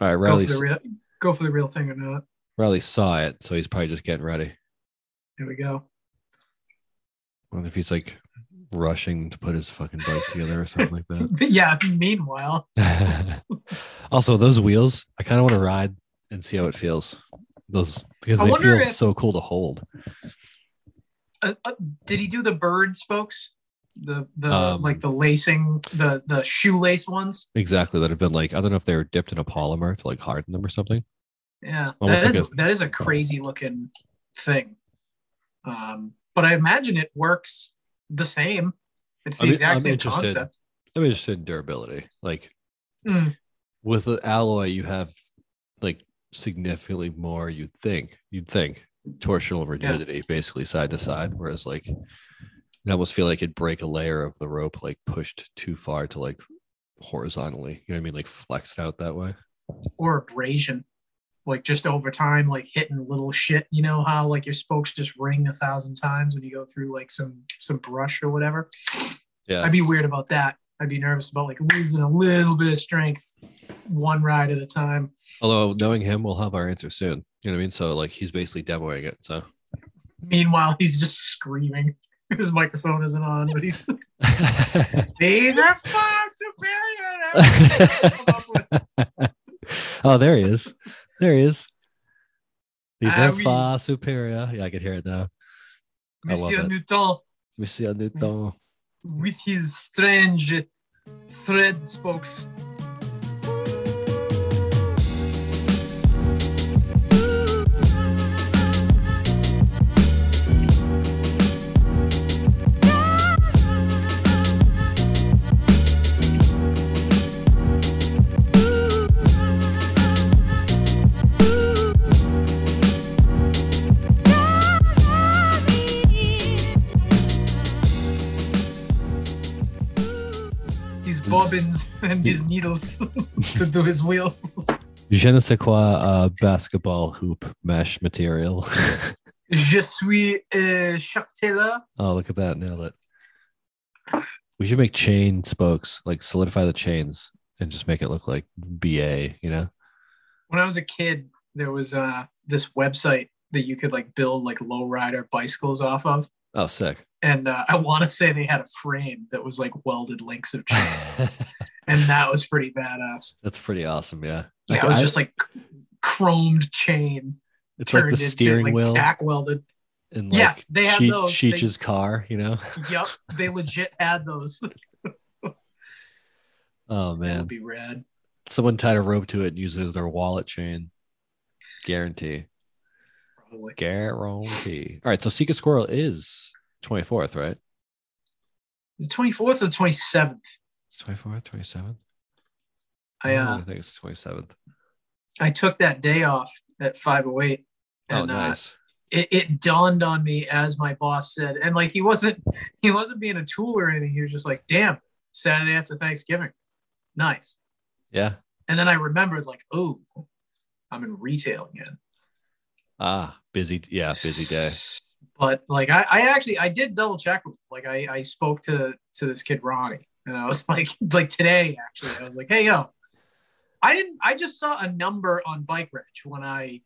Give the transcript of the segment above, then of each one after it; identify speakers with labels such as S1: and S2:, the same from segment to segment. S1: All right,
S2: Go for,
S1: Riley.
S2: the real, go for the real thing or not.
S1: Riley saw it, so he's probably just getting ready.
S2: There we go.
S1: Wonder if he's like rushing to put his fucking bike together or something like that.
S2: But yeah, meanwhile,
S1: also, those wheels, I kind of want to ride and see how it feels. Those because
S2: I
S1: they
S2: wonder
S1: feel
S2: if-
S1: so cool to hold.
S2: uh, uh, did he do the bird spokes? The the
S1: Um,
S2: like the lacing the the shoelace ones.
S1: Exactly, that have been like I don't know if they were dipped in a polymer to like harden them or something.
S2: Yeah,
S1: Almost
S2: that is
S1: like
S2: that is a crazy looking thing. Um, but I imagine it works the same. It's the
S1: I'm-
S2: exact
S1: I'm
S2: same
S1: interested.
S2: concept.
S1: I'm interested in durability. Like
S2: Mm,
S1: with the alloy, you have like significantly more. You'd think you'd think torsional rigidity, basically side to side. Whereas like, I almost feel like it'd break a layer of the rope, like pushed too far to like horizontally. You know what I mean? Like flexed out that way.
S2: or abrasion, like just over time, like hitting little shit. You know how like your spokes just ring a thousand times when you go through like some some brush or whatever.
S1: Yeah,
S2: I'd be weird about that. I'd be nervous about like losing a little bit of strength one ride at a time.
S1: Although knowing him, we'll have our answer soon. You know what I mean? So like he's basically demoing it. So
S2: Meanwhile, he's just screaming. His microphone isn't on, but he's these are far superior. to everything I've come up with."
S1: oh, there he is. There he is. These
S2: Ah
S1: are
S2: oui.
S1: far superior. Yeah, I can hear it now. I love
S2: Monsieur
S1: it.
S2: Newton
S1: Monsieur Newton.
S2: with his strange thread spokes. His bobbins and his needles to do his wheels.
S1: Je ne sais quoi uh, basketball hoop mesh material.
S2: Je suis uh, Chuck Taylor.
S1: oh, look at that. Nail it. We should make chain spokes, like solidify the chains and just make it look like BA, you know?
S2: when I was a kid, there was uh, this website that you could like build like low rider bicycles off of.
S1: Oh, sick.
S2: And uh, I want to say they had a frame that was like welded links of chain, and that was pretty badass.
S1: That's pretty awesome. Yeah.
S2: Yeah, it was just like c- chromed chain
S1: it's like the
S2: turned into,
S1: steering
S2: like,
S1: wheel
S2: tack welded.
S1: in like
S2: Yes, they had
S1: Cheech-
S2: those.
S1: Cheech's car, you know?
S2: Yep, they legit had those.
S1: Oh,
S2: That
S1: man.
S2: would be rad.
S1: Someone tied a rope to it and used it as their wallet chain. Guarantee.
S2: Probably.
S1: Guarantee. All right. So Seek a Squirrel is 24th, right?
S2: The twenty fourth or twenty seventh.
S1: It's 24th, 27th?
S2: I
S1: don't know,
S2: uh,
S1: I think it's 27th.
S2: I took that day off at five oh eight,
S1: Oh,
S2: and uh,
S1: nice.
S2: it, it dawned on me as my boss said and like he wasn't he wasn't being a tool or anything he was just like damn saturday after thanksgiving nice
S1: yeah.
S2: and then i remembered like oh i'm in retail again
S1: Ah, busy. Yeah, busy day.
S2: but like i, I actually i did double check like i i spoke to to this kid ronnie and i was like like today actually i was like hey yo i didn't i just saw a number on bike rich when i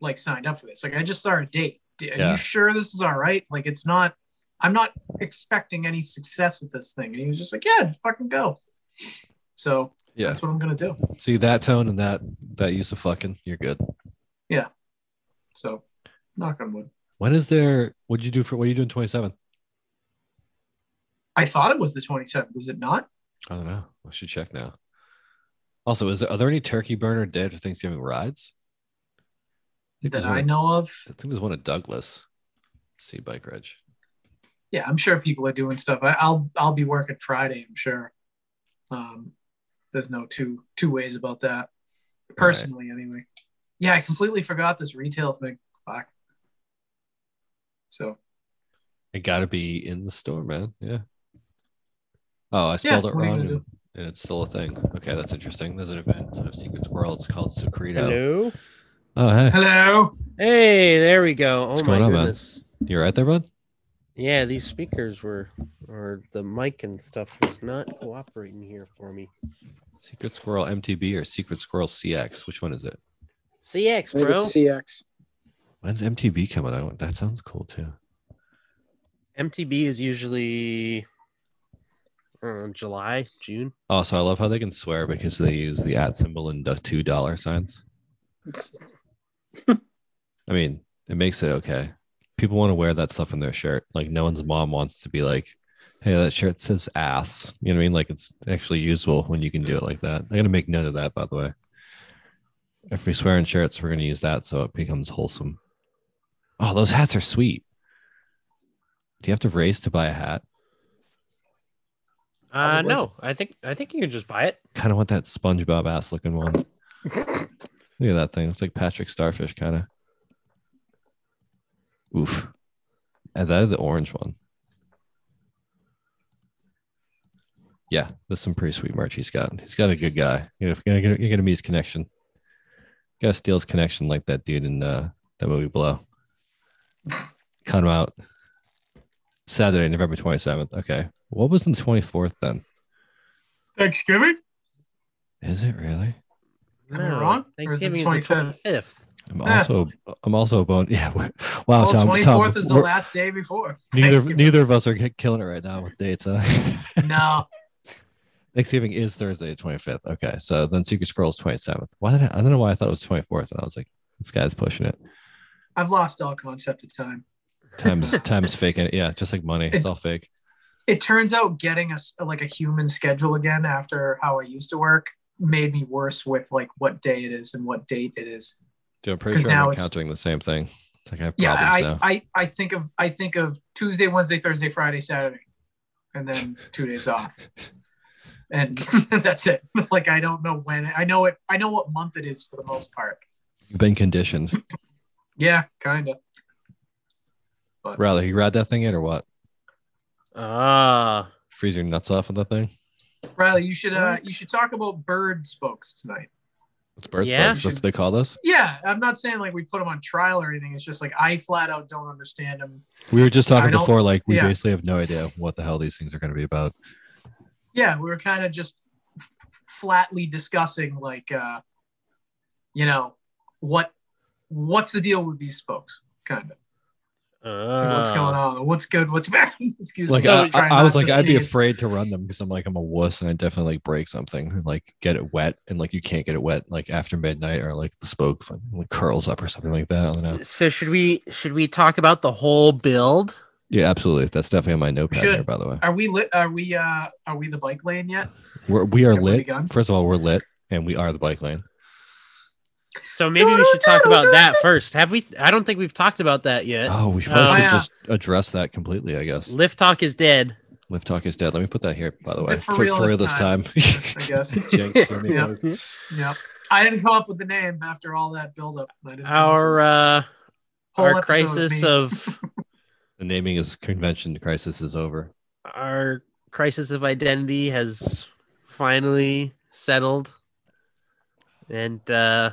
S2: like signed up for this like i just saw a date D- are
S1: Yeah.
S2: you sure this is all right like it's not i'm not expecting any success at this thing and he was just like yeah just fucking go so
S1: Yeah.
S2: that's what i'm gonna do
S1: See that tone and that that use of fucking, you're good.
S2: so knock on wood
S1: When is there? What'd you do for? What are you doing? Twenty seventh?
S2: i thought it was the 27th is it not
S1: I don't know. I should check now. Also, is there, are there any turkey burner day after Thanksgiving rides? I think,
S2: that
S1: there's one,
S2: i
S1: at-
S2: know of
S1: I think there's one at Douglas. Let's see bike ridge.
S2: yeah, I'm sure people are doing stuff. I, I'll I'll be working Friday. I'm sure. Um, there's no two two ways about that. Personally, anyway. Yeah, I completely forgot this retail thing. Fuck. So
S1: It got to be in the store, man. Yeah. Oh, I spelled it
S2: what are you
S1: wrong.
S2: gonna
S1: And, and it's still a thing. Okay, that's interesting. There's an event instead of Secret Squirrel. It's called Secreto.
S3: Hello.
S1: Oh, hey,
S2: hello.
S3: Hey, there we go. Oh
S1: What's
S3: my
S1: going on, man?
S3: goodness.
S1: you right there, bud?
S3: Yeah, these speakers were, or the mic and stuff was not cooperating here for me.
S1: Secret Squirrel MTB or Secret Squirrel CX? Which one is it?
S3: CX,
S2: It's
S3: bro.
S2: CX.
S1: When's MTB coming out? That sounds cool too.
S3: MTB is usually uh, July, June.
S1: Also, Oh, I love how they can swear because they use the at symbol and the two dollar signs. I mean, it makes it okay. People want to wear that stuff in their shirt. Like no one's mom wants to be like, "Hey, that shirt says ass." You know what I mean? Like it's actually useful when you can do it like that. I'm gonna make note of that, by the way. If we swear in shirts, we're gonna use that so it becomes wholesome. Oh, those hats are sweet. Do you have to raise to buy a hat?
S3: Uh,
S2: Probably.
S3: no, I think I think you can just buy it.
S1: kind of want that SpongeBob ass looking one. Look at that thing. It's like Patrick Starfish kind of. Oof. And that the orange one. Yeah, that's some pretty sweet merch he's got. He's got a good guy. You know, if you're gonna, you're gonna meet his connection. Gotta steal his connection like that dude in uh, that movie Blow. Come out Saturday, November 27th. Okay. What was the 24th then?
S2: Thanksgiving?
S1: Is it really?
S2: Am I wrong? Or is it
S3: Thanksgiving is, the
S2: 25th?
S3: twenty fifth.
S1: I'm
S2: Ah,
S1: also I'm also a bone. Yeah. we're- Wow,
S2: well,
S1: Oh, Tom.
S2: twenty
S1: Tom,
S2: fourth is the
S1: we're-
S2: last day before.
S1: Neither
S2: Thanksgiving.
S1: neither of us are ki- killing it right now with dates. Huh?
S2: No,
S1: Thanksgiving is Thursday, the twenty fifth. Okay, so then Secret Scrolls twenty seventh. Why did I, I don't know why I thought it was twenty fourth, and I was like, this guy's pushing it.
S2: I've lost all concept of time.
S1: Time's time's faking it. Yeah, just like money, it's all fake.
S2: It turns out getting us like a human schedule again after how I used to work made me worse with like what day it is and what date it is.
S1: Dude, I'm pretty
S2: 'Cause
S1: sure
S2: now
S1: I'm
S2: it's-
S1: encountering the same thing. It's like I have
S2: Yeah,
S1: problems
S2: I,
S1: now.
S2: I I think of I think of Tuesday, Wednesday, Thursday, Friday, Saturday, and then two days off, and that's it. Like I don't know when I know it. I know what month it is for the most part.
S1: You've been conditioned.
S2: Yeah, kind of.
S1: Rather, you ride that thing in or what?
S3: Ah,
S1: Freeze your nuts off with that thing.
S2: Riley, you should uh,
S3: What?
S2: you should talk about bird spokes tonight.
S1: It's birds.
S3: Yeah.
S1: bugs. That's what they call those.
S2: Yeah, I'm not saying like we put them on trial or anything. It's just like I flat out don't understand them.
S1: We were just talking
S2: I don't-
S1: before, like we
S2: yeah.
S1: basically have no idea what the hell these things are going to be about.
S2: Yeah, we were kind of just f- flatly discussing like, uh, you know, what what's the deal with these spokes, kind of. Like, what's going on? What's good? What's bad? Excuse
S1: Uh, like
S2: me.
S1: I,
S2: Trying
S1: I, I
S2: not
S1: was
S2: to
S1: like i'd be
S2: sneeze.
S1: afraid to run them because i'm like i'm a wuss and i definitely like break something and, like get it wet and like you can't get it wet like after midnight or like the spoke fucking, like curls up or something like that i don't know
S3: So should we should we talk about the whole build?
S1: yeah absolutely that's definitely on my notepad
S2: Should.
S1: there by the way
S2: Are we lit? Are we uh? Are we the bike lane yet?
S1: we're, we are
S2: Have we
S1: lit
S2: begun?
S1: first of all we're lit and we are the bike lane
S3: So maybe we should talk about that first. Have we? I don't think we've talked about that yet.
S1: oh we probably
S3: Oh,
S1: should
S2: yeah.
S1: just address that completely i guess
S3: Lift talk is dead.
S1: lift talk is dead let me put that here by the way
S2: But for real this time. I guess.
S1: Jinx, let me
S2: Yeah.
S1: know.
S2: Yep. I didn't come up with the name after all that buildup. I didn't come up with
S3: Our uh,
S2: the whole
S3: our
S2: episode of
S3: crisis
S2: me.
S3: of
S1: the naming is convention crisis is over
S3: our crisis of identity has finally settled, and uh,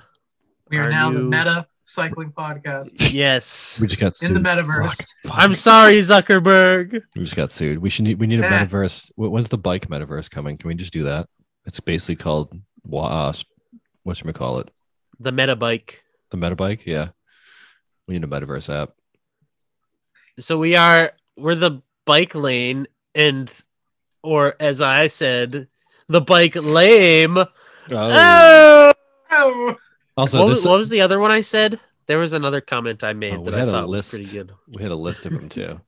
S2: We are
S3: our
S2: now the
S3: new-
S2: Meta Cycling Podcast
S3: yes,
S1: we just got
S2: in the
S1: sued.
S2: metaverse.
S1: Fuck. Fuck.
S3: I'm sorry, Zuckerberg.
S1: We just got sued. We should need, we need a
S2: Yeah.
S1: metaverse. Wh- When's the bike metaverse coming? Can we just do that? It's basically called uh, WASP. What should call it?
S3: The meta bike.
S1: The metabike? Yeah. We need a metaverse app.
S3: so we are we're the bike lane and or as i said the bike lame oh,
S2: Oh,
S1: Also,
S3: what,
S1: this,
S3: was, what was the other one i said there was another comment i made
S1: Oh, we
S3: that i
S1: had a
S3: thought was
S1: list.
S3: pretty good
S1: we had a list of them too.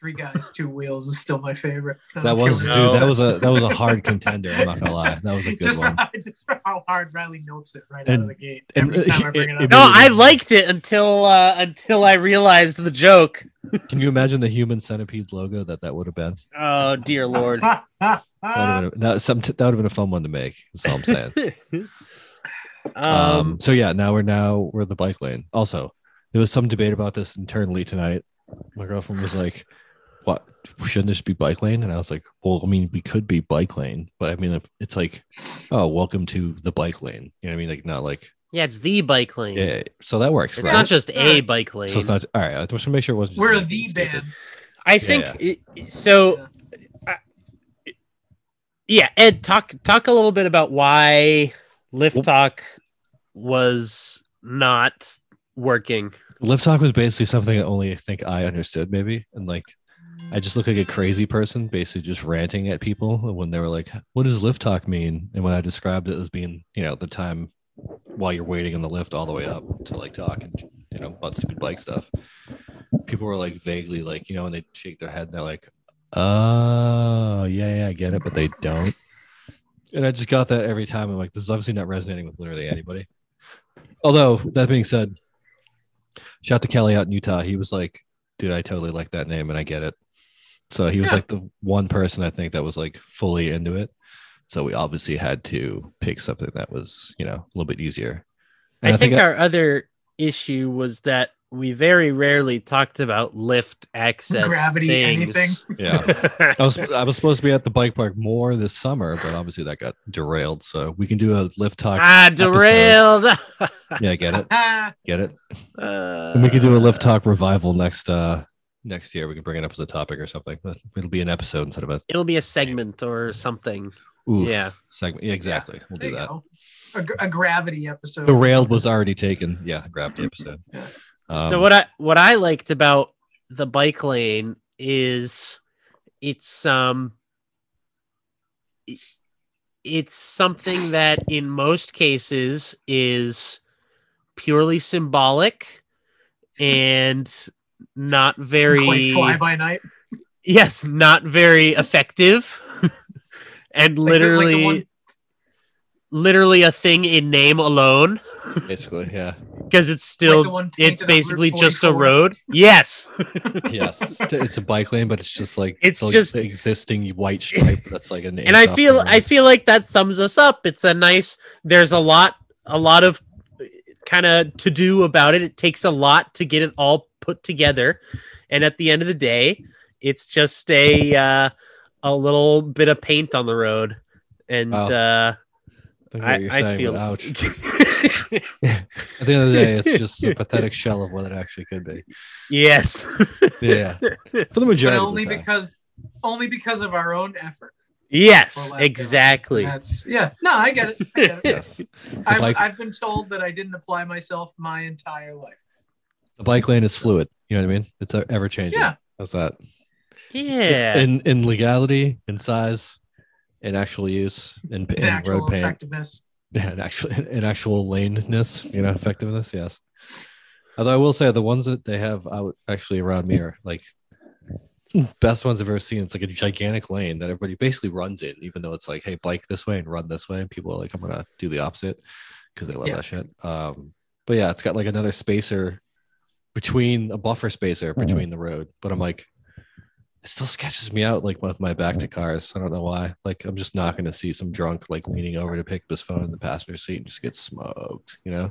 S2: Three guys, two wheels is still my favorite. I
S1: That
S2: don't care
S1: was
S2: what
S3: No.
S1: dude.
S2: it
S1: That was
S2: is.
S1: a that was a hard contender. I'm not gonna lie. That was a good
S2: just for,
S1: one.
S2: just for how hard Riley notes it right out
S1: And-
S2: of the gate
S1: and-
S2: every time I bring it,
S1: it-
S2: up.
S3: no i
S1: Maybe.
S3: liked it until uh until i realized the joke
S1: Can you imagine the human centipede logo that that would have been?
S3: oh dear lord
S2: Ha, ha, ha.
S1: That would have been, a- that, some, that would have been a fun one to make. That's all I'm saying. um
S3: um
S1: so yeah now we're now we're the bike lane also there was some debate about this internally tonight my girlfriend was like what shouldn't this be bike lane and i was like well i mean we could be bike lane but i mean if- it's like oh welcome to the bike lane you know what i mean like not like
S3: yeah it's the bike lane
S1: yeah so that works
S3: it's
S1: right
S3: not just a bike lane
S1: so it's not all right i just want to make sure it wasn't just
S2: We're
S1: me being
S2: the
S1: stupid.
S2: band.
S3: I think
S1: Yeah.
S3: it- so. I, yeah, Ed, talk talk a little bit about why Lift Talk was not working.
S1: Lift talk was basically something that only I think I understood, maybe. And like, I just looked like a crazy person, basically just ranting at people when they were like, "What does lift talk mean?" And when I described it as being, you know, the time while you're waiting on the lift all the way up to like talk and you know about stupid bike stuff, people were like vaguely like, you know, and they shake their head and they're like, "Oh, yeah, yeah, I get it," but they don't. And I just got that every time. I'm like, this is obviously not resonating with literally anybody. Although that being said, shout out to Kelly out in Utah. He was like, dude, I totally like that name and I get it. So he was
S2: Yeah.
S1: like the one person I think that was like fully into it. So we obviously had to pick something that was, you know, a little bit easier. And
S3: I, think, our other issue was that we very rarely talked about lift access
S2: Gravity,
S3: things.
S2: anything.
S1: yeah. I was I was supposed to be at the bike park more this summer, but obviously that got derailed. So we can do a lift talk.
S3: ah, derailed.
S1: Yeah, get it,
S2: Ah,
S1: get it.
S3: Uh,
S1: And we could do a lift talk revival next uh next year. We can bring it up as a topic or something. It'll be an episode instead of a
S3: It'll be a segment or something.
S1: oof
S3: Yeah.
S1: segment. Yeah, exactly. we'll
S2: there
S1: do
S2: you
S1: that.
S2: go. A, gr- a gravity episode.
S1: The railed was already taken. Yeah, grab the episode.
S2: Yeah.
S1: Um,
S3: so what I what I liked about the bike lane is it's um i- it's something that in most cases is purely symbolic and not
S2: Quite
S3: very
S2: fly by night.
S3: yes not very effective
S2: Like the- like
S3: and
S2: the
S3: literally
S2: one-
S3: literally a thing in name alone
S1: basically, yeah,
S3: because it's
S2: like
S3: still
S2: the one
S3: it's
S2: painted on Route
S3: basically just a
S2: 44.
S3: road yes
S1: yes, T- it's a bike lane, but it's just like
S3: It's
S1: the
S3: just-
S1: existing white stripe. That's like an
S3: and I feel I feel like that sums us up. It's a nice. There's a lot, a lot of kind of to do about it. It takes a lot to get it all put together, and at the end of the day, it's just a uh, a little bit of paint on the road, and
S1: Wow.
S3: uh,
S1: think
S3: I,
S1: what you're
S3: I
S1: saying,
S3: feel.
S1: but ouch. At the end of the day, it's just a pathetic shell of what it actually could be.
S3: yes,
S1: Yeah, for the
S2: But
S1: majority. of
S2: only
S1: the time.
S2: because only because of our own effort.
S3: yes,
S2: Or lack
S3: exactly.
S2: That's yeah. No, I get it. I get it.
S1: yes, the
S2: I've,
S1: bike,
S2: I've been told that I didn't apply myself my entire life.
S1: the bike lane is fluid. You know what I mean? It's uh, ever changing.
S2: Yeah.
S1: How's that?
S3: Yeah,
S1: In in legality, in size, in actual use, in, in,
S2: In actual
S1: road paint.
S2: effectiveness.
S1: Yeah, an actual an actual laneness, you know, effectiveness. Yes. Although I will say the ones that they have out actually around me are like best ones I've ever seen. It's like a gigantic lane that everybody basically runs in, even though it's like, hey, bike this way and run this way, and people are like, I'm gonna do the opposite because they love
S2: Yeah.
S1: that shit. Um, but yeah, it's got like another spacer between a buffer spacer between the road. But I'm like, it still sketches me out like with my back to cars. I don't know why. Like I'm just not gonna see some drunk like leaning over to pick up his phone in the passenger seat and just get smoked, you know?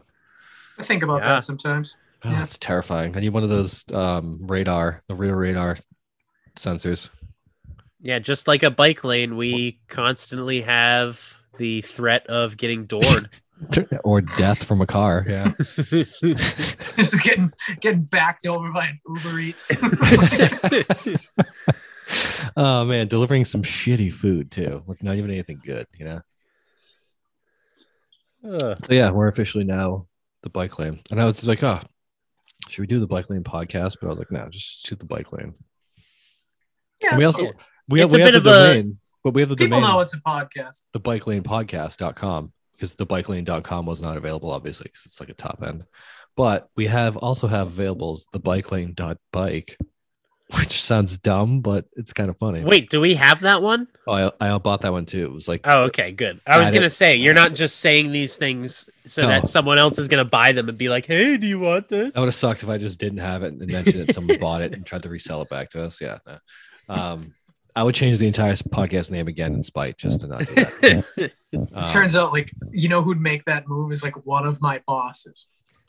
S2: I think about
S3: Yeah.
S2: that sometimes.
S1: Oh,
S2: Yeah.
S1: that's terrifying. I need one of those um radar, the rear radar sensors.
S3: yeah. Just like a bike lane, we constantly have the threat of getting doored.
S1: or death from a car. Yeah.
S2: Just getting getting backed over by an Uber Eats.
S1: oh man, delivering some shitty food too. Like not even anything good, you know.
S3: Ugh.
S1: So yeah, we're officially now the bike lane. And I was like, oh, should we do the bike lane podcast? But I was like, no, just shoot the bike lane.
S2: yeah,
S1: And we
S2: it's
S1: also
S2: cool.
S1: we have,
S3: It's a
S1: we have
S3: bit
S1: the
S3: of a-
S1: domain, but we have the
S2: people
S1: domain
S2: know it's a podcast.
S1: the bike lane podcast.com because the bike lane.com was not available obviously because it's like a top end but we have also have available the bike lane.bike which sounds dumb but it's kind of funny
S3: Wait, do we have that one?
S1: oh, I, I bought that one too it was like
S3: Oh, okay, good. I was
S1: Got it.
S3: gonna say you're not just saying these things so
S1: No. Oh,
S3: that someone else is gonna buy them and be like, "Hey, do you want this?"
S1: That would have sucked if I just didn't have it and mentioned it. Someone bought it and tried to resell it back to us. Yeah. no. Um, I would change the entire podcast name again in spite just to not do that. Um,
S2: It turns out like you know who'd make that move is like one of my bosses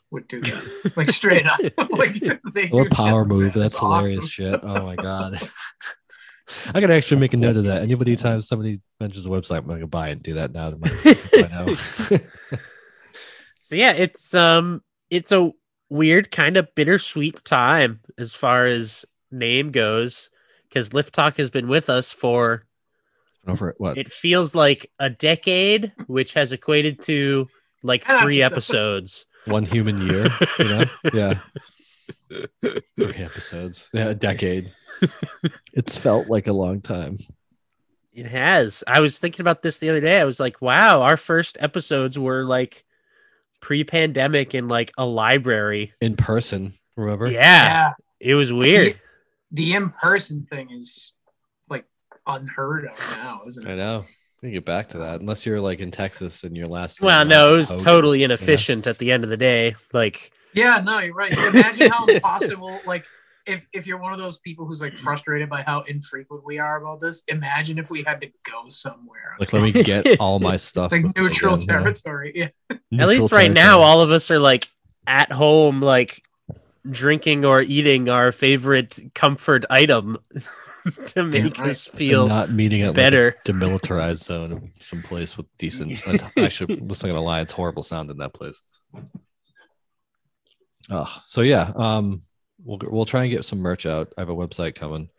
S2: would do that. like straight up. like they
S1: what
S2: do
S1: a
S2: shit
S1: power
S2: like
S1: move.
S2: that.
S1: That's
S2: It's
S1: hilarious
S2: awesome.
S1: shit. Oh my God. I could actually make a note of that. Anybody time somebody mentions a website, I'm going to buy it and do that now. To my, I know.
S3: so yeah, it's um, it's a weird kind of bittersweet time as far as name goes because Lift Talk has been with us for
S1: over what?
S3: It feels like a decade, which has equated to like
S2: Ten
S3: three episodes.
S2: episodes.
S1: One human year, you know? Yeah. Three episodes. Yeah, a decade. it's felt like a long time.
S3: It has. I was thinking about this the other day. I was like, wow, our first episodes were like pre pandemic in like a library.
S1: In person, remember?
S3: Yeah, It was weird.
S2: The in person thing is like unheard of now, isn't
S1: I
S2: it?
S1: know. We can get back to that. Unless you're like in Texas and your last thing
S3: Well,
S1: was
S3: no, it was
S1: Hogan's.
S3: totally inefficient at the end of the day. Like,
S2: Yeah, no, you're right. Imagine how impossible, like, if, if you're one of those people who's like frustrated by how infrequent we are about this, imagine if we had to go somewhere.
S1: Like, let me get all my stuff.
S2: like
S1: with me
S2: neutral
S1: again, you know?
S2: territory. Yeah.
S3: at
S1: Neutral
S3: least right now,
S1: territory.
S3: all of us are like at home, like drinking or eating our favorite comfort item to make
S2: right.
S3: us
S1: And
S3: feel
S1: not meeting at better.
S3: better.
S1: demilitarized zone, someplace with decent. actually, let's not gonna lie, it's horrible sound in that place. Oh, so yeah, um, we'll we'll try and get some merch out. I have a website coming.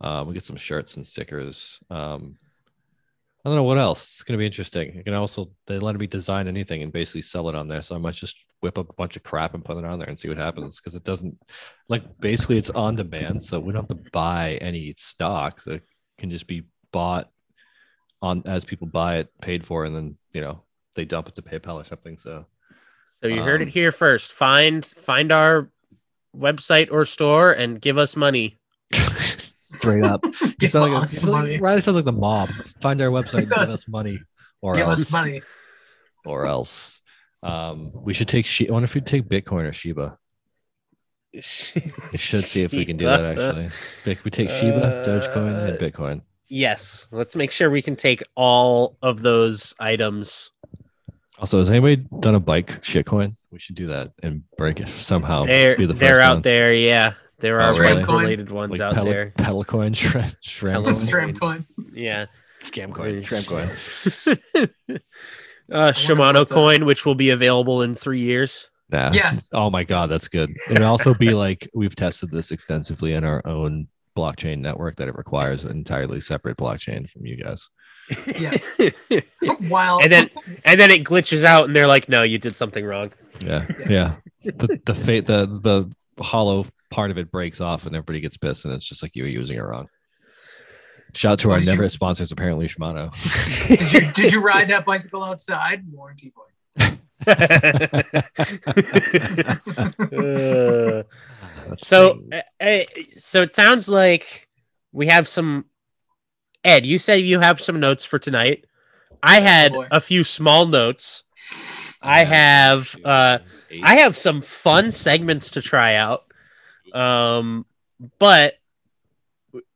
S1: Uh, we get some shirts and stickers. Um, I don't know what else. It's gonna be interesting. You can also they let me design anything and basically sell it on there. So I might just whip up a bunch of crap and put it on there and see what happens because it doesn't like basically it's on demand, so we don't have to buy any stock. So it can just be bought on as people buy it, paid for, and then you know they dump it to PayPal or something. So
S3: So you heard it
S1: Um,
S3: here first. Find find our website or store and give us money.
S1: straight up, you
S2: Give
S1: sound like a-
S2: us
S1: you sound like-
S2: money.
S1: Riley sounds like the mob. Find our website,
S2: It
S1: and give
S2: does.
S1: us money, or
S2: Give
S1: else,
S2: us money.
S1: or else. Um, we should take. She- I wonder if we take Bitcoin or Shiba.
S3: We
S1: We should see if we can do that. Actually, Like, we take Shiba, Dogecoin, and Bitcoin.
S3: Yes, let's make sure we can take all of those items.
S1: Also, has anybody done a bike shitcoin? We should do that and break it somehow.
S3: they're
S1: Be the
S3: they're
S1: first
S3: out
S1: one.
S3: there. Yeah, there
S1: Oh,
S3: are
S1: really?
S3: web related ones
S1: Like
S3: out
S1: Pel-
S3: there.
S1: Pelicoin, Shre-
S3: Pelicoin.
S1: Shram,
S2: Shrimp coin.
S3: Yeah,
S1: Scam coin, Shram coin.
S3: uh, Shimano
S2: what's that?
S3: coin, which will be available in three years.
S1: Nah.
S2: Yes.
S1: Oh my god, that's good. It'd also be like we've tested this extensively in our own blockchain network that it requires an entirely separate blockchain from you guys.
S2: Yes.
S3: and
S2: Well,
S3: then and then it glitches out, and they're like, "No, you did something wrong."
S1: Yeah.
S2: Yes.
S1: Yeah. The the fate the the hollow part of it breaks off and everybody gets pissed and it's just like you were using it wrong. Shout out to our
S2: What did
S1: never sponsors, apparently Shimano.
S2: did you did you ride that bicycle outside? Warranty boy.
S3: Uh,
S1: That's
S3: so
S1: the-
S3: uh, uh, so it sounds like we have some ed you say you have some notes for tonight i had
S2: boy.
S3: a few small notes I have, uh, i have some fun segments to try out um but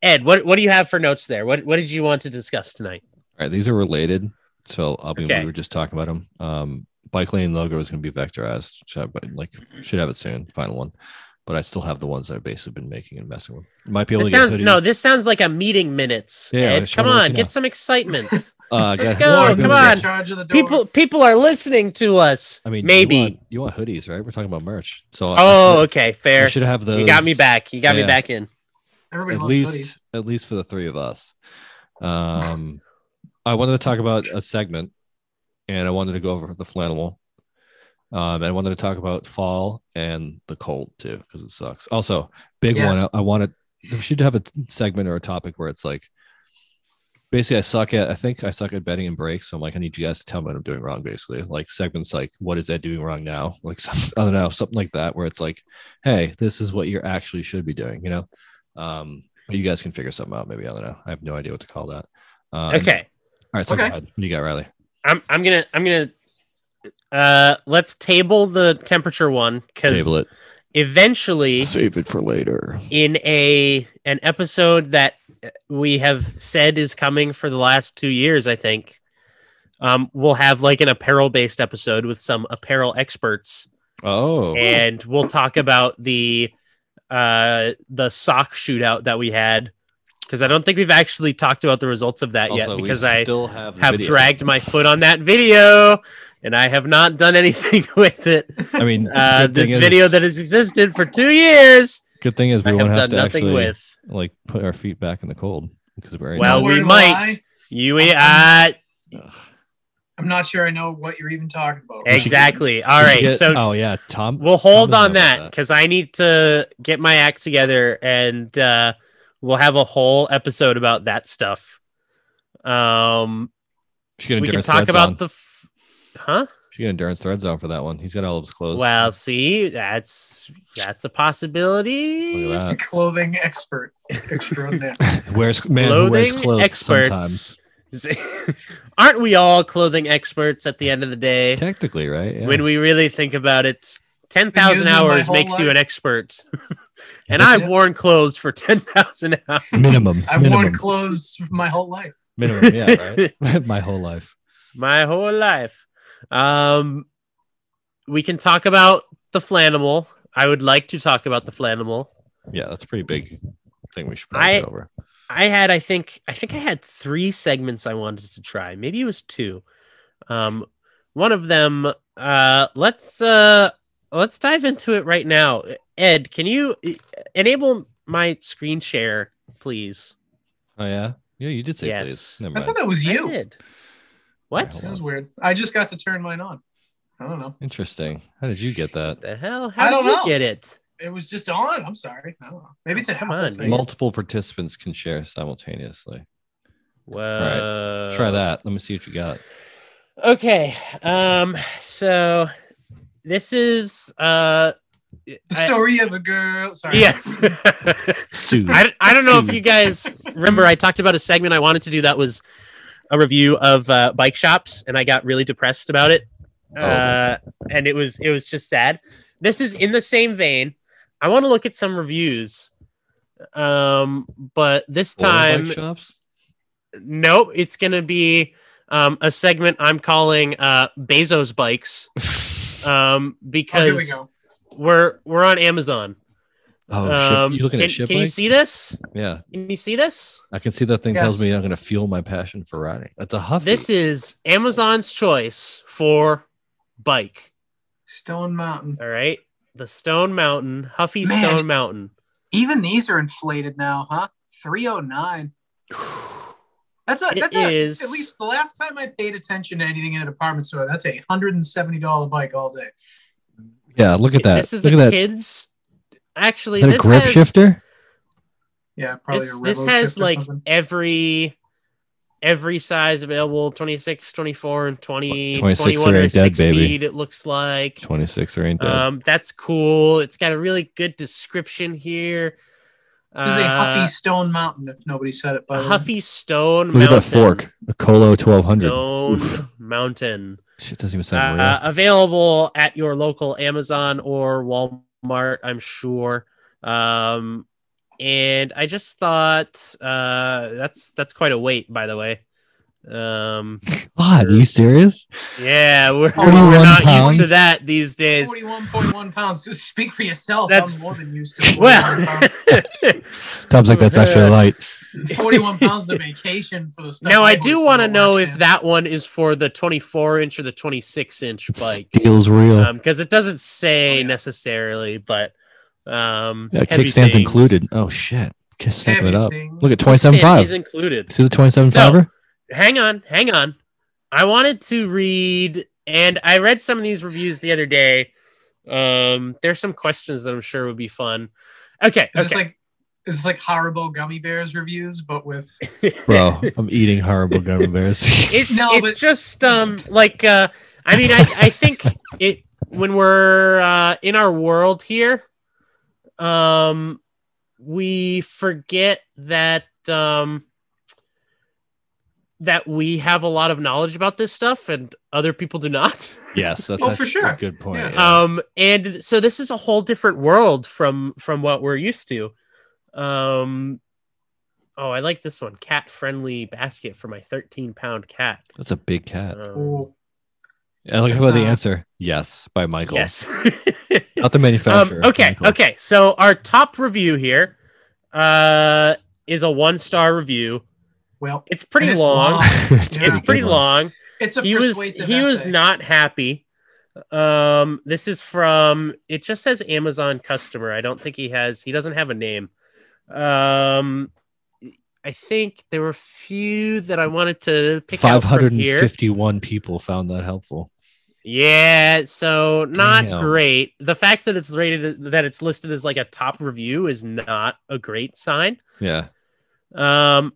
S3: ed what what do you have for notes there what what did you want to discuss tonight
S1: All right, these are related. So I'll be,
S3: Okay.
S1: we were just talking about them. Um, bike lane logo is going to be vectorized, so I- but like should have it soon, final one. But I still have the ones that I've basically been making and messing with. Might be able
S3: this
S1: to
S3: sounds
S1: get
S3: no
S1: hoodies.
S3: this sounds like a meeting minutes
S1: Yeah, I
S3: ed
S1: just
S3: come
S1: wanna let
S3: on
S1: you know.
S3: get some excitement
S1: Uh, got-
S3: let's go,
S1: I've been
S3: come
S1: making-
S3: on.
S2: In charge of the door.
S3: people people are listening to us
S1: I mean, you
S3: maybe
S1: want- you want, hoodies, right? We're talking about merch. So I- I,
S3: oh
S1: should-
S3: okay
S1: I
S3: fair
S1: should have those.
S3: You got me back. You got
S1: Yeah.
S3: me back in.
S2: Everybody
S1: At
S2: loves
S1: least,
S2: hoodies.
S1: at least for the three of us. Um, I wanted to talk about a segment, and I wanted to go over the flannel. Um, and I wanted to talk about fall and the cold too, because it sucks. Also, big
S2: Yes.
S1: one. I, I wanted we should have a segment or a topic where it's like basically I suck at I think I suck at betting and breaks. So I'm like, I need you guys to tell me what I'm doing wrong, basically. Like segments like what is Ed doing wrong now? Like some, I don't know, something like that, where it's like, hey, this is what you actually should be doing, you know? Um, but you guys can figure something out, maybe. I don't know. I have no idea what to call that. Um,
S3: Okay.
S1: All right, so go
S2: Okay.
S1: ahead. What do you got, Riley?
S3: I'm I'm gonna I'm gonna uh let's table the temperature one
S1: Table
S3: because
S1: it.
S3: eventually
S1: Save it for later.
S3: in a an episode that we have said is coming for the last two years, I think. Um, we'll have like an apparel based episode with some apparel experts,
S1: Oh,
S3: and we'll talk about the uh the sock shootout that we had because I don't think we've actually talked about the results of that
S1: Also,
S3: yet
S1: we
S3: because I
S1: still have, the
S3: have
S1: video.
S3: dragged my foot on that video and I have not done anything with it.
S1: I mean,
S3: Uh,
S1: good thing
S3: this
S1: is-
S3: video that has existed for two years,
S1: good thing is we
S3: I
S1: won't
S3: have
S1: have
S3: done
S1: to
S3: nothing
S1: actually
S3: with.
S1: like put our feet back in the cold because we're already
S3: Well,
S2: No
S3: we
S2: word will
S3: might.
S2: I.
S3: You ain't uh,
S1: Ugh.
S2: I'm not sure I know what you're even talking about.
S1: should get-
S3: exactly. All right,
S1: Get-
S3: so
S1: oh yeah, Tom.
S3: we'll hold
S1: Tom
S3: on
S1: doesn't know about
S3: that because I need to get my act together, and uh, we'll have a whole episode about that stuff. Um,
S1: She's got
S3: we
S1: endurance
S3: can talk
S1: threads
S3: about
S1: on.
S3: the, f- huh?
S1: She got endurance threads on for that one. He's got all of his clothes.
S3: Well, see, that's that's a possibility.
S1: look at
S2: Clothing expert extraordinaire.
S1: that. Wears man who wears
S3: Clothing
S1: clothes
S3: experts.
S1: sometimes.
S3: Aren't we all clothing experts at the end of the day?
S1: Technically, right? Yeah.
S3: When we really think about it,
S2: Been
S3: 10,000
S2: using my
S3: hours
S2: whole
S3: makes you
S2: life.
S3: an expert. and I've worn clothes for 10,000 hours.
S1: minimum.
S2: I've
S1: minimum,
S2: worn clothes my whole life.
S1: minimum. Yeah, right. My whole life.
S3: my whole life. Um, we can talk about the flanimal. I would like to talk about the flanimal.
S1: Yeah, that's a pretty big thing we should probably
S3: I-
S1: get over.
S3: I had, I think, I think I had three segments I wanted to try. Maybe it was two. Um, one of them. Uh, let's uh, let's dive into it right now. Ed, can you eh, enable my screen share, please?
S1: Oh yeah, yeah. You did say
S3: Yes.
S1: please. Never
S2: I
S1: mind.
S2: thought that was
S3: I
S2: you.
S3: did. What?
S1: Hold
S2: That
S1: on.
S2: was weird. I just got to turn mine on. I don't know.
S1: Interesting. How did you get that?
S3: the hell? How
S2: I don't
S3: did you
S2: know.
S3: get it?
S2: It was just on. I'm sorry. I don't know. Maybe it's an
S3: Come
S2: Apple
S3: on,
S2: thing.
S3: man.
S1: Multiple participants can share simultaneously.
S3: Whoa.
S1: Try that. Let me see what you got.
S3: Okay. Um. So this is uh.
S2: The
S3: I-
S2: story of a girl. Sorry.
S3: yes.
S1: Sue.
S3: I, I don't know if
S1: Soon.
S3: you guys remember I talked about a segment I wanted to do that was a review of uh, bike shops and I got really depressed about it.
S1: Oh,
S3: Uh, and it was it was just sad. This is in the same vein. I want to look at some reviews. Um but this
S1: Four bike
S3: time
S1: shops.
S3: nope, it's going to be um, a segment I'm calling uh Bezos bikes
S1: Oh,
S3: um
S2: Oh,
S3: because
S2: here we go.
S3: we're we're on Amazon.
S1: Oh
S3: um,
S1: shit! You looking
S3: can,
S1: at ship
S3: can you
S1: bikes?
S3: see this?
S1: Yeah,
S3: Can you see this?
S1: I can see that thing tells
S2: Yes.
S1: me I'm going to fuel my passion for riding. That's a huffy.
S3: This is Amazon's choice for bike.
S2: Stone Mountain.
S3: All right. The Stone Mountain, Huffy
S2: Man.
S3: Stone Mountain.
S2: Even these are inflated now, huh? 309. That's a
S3: It
S2: that's a,
S3: is-
S2: at least the last time I paid attention to anything in a department store. That's a hundred and seventy dollar bike all day.
S1: yeah, look at that.
S3: This is
S1: look
S3: a
S1: at that.
S3: kid's. Actually,
S1: Is that a
S3: this
S1: grip
S3: has,
S1: shifter?
S2: Yeah, probably.
S3: this,
S2: a
S3: this
S2: Revo
S3: has
S2: shift or
S3: like
S2: something.
S3: every every size available 26 24 and 20
S1: 26
S3: 21
S1: are
S3: or
S1: ain't dead,
S3: 6
S1: baby.
S3: speed it looks like
S1: 26 or ain't dead.
S3: um that's cool it's got a really good description here
S2: this is a
S3: Uh,
S2: Huffy Stone Mountain. If nobody said it, by
S3: a
S2: the way.
S3: Huffy Stone
S1: look at
S3: Mountain.
S1: that fork. A Colo 1200. Oof.
S3: Stone Mountain.
S1: Shit doesn't even sound real.
S3: Uh, available at your local Amazon or Walmart, I'm sure. Um, and I just thought uh, that's that's quite a weight, by the way. Um,
S1: God, are you serious?
S3: yeah, we're,
S1: 41
S3: we're not
S1: pounds?
S3: used to that these days.
S2: Forty-one point one pounds. Just speak for yourself.
S3: That's-
S2: I'm more than used to. 41
S3: Well,
S2: pounds.
S1: Tom's like, that's actually light.
S2: forty-one pounds of vacation for the stuff.
S3: now I
S2: was
S3: do
S2: so
S3: want to know if
S2: watching.
S3: that one is for the 24 inch or the 26 inch bike.
S1: Steel's real.
S3: um because it doesn't say
S2: Oh, yeah.
S3: necessarily but um
S1: yeah,
S3: heavy
S1: kickstand's
S3: things-
S1: included. Oh, shit. Kick- Stepping it up.
S2: Everything.
S1: Look at
S3: kickstand
S1: 27.5.
S3: is included
S1: See the 27
S3: So-
S1: fiber?
S3: hang on hang on i wanted to read and i read some of these reviews the other day um there's some questions that i'm sure would be fun okay
S2: Is this
S3: okay
S2: like is this like Haribo gummy bears reviews, but with
S1: Bro, I'm eating horrible gummy bears.
S3: it's
S2: No,
S3: it's
S2: but-
S3: just um like uh i mean i i think it when we're uh in our world here um we forget that um that we have a lot of knowledge about this stuff and other people do not
S1: yes, that's,
S2: Oh, for
S1: that's
S2: sure.
S1: a good point.
S2: Yeah.
S1: yeah.
S3: um and so this is a whole different world from from what we're used to um oh i like this one cat friendly basket for my 13 pound cat
S1: that's a big cat.
S3: Um,
S2: oh,
S1: I like
S2: That's,
S1: how about the
S2: uh,
S1: answer. Yes, by Michael.
S3: yes
S1: Not the
S3: um,
S1: manufacturer.
S3: okay
S1: Michael.
S3: okay so our top review here uh is a one star review
S2: well,
S3: it's pretty
S2: And it's
S3: long,
S2: long.
S1: it's
S2: Yeah.
S3: it's
S1: a
S3: pretty
S1: good one.
S3: long
S2: it's a
S3: he was
S2: persuasive
S3: he was
S2: essay.
S3: not happy um this is from it just says amazon customer i don't think he has he doesn't have a name um I think there were a few that I wanted to pick out from here.
S1: 551 people found that helpful.
S3: Yeah, so not
S1: Damn.
S3: great. The fact that it's rated that it's listed as like a top review is not a great sign.
S1: Yeah.
S3: Um,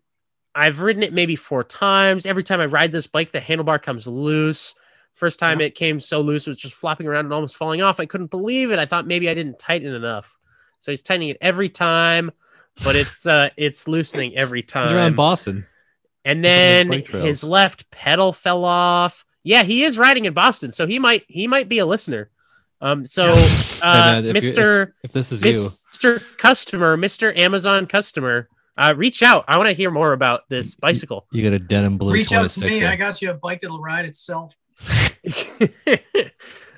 S3: I've ridden it maybe four times. Every time I ride this bike, the handlebar comes loose. First time it came so loose, it was just flopping around and almost falling off. I couldn't believe it. I thought maybe I didn't tighten enough. So he's tightening it every time, but it's uh it's loosening every
S1: He's around
S3: time.
S1: Boston.
S3: And
S1: He's on those
S3: then
S1: bike trails.
S3: his left pedal fell off. Yeah, he is riding in Boston, so he might he might be a listener. Um, so uh,
S1: And, uh, if you-
S3: Mr.
S1: If this is you,
S3: Mr. Customer, Mr. Amazon customer, uh, reach out. I want to hear more about this bicycle.
S1: you got a denim blue
S2: Reach out to
S1: 26.
S2: me. I got you a bike that'll ride itself.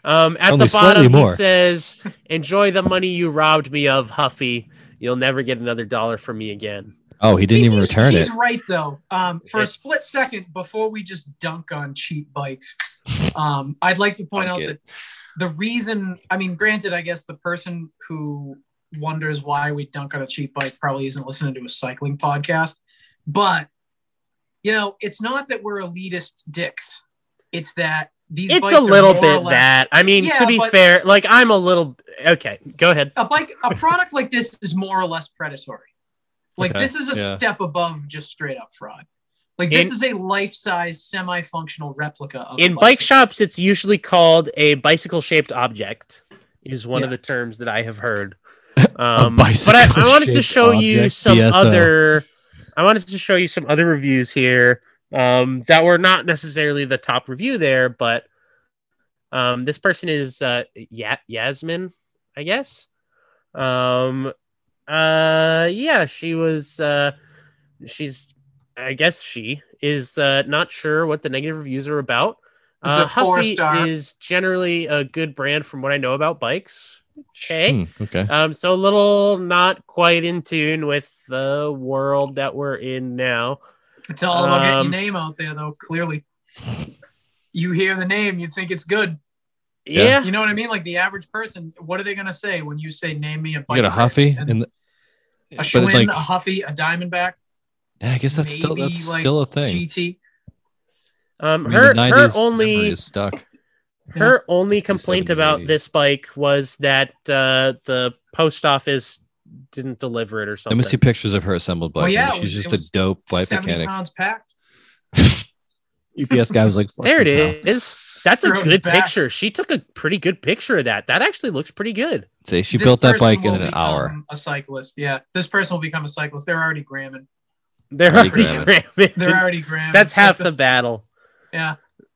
S3: um, at
S1: Only slightly
S3: the bottom, he
S1: more.
S3: says, "Enjoy the money you robbed me of, Huffy. You'll never get another dollar from me again."
S1: oh, he didn't even
S2: He's-
S1: return
S2: he's
S1: it.
S2: right though. Um, for
S3: It's-
S2: a split second before we just dunk on cheap bikes, um, I'd like to point
S1: Dunk
S2: out
S1: it.
S2: that the reason, I mean, granted, I guess the person who wonders why we dunk on a cheap bike probably isn't listening to a cycling podcast, but you know, it's not that we're elitist dicks. It's that these
S3: It's
S2: bikes
S3: a
S2: are
S3: little
S2: more or
S3: bit
S2: less-
S3: that. I mean,
S2: Yeah,
S3: to be
S2: but-
S3: fair, like I'm a little okay. Go ahead.
S2: a bike a product like this is more or less predatory like
S1: Okay,
S2: this is a
S1: yeah.
S2: step above just straight up fraud like this
S3: In-
S2: is a life-size semi-functional replica of
S3: in
S2: a
S3: bike
S2: bicycle.
S3: shops it's usually called a bicycle shaped object is one of
S2: Yeah.
S3: the terms that i have heard um, but I, I
S1: bicycle-shaped
S3: wanted to show you
S1: object,
S3: some
S1: BSO.
S3: other i wanted to show you some other reviews here um, that were not necessarily the top review there but um, this person is uh, ya- yasmin i guess um, uh, yeah she was uh, she's i guess she is uh, not sure what the negative reviews are about
S2: This is a
S3: uh, Huffy
S2: four-star.
S3: is generally a good brand from what I know about bikes. Okay.
S1: Hmm,
S2: Uh,
S1: okay.
S3: Um, so a little not quite in tune with the world that we're in now.
S2: it's all about getting
S3: um,
S2: your name out there though clearly you hear the name you think it's good
S1: Yeah.
S3: Yeah.
S2: you know what i mean like the average person what are they going to say when you say name me a bike
S1: You got a
S2: brand?"
S1: Huffy
S2: And
S1: and
S2: a
S1: but
S2: Schwinn,
S1: like
S2: a huffy a diamondback
S1: yeah, I guess that's still
S2: maybe,
S1: that's
S2: like,
S1: still a thing.
S2: gt
S3: Um,
S1: I mean,
S3: her
S1: the
S3: her
S1: 90s memory
S3: only
S1: is stuck.
S3: her only complaint
S1: 70s,
S3: about
S1: 80s.
S3: this bike was that uh, the post office didn't deliver it or
S1: Let me see
S3: something.
S1: pictures of her assembled bike.
S2: Well, yeah, it
S1: she's
S2: was-
S1: just
S2: it
S1: a
S2: was
S1: dope bike
S2: 70
S1: mechanic.
S2: pounds packed
S1: UPS guy was like, "Fuck
S3: There it
S1: you, pal."
S3: is. That's a
S2: Throw it
S3: good
S2: back.
S3: picture. She took a pretty good picture of that. That actually looks pretty good.
S1: See, she
S2: This
S1: built that
S2: person
S1: bike in
S2: will
S1: an
S2: become
S1: hour.
S2: A cyclist, yeah. This person will become a cyclist. They're already gramming.
S3: They're
S1: Pretty
S3: already cramming.
S2: They're already gramming.
S3: That's half
S2: Like
S3: the battle.
S2: Yeah, it's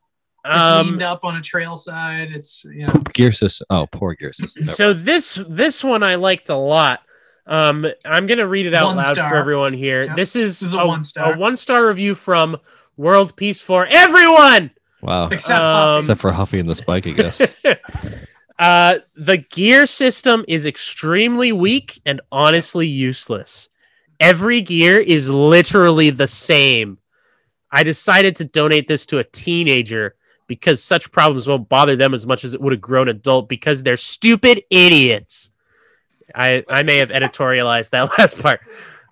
S3: Um,
S2: leaned up on a trail side. It's you know,
S1: Gear system. Oh, poor gear system. Never-
S3: so this this one I liked a lot. Um, I'm gonna read it out
S2: One
S3: loud for
S2: star.
S3: everyone here.
S2: Yeah.
S3: This is,
S2: This is a one star.
S3: A one star review from World Peace for Everyone.
S1: wow.
S2: except
S3: Um,
S1: Except for Huffy and this bike, I guess.
S3: uh, the gear system is extremely weak and honestly useless. Every gear is literally the same. I decided to donate this to a teenager because such problems won't bother them as much as it would a grown adult because they're stupid idiots. I, I may have editorialized that last part.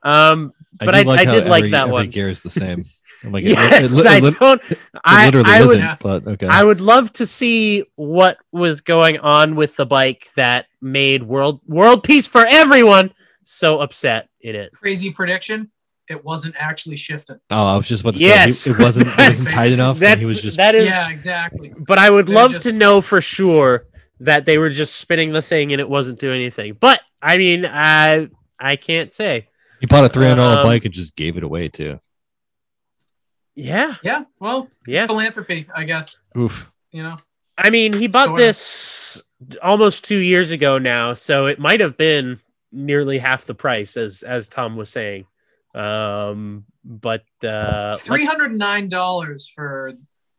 S3: Um, but I- I
S1: how
S3: did like
S1: every-
S3: that
S1: every
S3: one.
S1: gear is the same. I'm like, it- it,
S3: yes,
S1: li-
S3: I
S1: it, li-
S3: don't.
S1: it
S3: I,
S1: literally
S3: I would
S1: isn't. But okay,
S3: I would love to see what was going on with the bike that made world world peace for everyone so upset in it.
S2: crazy prediction. It wasn't actually shifting.
S1: oh, I was just about to
S3: Yes.
S1: say he- it wasn't. It
S3: That's-
S1: wasn't tight enough. And
S3: That's
S1: he was just
S3: that is
S2: Yeah, exactly.
S3: but I would
S2: They're
S3: love
S2: just-
S3: to know for sure that they were just spinning the thing and it wasn't doing anything. But I mean I I can't say.
S1: he bought a three hundred dollar
S3: Um,
S1: bike and just gave it away too.
S3: Yeah.
S2: Yeah, well,
S3: Yeah.
S2: philanthropy, I guess.
S1: Oof.
S2: You know,
S3: I mean, he bought
S2: Sorta.
S3: this almost two years ago now, so it might have been nearly half the price, as as Tom was saying. Um, but uh, let's-
S2: three hundred nine dollars for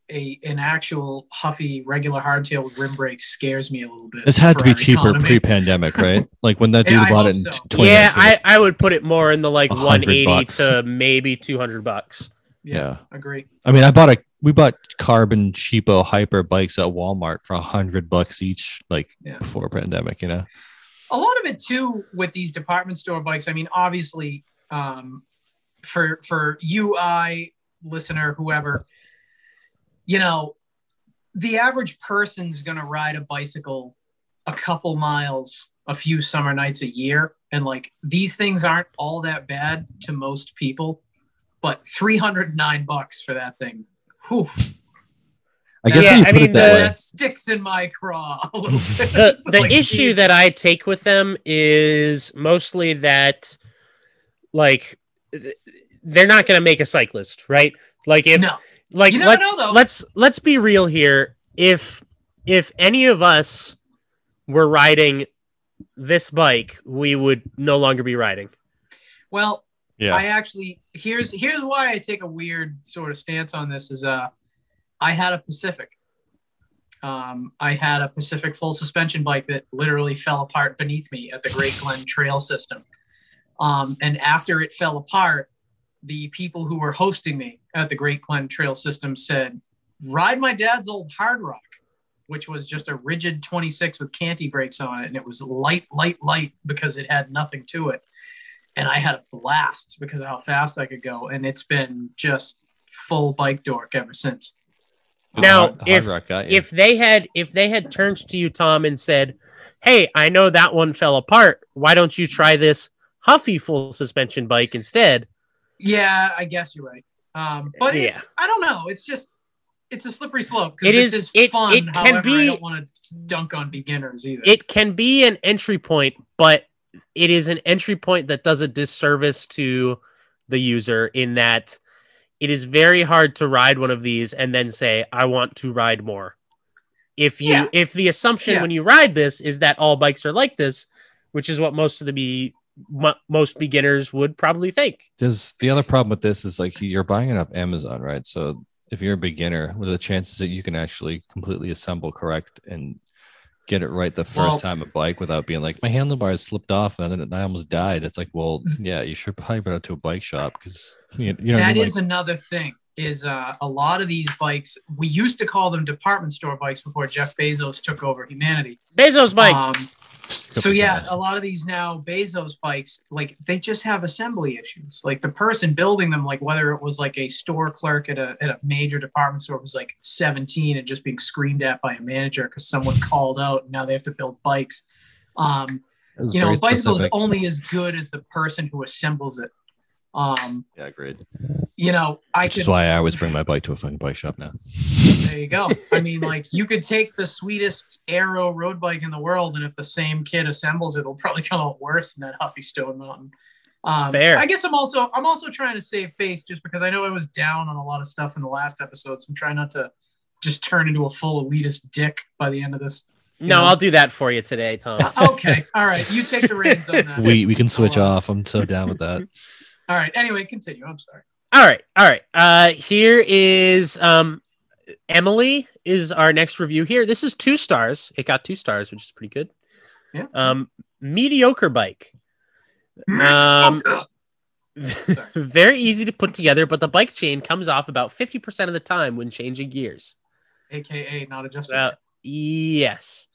S2: a an actual huffy regular hardtail with rim brakes scares me a little bit.
S1: This had to
S2: for
S1: be
S2: our
S1: cheaper
S2: economy.
S1: pre-pandemic, right? Like when that dude
S2: Yeah, I
S1: bought
S2: hope
S1: it in
S2: so.
S1: twenty.
S3: yeah, I, I would put it more in the like
S1: A hundred
S3: 180
S1: bucks.
S3: to maybe 200 bucks.
S1: yeah.
S2: agree.
S1: I mean, I bought a we bought carbon cheapo hyper bikes at Walmart for a hundred bucks each, like
S2: Yeah.
S1: before pandemic. You know,
S2: a lot of it too with these department store bikes i mean obviously um, for for UI listener, whoever, you know, the average person's gonna ride a bicycle a couple miles a few summer nights a year, and like these things aren't all that bad to most people, but three hundred nine bucks for that thing, whew,
S1: I guess
S3: Yeah,
S1: when you
S3: I
S1: put
S3: mean,
S1: it that
S3: the-
S1: way,
S2: that sticks in my craw. A little bit.
S3: the, the
S2: Like,
S3: issue
S2: geez.
S3: that I take with them is mostly that, like, th- they're not going to make a cyclist, right? Like, if
S2: no,
S3: like
S2: You never
S3: let's
S2: know, though.
S3: let's let's be real here. If if any of us were riding this bike, we would no longer be riding.
S2: well,
S1: yeah,
S2: I actually here's here's why I take a weird sort of stance on this is uh I had a Pacific. Um, I had a Pacific full suspension bike that literally fell apart beneath me at the Great Glen Trail System. Um, and after it fell apart, the people who were hosting me at the Great Glen Trail System said, "Ride my dad's old Hard Rock." Which was just a rigid 26 with canty brakes on it, and it was light, light, light because it had nothing to it and I had a blast because of how fast I could go, and it's been just full bike dork ever since.
S3: now,
S1: hard,
S3: if-
S1: Hard rock got you.
S3: If they had if they had turned to you, Tom, and said, "Hey, I know that one fell apart. Why don't you try this Huffy full suspension bike instead?"
S2: Yeah, I guess you're right. Um, but it's
S3: Yeah.
S2: I don't know. It's just it's a slippery slope. 'cause
S3: It
S2: this
S3: is- it-
S2: fun.
S3: it can
S2: however, I
S3: be-
S2: don't want to dunk on beginners either.
S3: it can be an entry point, but it is an entry point that does a disservice to the user in that it is very hard to ride one of these and then say, I want to ride more. If you
S2: Yeah.
S3: if the assumption
S2: Yeah.
S3: when you ride this is that all bikes are like this, which is what most of the be mo- most beginners would probably think.
S1: There's the other problem with this is like you're buying it off Amazon, right? So if you're a beginner, what are the chances that you can actually completely assemble correct and get it right the first
S2: Well-
S1: time a bike without being like my handlebars slipped off and then I almost died? It's like, well, yeah, you should probably put it to a bike shop because you, you know what I
S2: Mm-hmm. That
S1: mean?
S2: is
S1: Like,
S2: another thing is uh, a lot of these bikes we used to call them department store bikes before jeff bezos took over humanity
S3: Bezos bikes.
S2: Um,
S1: couple
S2: so yeah,
S1: guys.
S2: a lot of these now Bezos bikes, like they just have assembly issues. Like the person building them, like whether it was like a store clerk at a at a major department store who's like 17 and just being screamed at by a manager because someone called out. And now they have to build bikes. Um,
S1: That was
S2: you know,
S1: very
S2: a bicycle is
S1: specific.
S2: only as good as the person who assembles it. Um,
S1: yeah, agreed.
S2: you know, I
S1: Which
S2: could
S1: is why I always bring my bike to a fucking bike shop now.
S2: There you go. I mean, like you could take the sweetest Aero road bike in the world, and if the same kid assembles it, it'll probably come out worse than that Huffy Stone Mountain. Um,
S3: Fair.
S2: I guess I'm also I'm also trying to save face just because I know I was down on a lot of stuff in the last episode, so I'm trying not to just turn into a full elitist dick by the end of this.
S3: no,
S2: yeah.
S3: I'll do that for you today, Tom.
S2: Okay, all right, you take the reins on that.
S1: We we can switch
S2: Hold on.
S1: off. I'm so down with that.
S2: all right. Anyway, continue. I'm sorry.
S3: All right, all right. Uh, here is um, Emily is our next review. Here, this is two stars. It got two stars, which is pretty good.
S2: Yeah.
S3: Um, mediocre bike. Um, very easy to put together, but the bike chain comes off about fifty percent of the time when changing gears.
S2: AKA not adjusted.
S3: Uh, yes.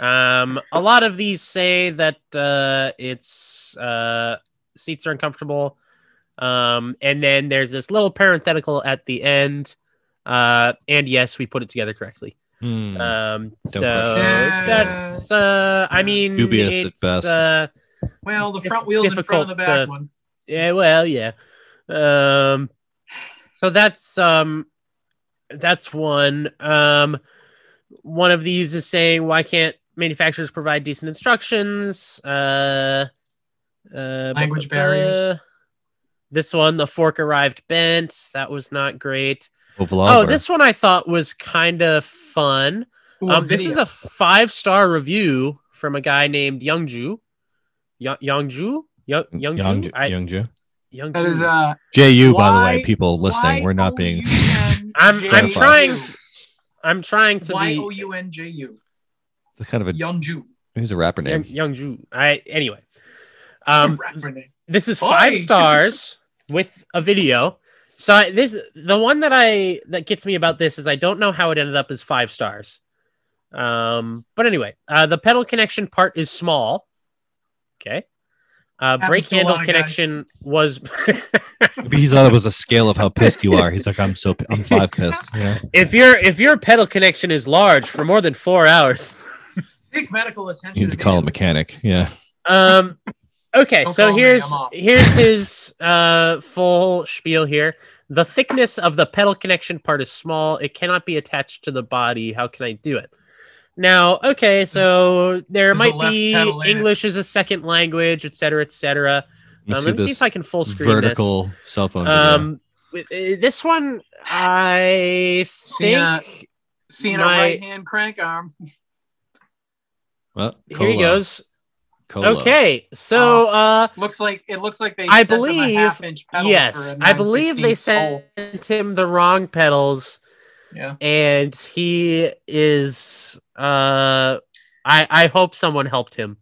S3: Um, a lot of these say that uh, it's uh, seats are uncomfortable. Um, and then there's this little parenthetical at the end. Uh, and yes, we put it together correctly.
S1: Hmm.
S2: Uh,
S3: Um, so
S1: question it.
S3: that's uh, I
S2: Yeah.
S3: mean,
S1: Dubious at
S3: it's,
S1: best.
S3: Uh,
S2: well, the
S3: it's
S2: front wheels in front of the
S3: difficult uh,
S2: back
S3: to-
S2: one.
S3: yeah, well, yeah. Um, so that's um, that's one. Um, one of these is saying why can't manufacturers provide decent instructions? Uh, uh,
S2: Language
S3: blah, blah, blah.
S2: barriers.
S3: This one, the fork arrived bent. That was not great.
S1: Overall,
S3: Oh, this one I thought was kind of fun.
S2: Ooh,
S3: Um, this is
S2: video.
S3: a five star review from a guy named Youngju. Yo- Youngju. Yo-
S1: Mm, Young
S3: Youngju. I-
S1: Youngju.
S3: Young
S2: that is
S3: Ju.
S2: uh
S1: Ju, by the
S2: Why-
S1: way, people listening, we're not being.
S2: Y-O-U-N-J-U.
S3: I'm-
S1: I'm
S3: trying I'm trying to
S2: Y o
S3: be
S2: u n j u
S1: It's kind of a
S2: Youngju.
S1: he's a rapper
S3: young,
S1: name.
S3: young Ju. I anyway. Um,
S2: Rapper name.
S3: this is
S2: Oi.
S3: five stars with a video. So I, this the one that I that gets me about this is I don't know how it ended up as five stars. Um, but anyway, uh, the pedal connection part is small. Okay. Uh,
S2: Happens
S3: brake
S2: to a
S3: handle
S2: lot of guys.
S3: connection was
S1: Maybe he's on it was a scale of how pissed you are. He's like, I'm so pi- I'm five pissed. Yeah.
S3: if your if your pedal connection is large for more than four hours.
S2: Seek medical attention.
S1: You need to call a mechanic. Yeah.
S3: Um, okay,
S2: Don't
S3: so
S2: call me,
S3: here's
S2: I'm off.
S3: here's his uh, full spiel here. The thickness of the pedal connection part is small. It cannot be attached to the body. How can I do it? Now, okay, so there
S2: there's a
S3: might
S2: left
S3: be
S2: pedal in it.
S3: English as a second language, et cetera, et cetera.
S1: Let me
S3: um,
S1: see
S3: let me see
S1: this
S3: if I can full screen
S1: vertical cell phone.
S3: this.
S1: video.
S3: Um, with- uh, this one, I
S2: See, uh,
S3: think.
S2: Seeing
S3: My-
S2: a right hand crank arm.
S1: well,
S3: Here he
S1: Cola.
S3: goes.
S1: Cola.
S3: Okay,
S2: Oh.
S3: so uh,
S2: Looks like it looks like they.
S3: I
S2: sent them a
S3: believe-
S2: half-inch pedal
S3: yes,
S2: for a
S3: I believe they
S2: 9/16
S3: sent
S2: hole.
S3: him the wrong pedals,
S2: Yeah.
S3: and he is. Uh, I I hope someone helped him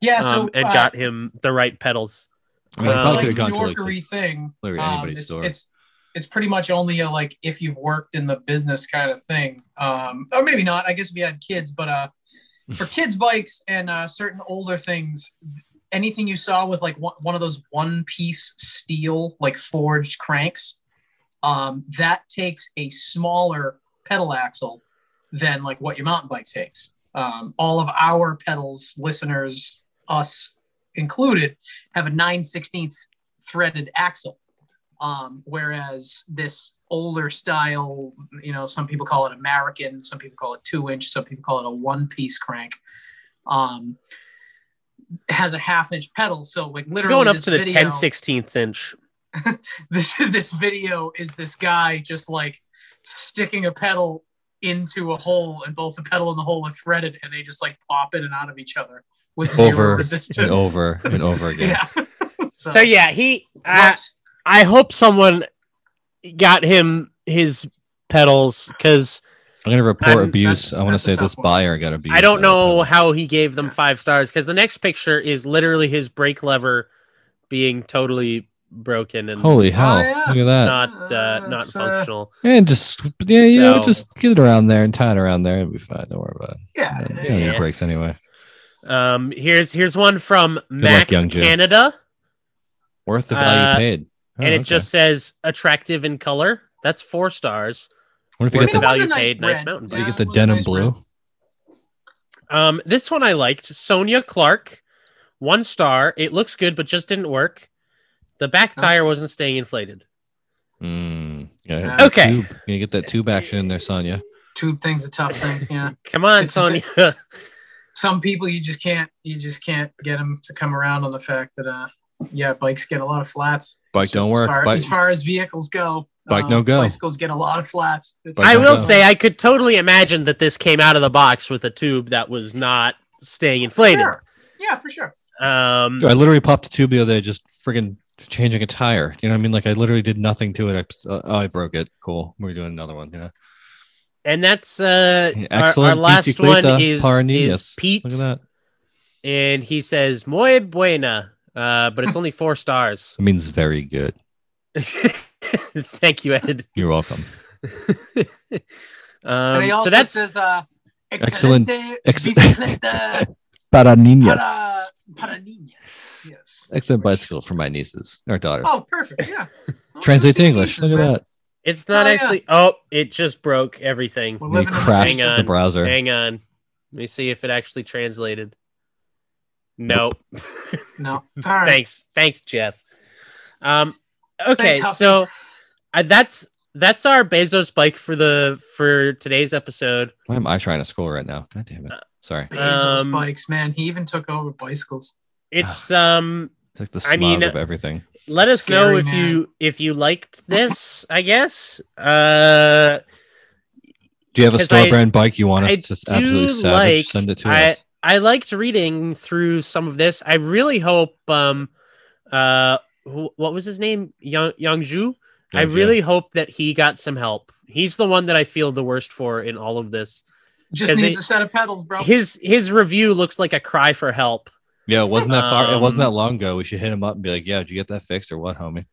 S2: Yeah. So
S3: um, and
S2: uh,
S3: got him the right pedals.
S1: I mean, I
S3: Um,
S1: probably
S2: like
S1: could have gone to like
S2: dorkery
S1: the-
S2: thing.
S1: literally
S2: um,
S1: anybody's
S2: it's,
S1: store.
S2: it's it's pretty much only a like if you've worked in the business kind of thing. Um, or maybe not. I guess we had kids, but uh, for kids' bikes and uh, certain older things, anything you saw with like one, one of those one-piece steel like forged cranks, um, that takes a smaller pedal axle than like what your mountain bike takes. Um, all of our pedals, listeners, us included, have a 9 16th threaded axle. Um, whereas this older style, you know, some people call it American, some people call it two inch, some people call it a one piece crank, um, has a half inch pedal. So, like, literally,
S3: Going up
S2: this
S3: to the
S2: video-
S3: ten sixteenths inch.
S2: this this video is this guy just like sticking a pedal into a hole and both the pedal and the hole are threaded and they just like pop in and out of each other with zero
S1: Over
S2: resistance
S1: and over and over again.
S2: yeah
S3: So, yeah, he. I,
S2: whoops.
S3: I hope someone got him his pedals because
S1: I'm gonna report
S3: I'm-
S1: abuse. I want to
S2: that's a
S1: say
S2: tough
S1: this
S2: one.
S1: buyer got abused.
S3: I
S1: by
S3: don't
S1: the
S3: know
S1: pedal.
S3: how he gave them
S2: Yeah.
S3: five stars because the next picture is literally his brake lever being totally broken and
S1: Holy hell!
S2: yeah.
S1: Look at that.
S3: not uh,
S2: Uh,
S3: not
S2: it's, uh,
S3: functional.
S1: and just yeah, you know,
S3: So-
S1: just get it around there and tie it around there. It'll be fine. Don't worry about it.
S2: yeah,
S1: You don't need
S3: Yeah.
S1: brakes anyway.
S3: Um, here's here's one from Max
S1: young Jim.
S3: Canada,
S1: Worth the value
S3: Uh,
S1: paid. Oh,
S3: and it
S1: okay.
S3: just says attractive in color. That's four stars.
S1: What if you
S3: worth
S1: get
S3: the
S1: the,
S3: value
S2: it was a
S3: paid, nice
S2: red.
S3: mountain
S1: you get
S2: it
S1: the
S2: was a
S1: denim
S2: nice
S1: blue?
S2: red.
S3: Um, this one I liked. Sonia Clark, one star. It looks good, but just didn't work. The back
S2: Huh.
S3: tire wasn't staying inflated.
S1: Mm, yeah,
S2: Uh,
S1: the
S3: Okay.
S1: Tube. You get that tube action in there, Sonya.
S2: tube thing's a tough thing yeah
S3: Come on,
S2: It's- it's-
S3: Sonia.
S2: some people you just can't you just can't get them to come around on the fact that uh yeah bikes get a lot of flats
S1: Bike
S2: It's
S1: don't
S2: just as
S1: work.
S2: far,
S1: Bike-
S2: as far as vehicles go
S1: Bike
S2: uh,
S1: no go.
S2: bicycles get a lot of flats It's-
S1: Bike
S3: I
S1: no
S3: will
S1: go.
S3: say I could totally imagine that this came out of the box with a tube that was not staying inflated.
S2: Sure. yeah for sure
S3: Um,
S1: I literally popped a tube the other day, just friggin' changing a tire. You know what I mean? Like I literally did nothing to it. I, uh, oh, I broke it. Cool. We're doing another one. Yeah.
S3: and that's uh, our- our,
S1: Excellent.
S3: last one
S1: bicicleta
S3: is, is
S1: Paranias.
S3: Pete,
S1: Look at that.
S3: and he says "Muy buena," uh, but it's only four stars.
S1: It means very good.
S3: Thank you, Ed.
S1: You're welcome.
S3: um,
S2: and he also
S3: so that's
S2: says uh
S1: Um, Excellent.
S2: "Excelente
S1: Ex-
S2: bicicleta para,
S1: Paraninas.
S2: para niñas." yes
S1: Excellent bicycle for my nieces or daughters.
S2: oh perfect yeah
S1: Translate to English. Look at that.
S3: it's not
S2: Oh, yeah.
S3: actually. Oh, it just broke everything.
S2: We're
S1: And you
S2: living in the
S1: crashed
S3: Hang
S1: the
S3: on.
S1: browser.
S3: Hang on, let me see if it actually translated. Nope.
S2: no all right
S3: thanks thanks jeff um okay
S2: Thanks, Huff.
S3: so uh, that's that's our bezos bike for the for today's episode
S1: Why am I trying to scroll right now? God damn it. Sorry.
S2: Bezos
S3: Um,
S2: bikes man he even took over bicycles
S3: it's um
S1: It's like the smog
S3: I mean,
S1: of everything.
S3: let us know
S2: Scary,
S3: if
S2: man.
S3: you if you liked this i guess uh
S1: Do you have a
S3: 'cause
S1: store
S3: I-
S1: brand bike you want us
S3: I
S1: to
S3: do
S1: absolutely savage?
S3: like-
S1: Send it to
S3: I-
S1: us.
S3: i liked reading through some of this i really hope um uh who, what was his name young young ju i
S1: Gotcha.
S3: really hope that he got some help he's the one that i feel the worst for in all of this
S2: just
S3: 'Cause
S2: needs
S3: it-
S2: a set of pedals bro
S3: his his review looks like a cry for help.
S1: Yeah, it wasn't that far. it wasn't
S3: Um,
S1: that long ago. We should hit him up and be like, "Yeah, did you get that fixed or what, homie?"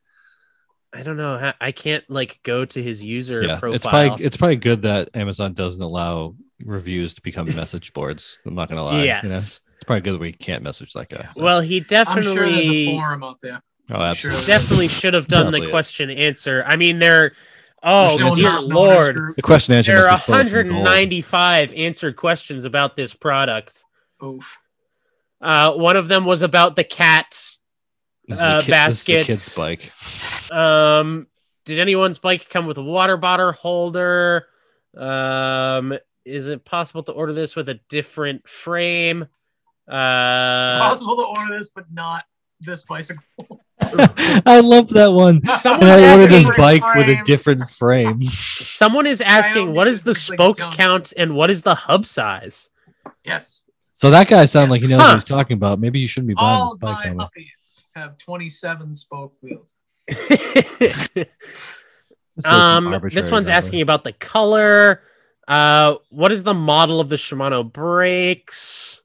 S3: I don't know. I- I can't like go to his user
S1: Yeah,
S3: profile.
S1: it's probably it's probably good that Amazon doesn't allow reviews to become message boards. I'm not gonna lie. you know?
S3: yes.
S1: it's probably good that we can't message that guy. so.
S3: Well, he
S2: I'm sure there's a
S3: definitely
S2: forum out there.
S1: oh,
S2: sure.
S1: absolutely.
S3: definitely should have done
S1: Probably
S3: the
S1: it.
S3: question answer. I mean, there. Oh
S1: Still
S3: dear
S2: not known as
S3: lord,
S2: group.
S1: The question answer
S3: there are
S1: must be close to gold.
S3: 195 answered questions about this product.
S2: Oof.
S3: Uh, one of them was about the cats.
S1: This
S3: uh,
S1: is a kid, this is a
S3: baskets.
S1: kid's bike.
S3: Um, did anyone's bike come with a water bottle holder? Um, is it possible to order this with a different frame? Uh,
S2: Possible to order this, but not this bicycle.
S1: I love that one. And
S3: someone's
S1: I ordered
S3: asking,
S1: his
S2: Different
S1: bike with a
S2: frame.
S1: different frame.
S3: someone is asking,
S2: don't
S3: what
S2: think
S3: is the
S2: it's, like,
S3: spoke
S2: dumb.
S3: count and what is the hub size?
S2: Yes.
S1: So that guy sounded like he knows
S3: Huh.
S1: what he's talking about. Maybe you shouldn't be buying
S2: All
S1: this
S2: of
S1: bike.
S2: my
S1: Owen.
S2: puppies have 27 spoke wheels.
S1: It's like some
S3: um, this
S1: arbitrary
S3: one's
S1: number.
S3: asking about the color. Uh, what is the model of the Shimano brakes?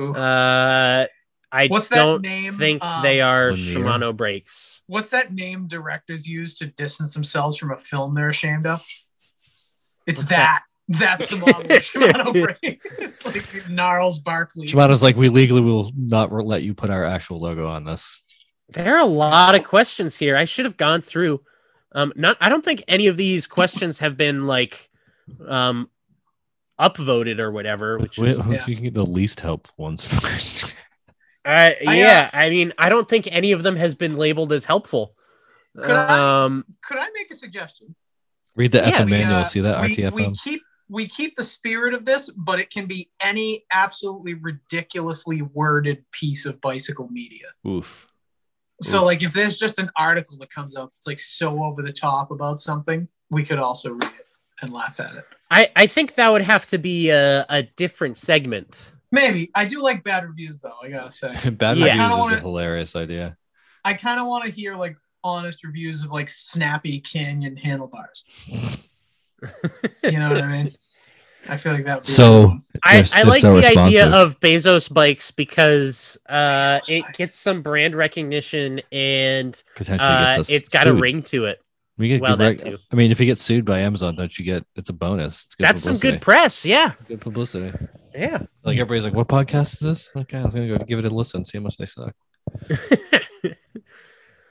S2: Oof.
S3: Uh, I
S2: What's that
S3: don't
S2: name?
S3: think
S2: Um,
S3: they are
S1: Lanier.
S3: Shimano brakes.
S2: What's that name directors use to distance themselves from a film they're ashamed of? It's
S3: What's
S2: that. That's the model of Shimano brake. It's like Gnarls Barkley.
S1: Shimano's like, we legally will not re- let you put our actual logo on this.
S3: There are a lot of questions here. I should have gone through. Um, not I don't think any of these questions have been like um upvoted or whatever, which
S1: We,
S3: is uh,
S2: Yeah.
S1: You can get the least helpful ones first.
S3: I,
S2: I, uh,
S3: yeah, I mean, I don't think any of them has been labeled as helpful.
S2: Could I-
S3: Um,
S2: Could I make a suggestion?
S1: Read the
S3: Yeah,
S1: FM
S2: we,
S1: manual.
S2: uh,
S1: See that
S2: We, we
S1: RTFM.
S2: keep we keep the spirit of this, but it can be any absolutely ridiculously worded piece of bicycle media.
S1: Oof.
S2: So,
S1: Oof.
S2: like, if there's just an article that comes out that's like so over the top about something, we could also read it and laugh at it.
S3: I, I think that would have to be a, a different segment.
S2: Maybe I do like bad reviews, though. I gotta say,
S1: Bad
S3: Yeah.
S1: reviews
S2: I
S1: is
S2: wanna-
S1: a hilarious idea.
S2: I kind of want to hear like honest reviews of like snappy canyon handlebars. You know what I mean? I feel like that. Would be
S1: So-
S2: a good one.
S3: I,
S1: They're-
S3: I
S1: they're
S3: like
S1: so
S3: the idea
S1: responsive.
S3: of Bezos bikes because uh,
S2: Bezos
S3: it
S2: bikes.
S3: gets some brand recognition and
S1: Potentially
S3: uh,
S1: gets us
S3: it's got a
S1: sued.
S3: ring to it.
S1: We get
S3: Well,
S1: good
S3: that
S1: rec-
S3: too.
S1: I mean, if you get sued by Amazon, don't you get? It's a bonus. It's good
S3: That's some
S1: publicity.
S3: good press. Yeah.
S1: good publicity.
S3: Yeah.
S1: Like everybody's like, "What podcast is this?" Okay, I was gonna go give it a listen, see how much they suck.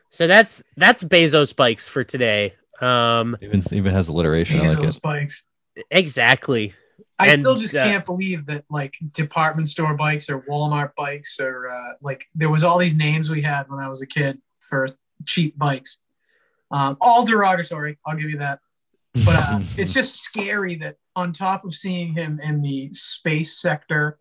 S3: so that's that's Bezos bikes for today. Um,
S1: Even even has alliteration. I
S2: Diesel
S1: like it.
S2: spikes.
S3: exactly.
S2: I
S3: And,
S2: still just
S3: uh,
S2: can't believe that like department store bikes or Walmart bikes or uh, like there was all these names we had when I was a kid for cheap bikes. Um, all derogatory, I'll give you that. But uh, it's just scary that on top of seeing him in the space sector,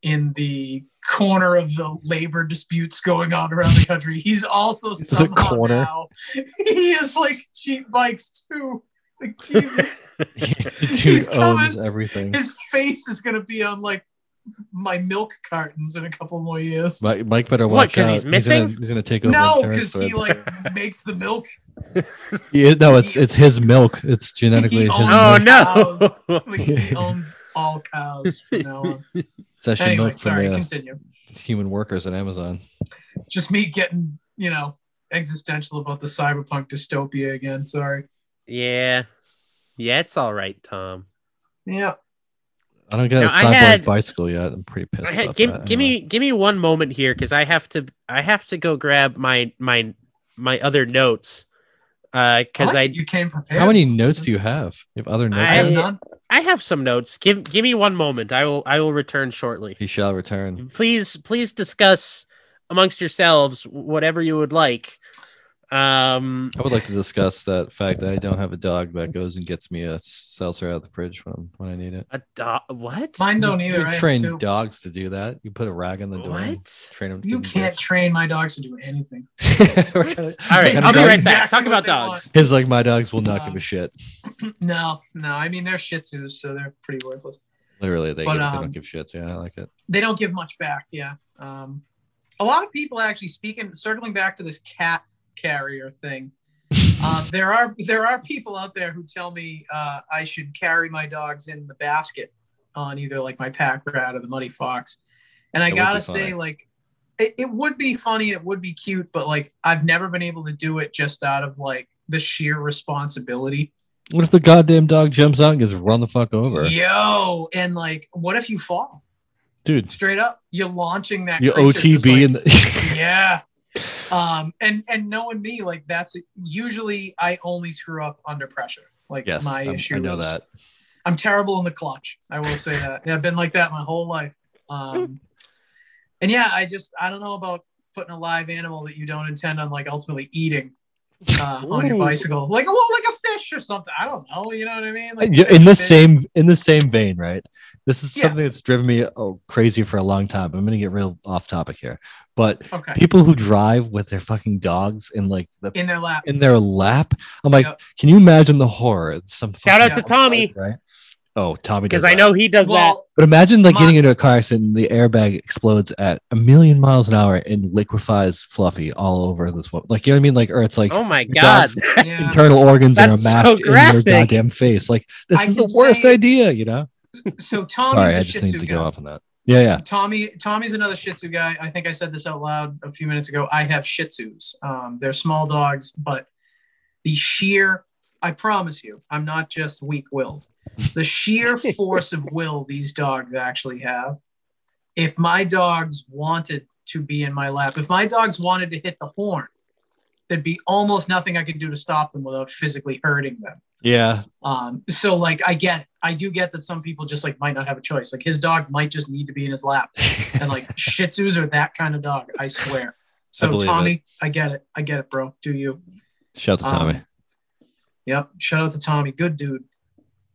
S2: in the corner of the labor disputes going on around the country, he's also
S1: It's the
S2: somehow
S1: corner.
S2: now he is like cheap bikes too. Like Jesus.
S1: dude
S2: he's
S1: owns
S2: coming.
S1: everything.
S2: his face is gonna be on like my milk cartons in a couple more years.
S1: Mike, Mike better
S3: What,
S1: watch
S3: 'cause
S1: out.
S3: he's
S1: gonna- He's
S3: missing?
S1: gonna, take over.
S2: No,
S1: Terrence
S2: because he
S1: Woods.
S2: like makes the milk.
S1: Yeah, no, it's it's his milk. It's genetically
S2: He
S1: his.
S2: owns-
S3: Oh
S1: milk.
S3: no.
S2: Like, he owns all cows from now on.
S1: It's actually
S2: Anyway,
S1: milk from
S2: sorry,
S1: the
S2: continue.
S1: human workers at Amazon.
S2: Just me getting, you know, existential about the cyberpunk dystopia again. Sorry.
S3: yeah. Yeah, it's all right, Tom.
S2: Yeah.
S1: I don't get
S3: Now,
S1: a
S3: I
S1: cyborg
S3: had-
S1: bicycle yet. I'm pretty pissed.
S3: I had-
S1: about
S3: give
S1: that,
S3: give
S1: anyway.
S3: me give me one moment here because I have to I have to go grab my my my other notes because
S2: like
S3: I
S2: that you came prepared.
S1: How many notes do you have? You have other notes?
S2: I have
S3: I-
S2: none.
S3: I have some notes. Give give me one moment. I will I will return shortly.
S1: he shall return.
S3: Please please discuss amongst yourselves whatever you would like. Um,
S1: I would like to discuss that fact that I don't have a dog that goes and gets me a seltzer out of the fridge when when I need it.
S3: a do- what?
S2: Mine don't
S1: You
S2: either. I have
S1: train
S2: two.
S1: dogs to do that. You put a rag on the door. and
S3: What?
S1: Train them. to
S2: You
S1: give
S2: can't train my dogs to do anything.
S1: them
S3: What?
S1: beer.
S3: All right,
S1: Kind of
S3: I'll be right
S1: dogs?
S3: back. Talk
S2: Exactly
S3: about
S2: what they
S3: dogs.
S1: It's like my dogs will not give a shit.
S2: No, no. I mean, they're Shih Tzus, so they're pretty worthless.
S1: Literally, they,
S2: But,
S1: give, they
S2: um,
S1: don't give shits. Yeah, I like it.
S2: they don't give much back. Yeah. Um, a lot of people actually speaking, circling back to this cat carrier thing. Um, there are there are people out there who tell me uh, I should carry my dogs in the basket on either like my pack rat or the muddy fox, and I
S1: That would be
S2: gotta
S1: funny.
S2: say like it, it would be funny, it would be cute, but like I've never been able to do it just out of like the sheer responsibility.
S1: What if the goddamn dog jumps out and gets run the fuck over?
S2: Yo, and like, what if you fall?
S1: dude.
S2: Straight up, you're launching that.
S1: You
S2: creature just
S1: OTB
S2: like-
S1: in the
S2: yeah um and and knowing me like that's usually i only screw up under pressure like
S1: yes,
S2: my
S1: I'm-
S2: issue
S1: I know
S2: is-
S1: that.
S2: i'm terrible in the clutch i will say that yeah, i've been like that my whole life um and yeah i just i don't know about putting a live animal that you don't intend on like ultimately eating uh, on your
S3: Ooh.
S2: bicycle like well, like a fish or something i don't know you know what i mean like
S1: Yeah, in the
S2: fish.
S1: same in the same vein, right? This is
S2: Yeah.
S1: something that's driven me oh, crazy for a long time. I'm gonna get real off topic here, but
S2: okay
S1: people who drive with their fucking dogs in like the
S2: in their lap
S1: in their lap, I'm like,
S2: Yep.
S1: can you imagine the horror? It's some
S3: Shout
S1: fucking
S2: out
S3: to
S1: dog's
S3: Tommy.
S1: life, right? Oh, Tommy does
S3: because I
S1: that.
S3: know he does
S2: well
S1: But imagine like
S2: My-
S1: getting into a car accident and the airbag explodes at a million miles an hour and liquefies Fluffy all over this one. Like you know what I mean? Like or it's like
S3: that. Oh my god,
S1: dogs-
S3: that's-
S2: Yeah.
S1: internal organs are
S3: That's so
S1: mashed in your
S3: graphic.
S1: goddamn face. Like this
S2: I
S1: is the
S2: can
S1: worst
S2: say-
S1: idea, you know?
S2: so tommy's
S1: Sorry,
S2: a
S1: I just
S2: Shih
S1: need
S2: Tzu
S1: to
S2: guy.
S1: go off on that. Yeah, yeah.
S2: Tommy Tommy's another Shih Tzu guy. I think I said this out loud a few minutes ago. I have Shih Tzus. Um, they're small dogs, but the sheer I promise you, I'm not just weak-willed. The sheer force of will these dogs actually have. If my dogs wanted to be in my lap, if my dogs wanted to hit the horn, there'd be almost nothing I could do to stop them without physically hurting them.
S1: Yeah.
S2: Um, so like I get I do get that some people just like might not have a choice. Like his dog might just need to be in his lap. And like Shih Tzus are that kind of dog, I swear. So
S1: believe
S2: Tommy, I get it. I get it, bro. Do you?
S1: Shout out to
S2: Um,
S1: Tommy.
S2: Yep. Shout out to Tommy. Good dude.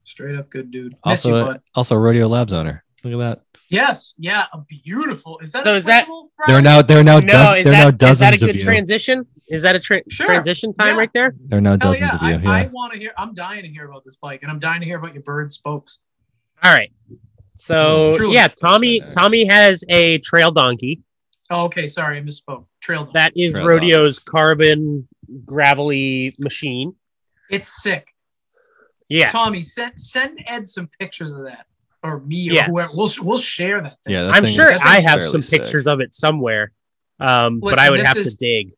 S2: Straight up good dude. Miss you,
S1: also
S2: bud.
S1: also Rodeo Labs owner. Look at that.
S2: Yes. Yeah. A beautiful. Is that
S3: So
S2: a
S3: is that-
S2: flammable,
S1: There are
S2: Brian?
S1: now there are now,
S3: no,
S1: doz-
S3: is,
S1: Oh, there are now
S3: that, is that
S1: dozens
S3: a good
S1: of you.
S3: transition? Is that a tra-
S2: Sure.
S3: transition time
S2: Yeah.
S3: right there?
S1: there are now
S2: Hell
S1: dozens
S2: Oh, yeah.
S1: of you.
S2: I,
S1: yeah.
S2: I want to hear I'm dying to hear about this bike and I'm dying to hear about your bird spokes.
S3: All right. So
S2: True.
S3: yeah, Tommy Tommy has a trail donkey
S2: Oh, okay, sorry, I misspoke. Trail dog.
S3: that is
S1: Trail
S3: rodeo's carbon gravelly machine.
S2: it's sick.
S3: Yeah,
S2: Tommy, send send Ed some pictures of that, or me,
S3: Yes.
S2: or whoever. We'll we'll share that. Thing.
S1: yeah, that
S3: I'm
S1: thing
S3: sure
S1: is
S3: I have
S1: fairly
S3: some
S1: sick.
S3: pictures of it somewhere, um, but
S2: Listen,
S3: I would
S2: this
S3: have
S2: is-
S3: to dig.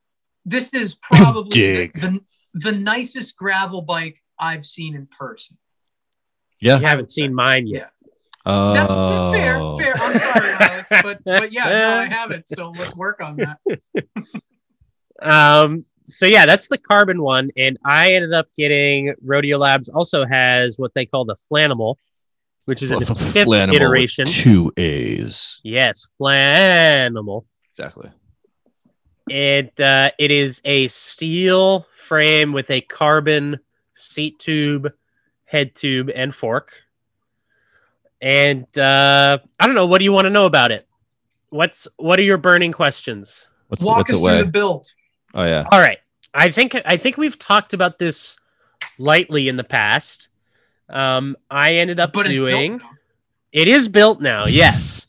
S2: This is probably the,
S1: Dig.
S2: the the nicest gravel bike I've seen in person.
S1: Yeah.
S3: You haven't seen mine yet.
S1: Oh.
S2: That's fair, fair. I'm sorry, Riley, but but yeah, no, I haven't. So let's work on that.
S3: Um, so yeah, that's the carbon one, and I ended up getting Rodeo Labs also has what they call the Flanimal, which is in
S1: F-
S3: its
S1: f-
S3: fifth
S1: flannel with
S3: iteration.
S1: Two A's.
S3: Yes, Flanimal.
S1: Exactly.
S3: It uh, it is a steel frame with a carbon seat tube, head tube, and fork. And uh, I don't know. What do you want to know about it? What's what are your burning questions?
S1: What's
S2: Walk
S1: what's
S2: us
S1: away?
S2: through the build.
S1: Oh yeah.
S3: All right. I think I think we've talked about this lightly in the past. Um, I ended up
S2: But it's built
S3: doing
S2: now.
S3: it is built now. Yes.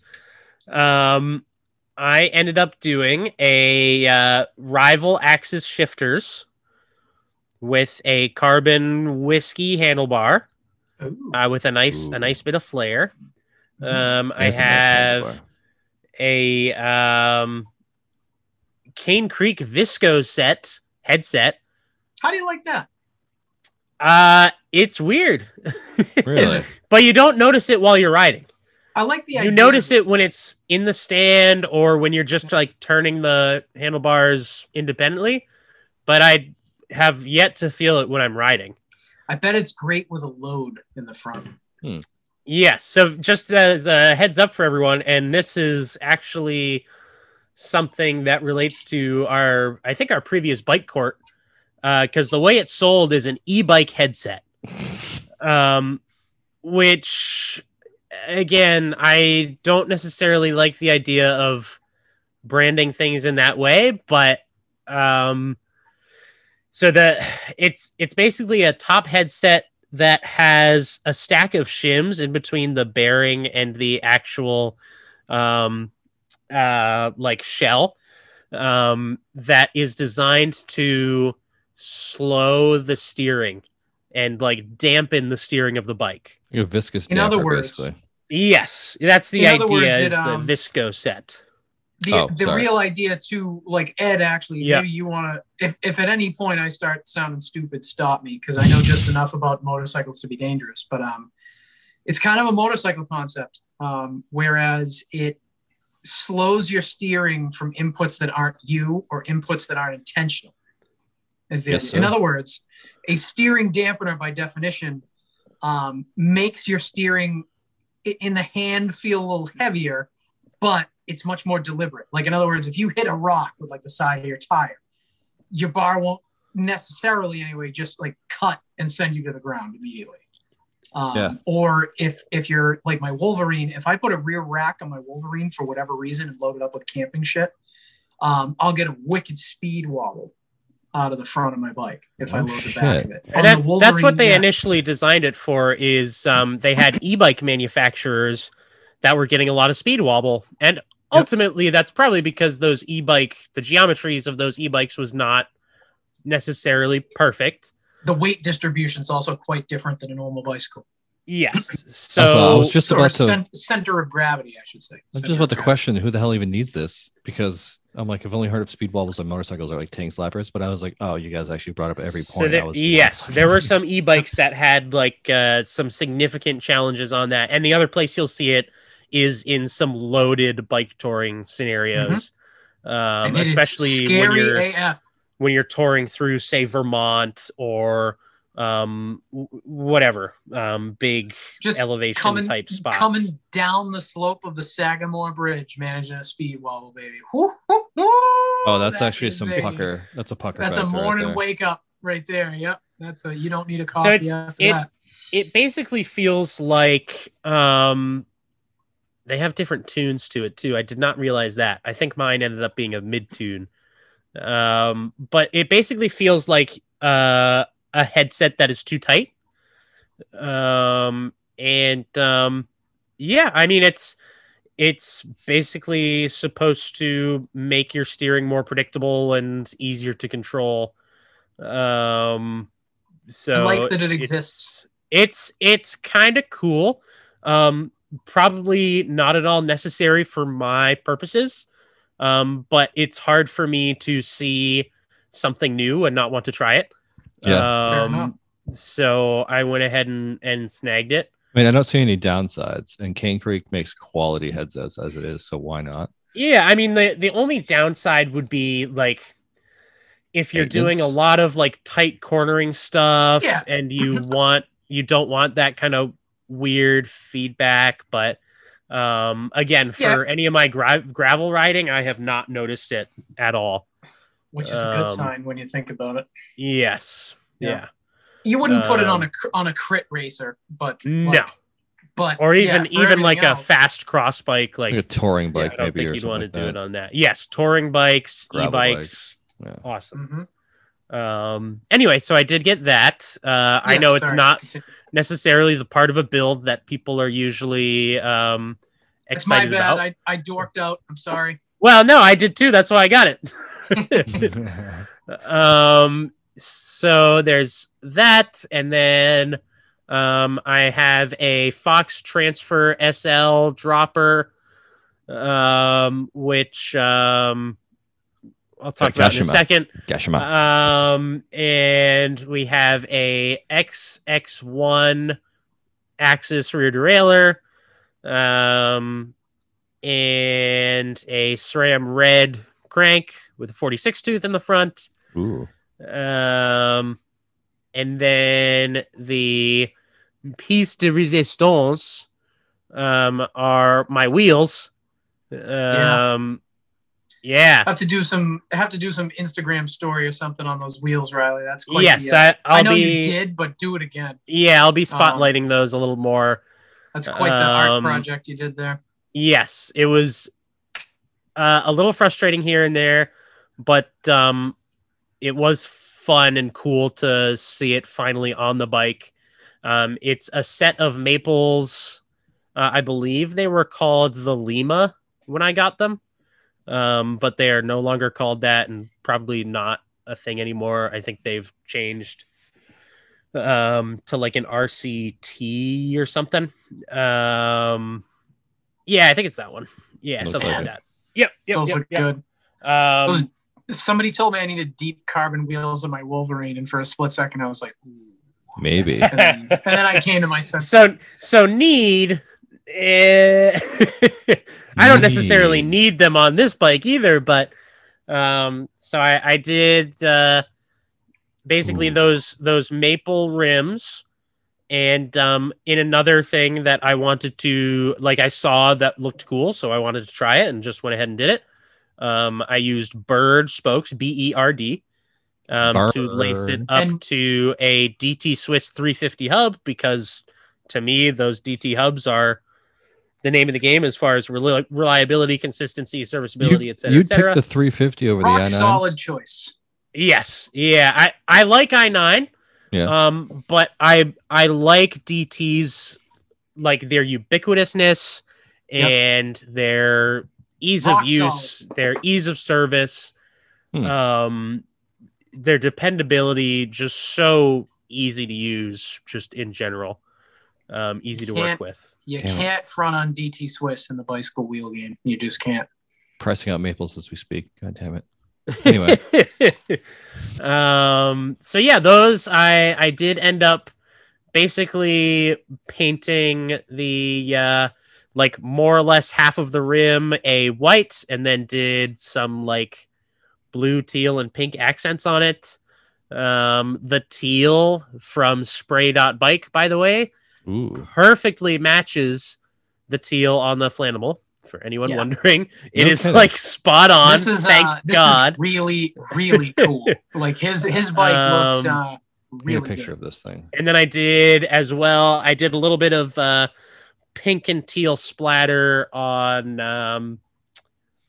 S3: um, I ended up doing a uh, rival axis shifters with a carbon whiskey handlebar
S2: Ooh.
S3: uh, with a nice
S1: Ooh.
S3: a nice bit of flair. Um, I
S1: That's a Mm-hmm. nice
S3: have
S1: handlebar.
S3: a um, Cane Creek Visco set headset.
S2: How do you like that?
S3: Uh, it's weird,
S1: Really?
S3: but you don't notice it while you're riding.
S2: I like the.
S3: you
S2: idea
S3: notice
S2: of
S3: it when it's in the stand or when you're just like turning the handlebars independently. But I have yet to feel it when I'm riding.
S2: I bet it's great with a load in the front.
S3: Yes. So just as a heads up for everyone, and this is actually something that relates to our, I think our previous bike court, because the way it's sold is an e-bike headset, um, which again I don't necessarily like the idea of branding things in that way, but um, so the it's it's basically a top headset that has a stack of shims in between the bearing and the actual um uh like shell um that is designed to slow the steering and like dampen the steering of the bike
S1: Your viscous
S2: In other
S1: damper,
S2: words-
S1: basically.
S3: yes that's the
S2: In other
S3: idea
S2: words, it,
S3: is
S2: um,
S3: the visco set
S2: the,
S1: Oh,
S2: the
S1: sorry.
S2: real idea too like ed actually
S3: Yeah.
S2: maybe you want to if, if at any point i start sounding stupid stop me because i know just enough about motorcycles to be dangerous but um it's kind of a motorcycle concept, um, whereas it slows your steering from inputs that aren't you or inputs that aren't intentional. As the,
S1: Yes,
S2: in
S1: sir.
S2: other words, a steering dampener by definition um, makes your steering i- in the hand feel a little heavier, but it's much more deliberate. Like in other words, if you hit a rock with like the side of your tire, your bar won't necessarily anyway just like cut and send you to the ground immediately. Um,
S1: Yeah.
S2: Or if if you're like my Wolverine, if I put a rear rack on my Wolverine for whatever reason and load it up with camping shit, um, I'll get a wicked speed wobble out of the front of my bike if I
S1: Oh,
S2: load the back
S1: shit.
S2: of it. On
S3: And
S2: the
S3: that's that's what
S2: Wolverine,
S3: they
S2: yeah.
S3: initially designed it for. Is um, they had e-bike manufacturers that were getting a lot of speed wobble, and ultimately that's probably because those e-bike the geometries of those e-bikes was not necessarily perfect.
S2: the weight distribution is also quite different than a normal bicycle.
S3: Yes, so
S1: That's what I was just
S2: Sort
S1: about
S2: of
S1: to.
S2: cen- center of gravity, I should
S1: I
S2: say.
S1: was
S2: Center
S1: just about
S2: of
S1: to
S2: gravity.
S1: question who the hell even needs this because I'm like I've only heard of speed wobbles on motorcycles or like tank slappers, but I was like, oh, you guys actually brought up every point.
S3: So there-
S1: I was
S3: yes, there were some e-bikes that had like uh, some significant challenges on that, and the other place you'll see it is in some loaded bike touring scenarios, um,
S2: Mm-hmm. And it is
S3: especially when
S2: scary
S3: you're
S2: AF.
S3: when you're touring through, say, Vermont or um, w- whatever um, big
S2: Just
S3: elevation
S2: coming,
S3: type spots.
S2: coming down the slope of the Sagamore Bridge, managing a speed wobble, baby. Woo, woo, woo.
S1: Oh, that's
S2: That
S1: actually
S2: is
S1: some
S2: a-
S1: pucker. That's a pucker.
S2: That's a
S1: factor right
S2: morning
S1: there.
S2: wake up right there. Yep. That's a you don't need a coffee
S3: it's-
S2: after
S3: it-
S2: that.
S3: it basically feels like um they have different tunes to it too. I did not realize that. I think mine ended up being a mid tune. Um but it basically feels like uh a headset that is too tight. Um and um yeah, I mean it's it's basically supposed to make your steering more predictable and easier to control. Um so
S2: like that it
S3: it's-
S2: exists.
S3: it's it's kind of cool um probably not at all necessary for my purposes um but it's hard for me to see something new and not want to try it
S1: Yeah.
S2: Fair enough.
S3: um so i went ahead and and snagged it
S1: I mean, I don't see any downsides, and Cane Creek makes quality headsets as it is, so why not?
S3: Yeah, I mean the the only downside would be like if you're doing a
S1: Maintenance?
S3: lot of like tight cornering stuff
S2: Yeah.
S3: and you want you don't want that kind of weird feedback, but um again
S2: Yeah.
S3: for any of my gra- gravel riding, I have not noticed it at all.
S2: Which is a good
S3: um,
S2: sign when you think about it.
S3: Yes.
S2: Yeah.
S3: Yeah.
S2: You wouldn't put it on
S3: um,
S2: a cr- on a crit racer, but
S3: No.
S2: like, but
S3: Or
S2: yeah,
S3: even
S2: for
S3: even like
S2: everything
S3: a
S2: else,
S3: fast cross bike
S1: Like,
S3: like
S1: a touring
S3: yeah,
S1: bike,
S3: I don't
S1: maybe,
S3: think
S1: or
S3: you'd
S1: something
S3: want
S1: like
S3: to do
S1: that.
S3: it on that. Yes, touring bikes,
S1: Gravel
S3: e-bikes.
S1: bikes.
S3: Awesome.
S2: mhm.
S3: Um, anyway, so I did get that. Uh, I
S2: Yeah,
S3: know it's
S2: sorry,
S3: not
S2: continue.
S3: necessarily the part of a build that people are usually um,
S2: It's my
S3: excited
S2: bad.
S3: about.
S2: I, I dorked out. I'm sorry.
S3: Well, no, I did too. That's why I got it.
S1: Yeah.
S3: um, so there's that, and then um, I have a Fox Transfer SL dropper, um, which um, I'll talk about in a
S1: Kashima.
S3: second.
S1: Gashima.
S3: Um, and we have a XX1 axis rear derailleur, um, and a SRAM red crank with a 46 tooth in the front.
S1: Ooh.
S3: Um, and then the piece de resistance, um, are my wheels. Um, yeah.
S2: I have to do some I have to do some Instagram story or something on those wheels, Riley. That's quite
S3: Yes,
S2: the, uh,
S3: I, I'll
S2: I know
S3: be.
S2: you did, but do it again.
S3: Yeah, I'll be
S2: Um,
S3: spotlighting those a little more.
S2: That's quite the art
S3: Um,
S2: project you did there.
S3: Yes, it was uh, a little frustrating here and there, but um, it was fun and cool to see it finally on the bike. Um, it's a set of maples. Uh, I believe they were called the Lima when I got them, um, but they are no longer called that and probably not a thing anymore. I think they've changed um, to like an RCT or something. Um, yeah, I think it's that one. Yeah,
S1: Looks
S3: something
S1: like
S3: like
S1: it.
S3: that. Yep, yep,
S2: those
S3: yep,
S2: look
S3: yep.
S2: good.
S3: Um,
S2: Those- Somebody told me I needed deep carbon wheels on my Wolverine, and for a split second I was like, ooh.
S1: Maybe.
S2: And then, and then I came to my senses.
S3: So so need. eh, I don't necessarily need them on this bike either, but um, so I, I did uh, basically
S1: Ooh.
S3: those those maple rims, and um, in another thing that I wanted to like, I saw that looked cool, so I wanted to try it and just went ahead and did it. Um, I used bird spokes, B E R D, um, to lace
S1: Bird.
S3: it up
S2: And-
S3: to a DT Swiss 350 hub because to me those DT hubs are the name of the game as far as reli- reliability, consistency, serviceability,
S1: You,
S3: et cetera, et
S1: you'd
S3: cetera.
S1: pick the 350 over
S2: Rock
S1: the i9s.
S2: solid choice.
S3: Yes. Yeah. I, I like i9.
S1: Yeah.
S3: Um, but I I like DTs like their ubiquitousness
S2: Yep.
S3: and their ease
S2: Rock
S3: of use, their ease of service,
S1: Hmm.
S3: um their dependability just so easy to use just in general. Um, easy to work
S2: Can't-
S3: with.
S2: You
S1: Damn it.
S2: can't front on DT Swiss in the bicycle wheel game. You just can't.
S1: Pressing out maples as we speak. God damn it. Anyway.
S3: um so yeah those i i did end up basically painting the uh like more or less half of the rim a white and then did some like blue teal and pink accents on it um the teal from spray dot bike by the way
S1: Ooh.
S3: perfectly matches the teal on the flammable for anyone
S2: Yeah.
S3: wondering it
S1: No
S3: is
S1: kidding.
S3: like spot on
S2: this is
S3: thank
S2: uh, this
S3: god
S2: is really really cool. like his his bike looks
S3: Um,
S2: uh,
S1: Give me a
S2: really
S1: picture
S2: good.
S1: of this thing.
S3: and then I did as well. I did a little bit of uh, pink and teal splatter on um,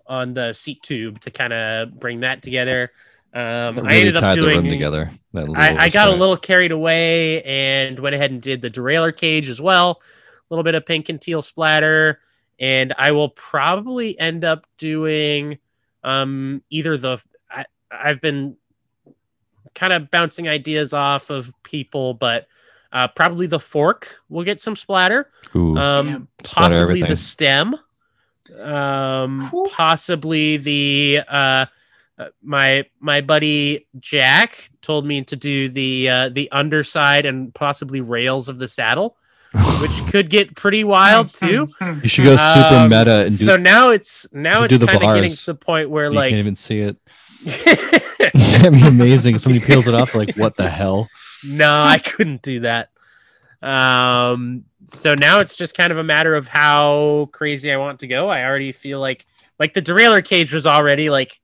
S3: on the seat tube to kind of bring that together. Um,
S1: That
S3: I
S1: really
S3: ended up
S1: tied the rim
S3: doing.
S1: together. That little
S3: I, I got a
S1: display.
S3: little carried away and went ahead and did the derailleur cage as well. A little bit of pink and teal splatter, and I will probably end up doing um, either the. I, I've been kind of bouncing ideas off of people, but uh, probably the fork will get some splatter.
S1: Ooh.
S3: Um,
S2: Damn.
S1: Mm. Splatter
S3: possibly the
S1: everything.
S3: stem. Um,
S2: Whew.
S3: possibly the uh, uh, my my buddy Jack told me to do the uh, the underside and possibly rails of the saddle, which could get pretty wild too.
S2: Hmm.
S1: you should go super
S3: Um,
S1: meta and do,
S3: so now it's now
S1: you
S3: it's
S1: do the
S3: kind of getting
S1: bars.
S3: to the point where
S1: you
S3: like
S1: can't even see it. That'd be amazing. Somebody peels it off, like, what the hell?
S3: no, I couldn't do that. Um, so now it's just kind of a matter of how crazy I want to go. I already feel like like the derailleur cage was already like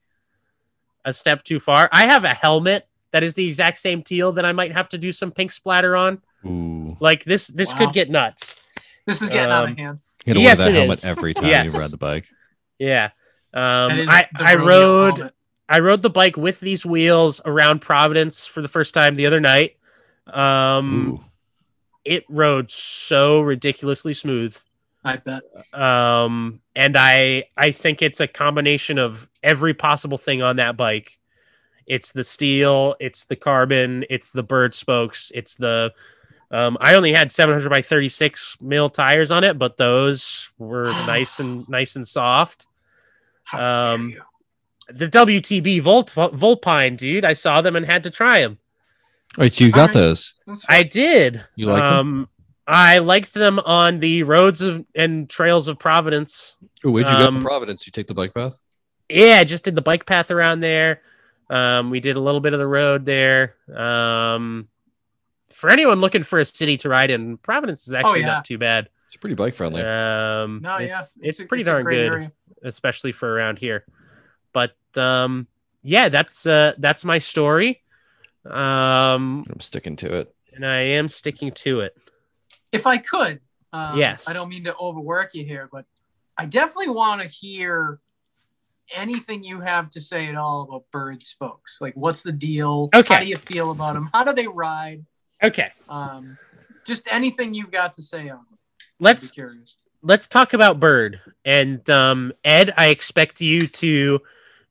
S3: a step too far. I have a helmet that is the exact same teal that I might have to do some pink splatter on.
S1: Ooh.
S3: Like this, this
S2: Wow.
S3: could get nuts.
S2: This is getting out
S3: Um,
S2: of hand.
S1: You gotta
S3: Yes,
S1: wear that
S3: it
S1: helmet
S3: is.
S1: every time
S3: Yes.
S1: you ride the bike.
S3: Yeah.
S2: That
S3: Um,
S2: is
S3: I
S2: the
S3: I
S2: rodeo
S3: rode
S2: helmet.
S3: I rode the bike with these wheels around Providence for the first time the other night. Um,
S1: Ooh.
S3: it rode so ridiculously smooth.
S2: I bet.
S3: um and i i think it's a combination of every possible thing on that bike it's the steel it's the carbon it's the bird spokes it's the um i only had 700 by 36 mil tires on it but those were nice and nice and soft
S2: How
S3: Um,
S2: dare you.
S3: the wtb Volt, volpine dude i saw them and had to try them
S1: All right, so you got
S2: Alright.
S1: those.
S2: That's fine.
S3: i did
S1: You like them?
S3: um i liked them on the roads of and trails of providence
S1: Ooh, where'd you go
S3: um,
S1: to Providence? You take the bike path?
S3: yeah, I just did the bike path around there. Um, we did a little bit of the road there. Um, for anyone looking for a city to ride in, Providence is actually
S2: yeah.
S3: not too bad.
S1: It's pretty bike friendly.
S3: Um,
S2: no,
S3: it's,
S2: yeah,
S3: it's,
S2: a-
S3: pretty
S2: a
S3: darn
S2: great
S3: good,
S2: area.
S3: especially for around here. But um, yeah, that's uh, that's my story, um,
S1: I'm sticking to it.
S3: and I am sticking to it.
S2: If I could, um,
S3: Yes.
S2: I don't mean to overwork you here, but I definitely want to hear anything you have to say at all about bird spokes. Like, what's the deal?
S3: Okay.
S2: How do you feel about them? How do they ride?
S3: Okay,
S2: Um, just anything you've got to say on them. I'd be
S3: let's
S2: curious.
S3: let's talk about Bird. And um, Ed, I expect you to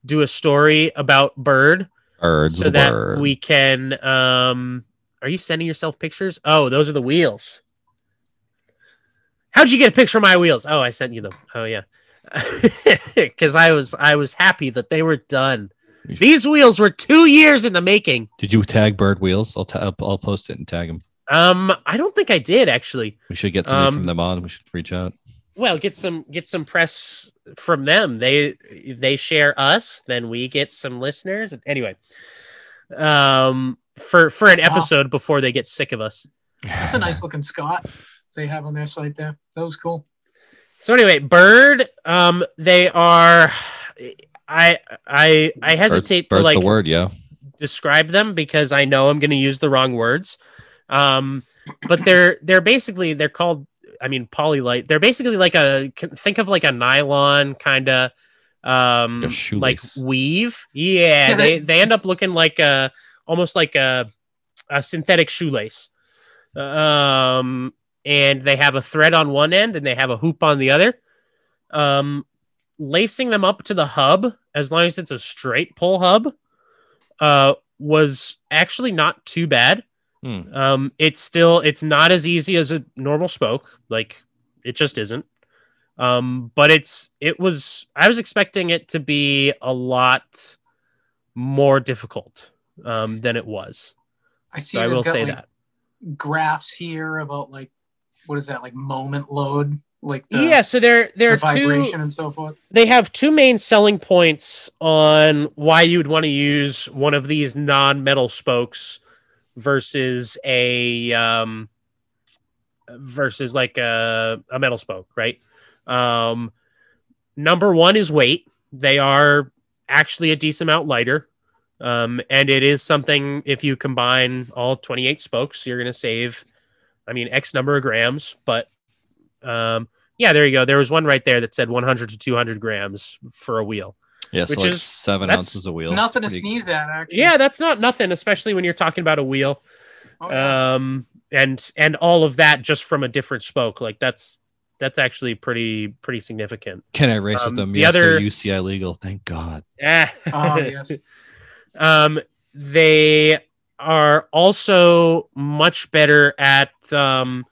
S3: do a story about Bird
S1: Birds,
S3: so
S1: the
S3: that
S1: bird.
S3: we can. Um, are you sending yourself pictures? Oh, those are the wheels. How'd you get a picture of my wheels? Oh, I sent you them. Oh yeah, because I was I was happy that they were done. These wheels were two years in the making.
S1: Did you tag bird wheels? I'll, ta- I'll I'll post it and tag him.
S3: Um, I don't think I did actually.
S1: We should get somebody
S3: Um,
S1: from them on. We should reach out.
S3: Well, get some get some press from them. They they share us, then we get some listeners. Anyway, um, for for an
S2: Wow.
S3: episode before they get sick of us.
S2: That's a nice looking Scott they have on their site there. That was cool.
S3: So anyway, Bird. Um, they are. I I I hesitate
S1: Birth
S3: to like
S1: the word, yeah.
S3: describe them because I know I'm going to use the wrong words. Um, but they're they're basically they're called I mean polylite. They're basically like a think of like a nylon kind of
S1: Like
S3: um
S1: a
S3: like
S1: shoelace.
S3: weave. Yeah,
S2: Yeah,
S3: they
S2: they-
S3: they end up looking like a almost like a a synthetic shoelace. Um and they have a thread on one end and they have a hoop on the other. Um lacing them up to the hub as long as it's a straight pull hub uh, was actually not too bad.
S1: Hmm.
S3: Um, it's still it's not as easy as a normal spoke, like it just isn't. Um, but it's it was I was expecting it to be a lot more difficult um, than it was.
S2: I see.
S3: So I
S2: they've
S3: will
S2: got,
S3: say
S2: like,
S3: that.
S2: Graphs here about like what is that like moment load, like the,
S3: yeah, so there there
S2: the
S3: are two
S2: vibration and so forth.
S3: they have two main selling points on why you would want to use one of these non-metal spokes versus a um, versus like a, a metal spoke right um, number one is weight they are actually a decent amount lighter um, and it is something if you combine all 28 spokes you're going to save i mean x number of grams but um, yeah, there you go. There was one right there that said 100 to 200 grams for a wheel.
S1: Yeah, so
S3: Which
S1: like
S3: is-
S1: seven
S3: that's
S1: ounces a wheel.
S2: Nothing to
S1: Pretty-
S2: sneeze at, actually.
S3: Yeah, that's not nothing, especially when you're talking about a wheel.
S2: Oh, yeah.
S3: Um, and and all of that just from a different spoke. Like that's that's actually pretty pretty significant.
S1: Can I race
S3: Um,
S1: with them?
S3: the
S1: yes, they're
S3: other-
S1: UCI legal. Thank God.
S3: Eh.
S2: Oh, yes.
S3: Um, they are also much better at um,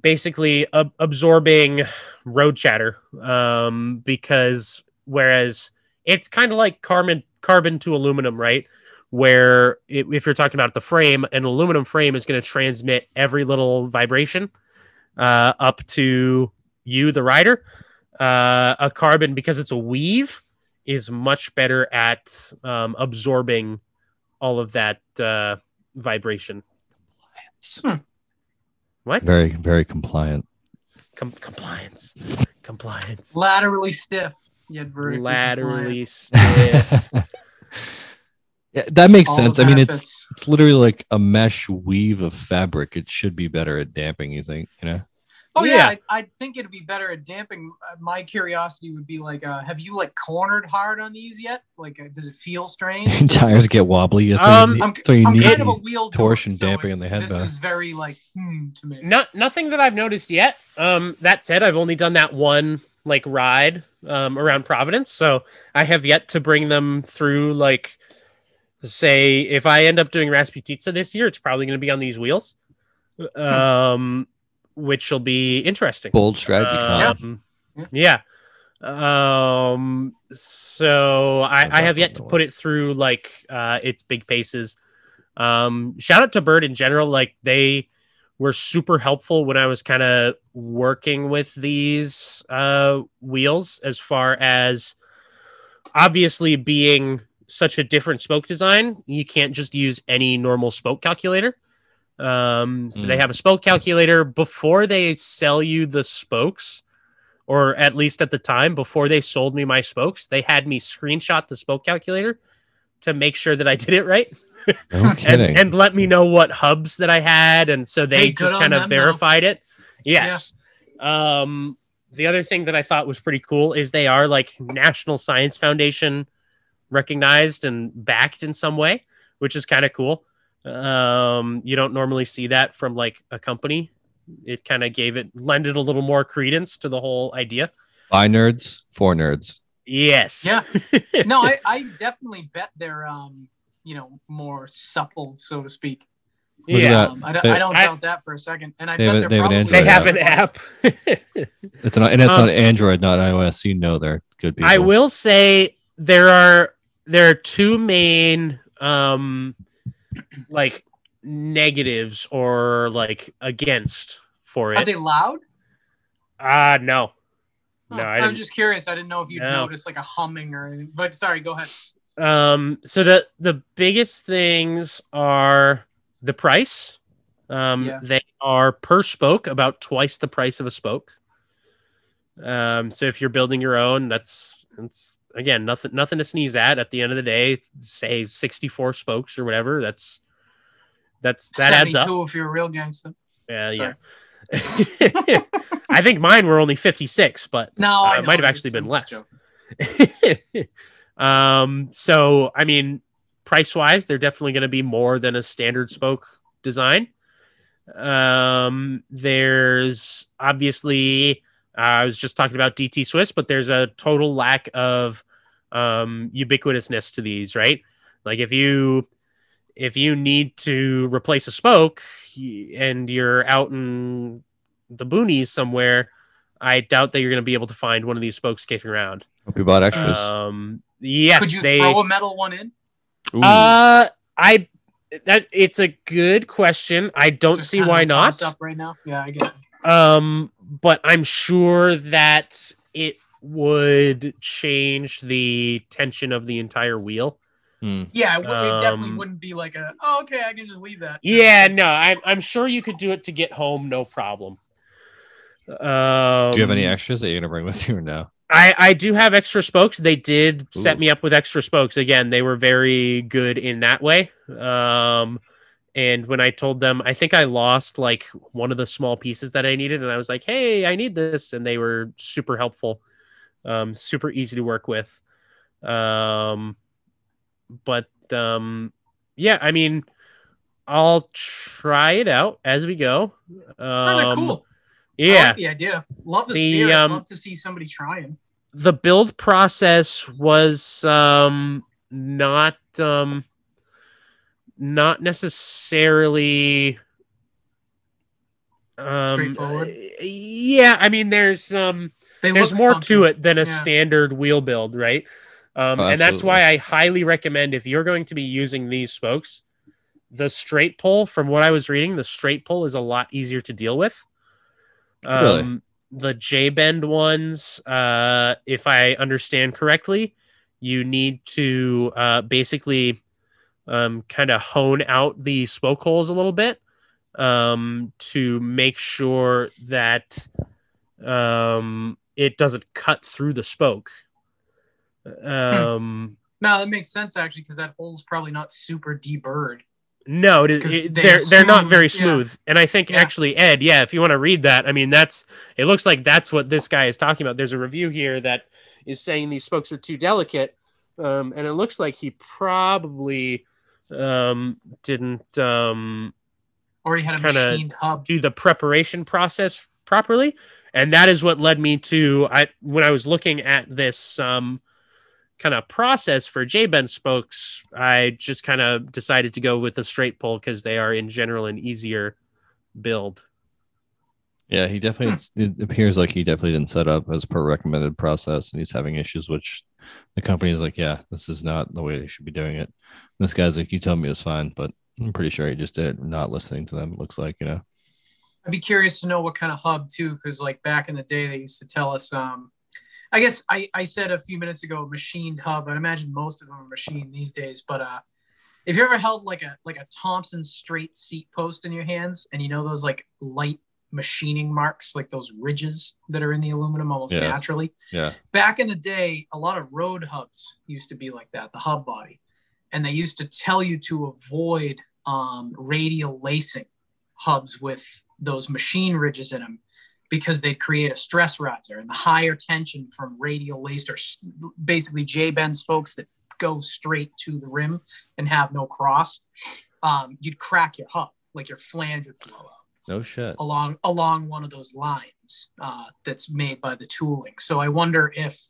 S3: basically ab- absorbing road chatter um, because whereas it's kind of like carbon carbon to aluminum, right? Where i- if you're talking about the frame, an aluminum frame is going to transmit every little vibration uh, up to you, the rider. Uh, a carbon because it's a weave is much better at um, absorbing all of that uh, vibration.
S2: Hmm.
S3: What
S1: Very, very compliant.
S3: Com- compliance? Compliance.
S2: Laterally stiff. Yet vertically compliant.
S3: Laterally stiff.
S1: Yeah, that makes
S2: All the
S1: sense. I mean, it's
S2: benefits.
S1: it's literally like a mesh weave of fabric. It should be better at damping. You think? You know?
S2: Oh yeah,
S3: Yeah.
S2: I, I think it'd be better at damping. Uh, My curiosity would be like, uh, have you like cornered hard on these yet? Like, uh, does it feel strange?
S1: Tires get wobbly. That's what
S3: Mm. Um,
S1: you
S2: I'm,
S1: need. So you
S2: I'm
S1: need.
S2: kind of a wheel
S1: torsion
S2: dork, so
S1: damping on the
S2: it's-
S1: head,
S2: This
S1: though.
S2: is very like hmm to me.
S3: Not nothing that I've noticed yet. Um, that said, I've only done that one like ride um, around Providence, so I have yet to bring them through. Like, say, if I end up doing Rasputitsa this year, it's probably going to be on these wheels, um, which will be interesting.
S1: Bold strategy. Kyle.
S3: Um, yeah. Um, so I, I have yet to put it through like uh, its big paces. Um, shout out to Bird in general. Like they were super helpful when I was kind of working with these uh, wheels as far as obviously being such a different spoke design, you can't just use any normal spoke calculator. Um, so they
S1: Mm.
S3: have a spoke calculator before they sell you the spokes, or at least at the time before they sold me my spokes, they had me screenshot the spoke calculator to make sure that I did it right
S1: No
S3: and,
S1: kidding.
S3: and let me know what hubs that I had. And so they
S2: Hey, good
S3: just
S2: on
S3: kind of
S2: them, though.
S3: verified it. Yes. Um, the other thing that I thought was pretty cool is they are like National Science Foundation recognized and backed in some way, which is kind of cool. Um, you don't normally see that from like a company. It kind of gave it, lended a little more credence to the whole idea.
S1: By nerds, for nerds.
S3: Yes.
S2: Yeah. No, I, I definitely bet they're um you know more supple, so to speak.
S1: Look at
S3: yeah.
S1: that.
S2: Um, I, don't-
S1: They-
S2: I don't
S3: I-
S2: doubt that for a second. And I
S1: They
S2: bet
S1: have a-
S2: they're
S1: they have an
S2: probably
S1: Android
S3: They have an
S2: Yeah.
S3: app.
S1: It's an and it's
S3: Um,
S1: on Android, not iOS. You know they're good people.
S3: I will say there are there are two main um like negatives or like against for
S2: Are
S3: it.
S2: they loud?
S3: Ah, no. No,
S2: Oh,
S3: I
S2: I,
S3: didn't-
S2: was just curious. I didn't know if you'd
S3: No.
S2: noticed like a humming or anything. But sorry, go ahead.
S3: Um, so the the biggest things are the price. Um,
S2: Yeah.
S3: they are per spoke about twice the price of a spoke. Um, so if you're building your own, that's that's again nothing nothing to sneeze at. At the end of the day, say 64 spokes or whatever. That's that's that adds up. Uh,
S2: 72 if you're a real gangster.
S3: Yeah, yeah.
S2: Sorry.
S3: I think mine were only 56, but
S2: No,
S3: Uh,
S2: I
S3: it
S2: know,
S3: might have
S2: I'm
S3: actually
S2: just-
S3: been
S2: I'm
S3: less.
S2: just joking.
S3: um, so I mean, price wise, they're definitely going to be more than a standard spoke design. Um, there's obviously uh, I was just talking about DT Swiss, but there's a total lack of um, ubiquitousness to these, right? Like if you if you need to replace a spoke y- and you're out in the boonies somewhere, I doubt that you're going to be able to find one of these spokes kicking around.
S1: Hope you bought extras.
S3: Um, yes,
S2: Could you
S3: they.
S2: throw a metal one in?
S1: Ooh,
S3: uh, I that it's a good question. I don't
S2: Just
S3: see
S2: kinda
S3: why
S2: a toss
S3: not.
S2: Up right now. Yeah, I get it.
S3: Um, but I'm sure that it would change the tension of the entire wheel.
S1: hmm.
S2: Yeah, it, would- it definitely
S3: Um,
S2: wouldn't be like a. Oh, okay, I can just leave that.
S3: Yeah, no, I'm I'm sure you could do it to get home, no problem. Um,
S1: Do you have any extras that you're gonna bring with you or no?
S3: I, I do have extra spokes. They did set
S1: Ooh.
S3: me up with extra spokes. Again, they were very good in that way. Um, and when I told them, I think I lost like one of the small pieces that I needed, and I was like, "Hey, I need this," and they were super helpful, um, super easy to work with. Um, but um, yeah, I mean, I'll try it out as we go.
S2: Oh, they're
S3: Um,
S2: cool. I
S3: Yeah,
S2: like the idea. Love the,
S3: The,
S2: spirit.
S3: um,
S2: Love to see somebody trying.
S3: the build process was um not um not necessarily um
S2: Straightforward?
S3: yeah i mean there's um
S2: They
S3: there's
S2: look
S3: more
S2: funky.
S3: to it than a
S2: Yeah.
S3: standard wheel build right um
S1: Oh,
S3: and that's
S1: absolutely.
S3: why i highly recommend if you're going to be using these spokes the straight pull from what i was reading the straight pull is a lot easier to deal with
S1: Really?
S3: um, the J bend ones, uh, if I understand correctly, you need to uh, basically um, kind of hone out the spoke holes a little bit um, to make sure that um, it doesn't cut through the spoke. Um,
S2: No, that makes sense actually because that hole's probably not super deburred.
S3: No, it,
S2: 'Cause
S3: it,
S2: they're
S3: they're they're not
S2: smooth,
S3: very
S2: yeah.
S3: smooth, and I think
S2: Yeah.
S3: actually Ed, yeah, if you want to read that, I mean that's it looks like that's what this guy is talking about. There's a review here that is saying these spokes are too delicate, um, and it looks like he probably um, didn't um,
S2: Or he had a
S3: Kinda-
S2: machined hub.
S3: do the preparation process properly and that is what led me to i when i was looking at this um kind of process for j-ben spokes i just kind of decided to go with a straight pull because they are in general an easier build
S1: Yeah, he
S3: Hmm.
S1: definitely it appears like he definitely didn't set up as per recommended process, and he's having issues. Which the company is like, yeah, this is not the way they should be doing it. This guy's like, you told me it was fine, but I'm pretty sure he just did it, not listening to them. It looks like you know.
S2: I'd be curious to know what kind of hub too, because like back in the day, they used to tell us. Um, I guess I, I said a few minutes ago, machined hub. I imagine most of them are machined these days. But uh, if you ever held like a like a Thompson straight seat post in your hands, and you know those like light machining marks, like those ridges that are in the aluminum almost
S1: Yeah.
S2: naturally.
S1: Yeah,
S2: back in the day, a lot of road hubs used to be like that, the hub body. And they used to tell you to avoid um, radial lacing hubs with those machine ridges in them because they'd create a stress riser and the higher tension from radial laced or s- basically J bend spokes that go straight to the rim and have no cross, um, you'd crack your hub, like your flange would blow out
S1: no shit.
S2: along along one of those lines uh, that's made by the tooling. So I wonder if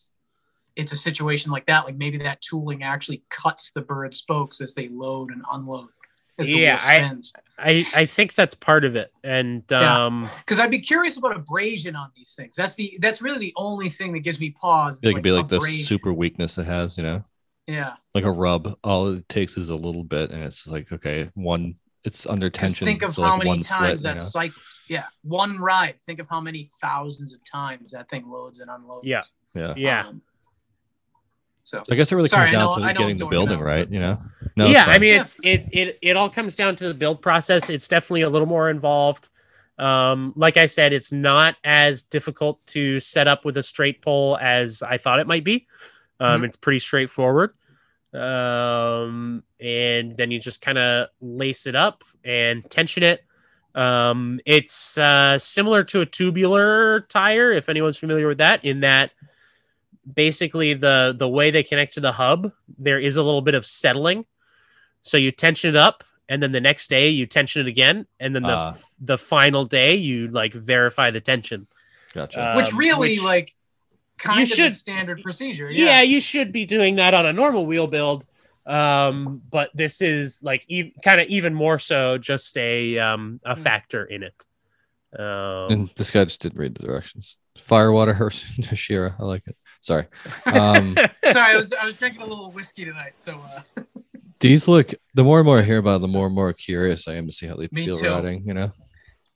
S2: it's a situation like that, like maybe that tooling actually cuts the bird spokes as they load and unload as the
S3: Yeah,
S2: wheel
S3: I-
S2: spins.
S3: i i think that's part of it and
S2: Yeah.
S3: um
S2: Because I'd be curious about abrasion on these things. That's the that's really the only thing that gives me pause. is,
S1: It could be like the
S2: abrasion.
S1: super weakness it has, you know,
S2: yeah.
S1: like a rub. All it takes is a little bit, and it's just like okay, one it's under
S2: Just
S1: tension.
S2: think of
S1: so,
S2: how
S1: like,
S2: many
S1: one
S2: times
S1: slit, you
S2: that
S1: know?
S2: cycles. Yeah, one ride. Think of how many thousands of times that thing loads and unloads.
S3: Yeah.
S1: Yeah.
S3: Yeah.
S2: Um, so
S1: So I guess it really
S2: Sorry,
S1: comes
S2: I
S1: down
S2: know- I
S1: to
S2: know
S1: getting
S2: I'm
S1: the
S2: dorking
S1: building
S2: out.
S1: right, you know. No, it's
S3: yeah, I
S1: fine.
S3: mean,
S2: Yeah.
S3: it's it it it all comes down to the build process. It's definitely a little more involved. Um, like I said, it's not as difficult to set up with a straight pole as I thought it might be. Um,
S2: Mhm.
S3: It's pretty straightforward, um, and then you just kind of lace it up and tension it. Um, it's uh, similar to a tubular tire, if anyone's familiar with that, in that basically the the way they connect to the hub, there is a little bit of settling. So you tension it up, and then the next day you tension it again, and then the
S1: Ah.
S3: the final day you like verify the tension.
S1: gotcha.
S3: uh,
S2: which
S3: um,
S2: really
S3: which-
S2: like kind
S3: You
S2: of
S3: should-
S2: the standard procedure.
S3: Yeah.
S2: Yeah.
S3: you should be doing that on a normal wheel build, um, but this is like e- kind of even more so, just a um, a
S2: Mm.
S3: factor in it. Um,
S1: and this guy just didn't read the directions. Firewater Hers- Shira. I like it. Sorry. Um,
S2: Sorry, I was I was drinking a little whiskey tonight, so uh,
S1: these look. The more and more I hear about, it, the more and more curious I am to see how they
S2: Me
S1: feel
S2: too.
S1: riding. You know,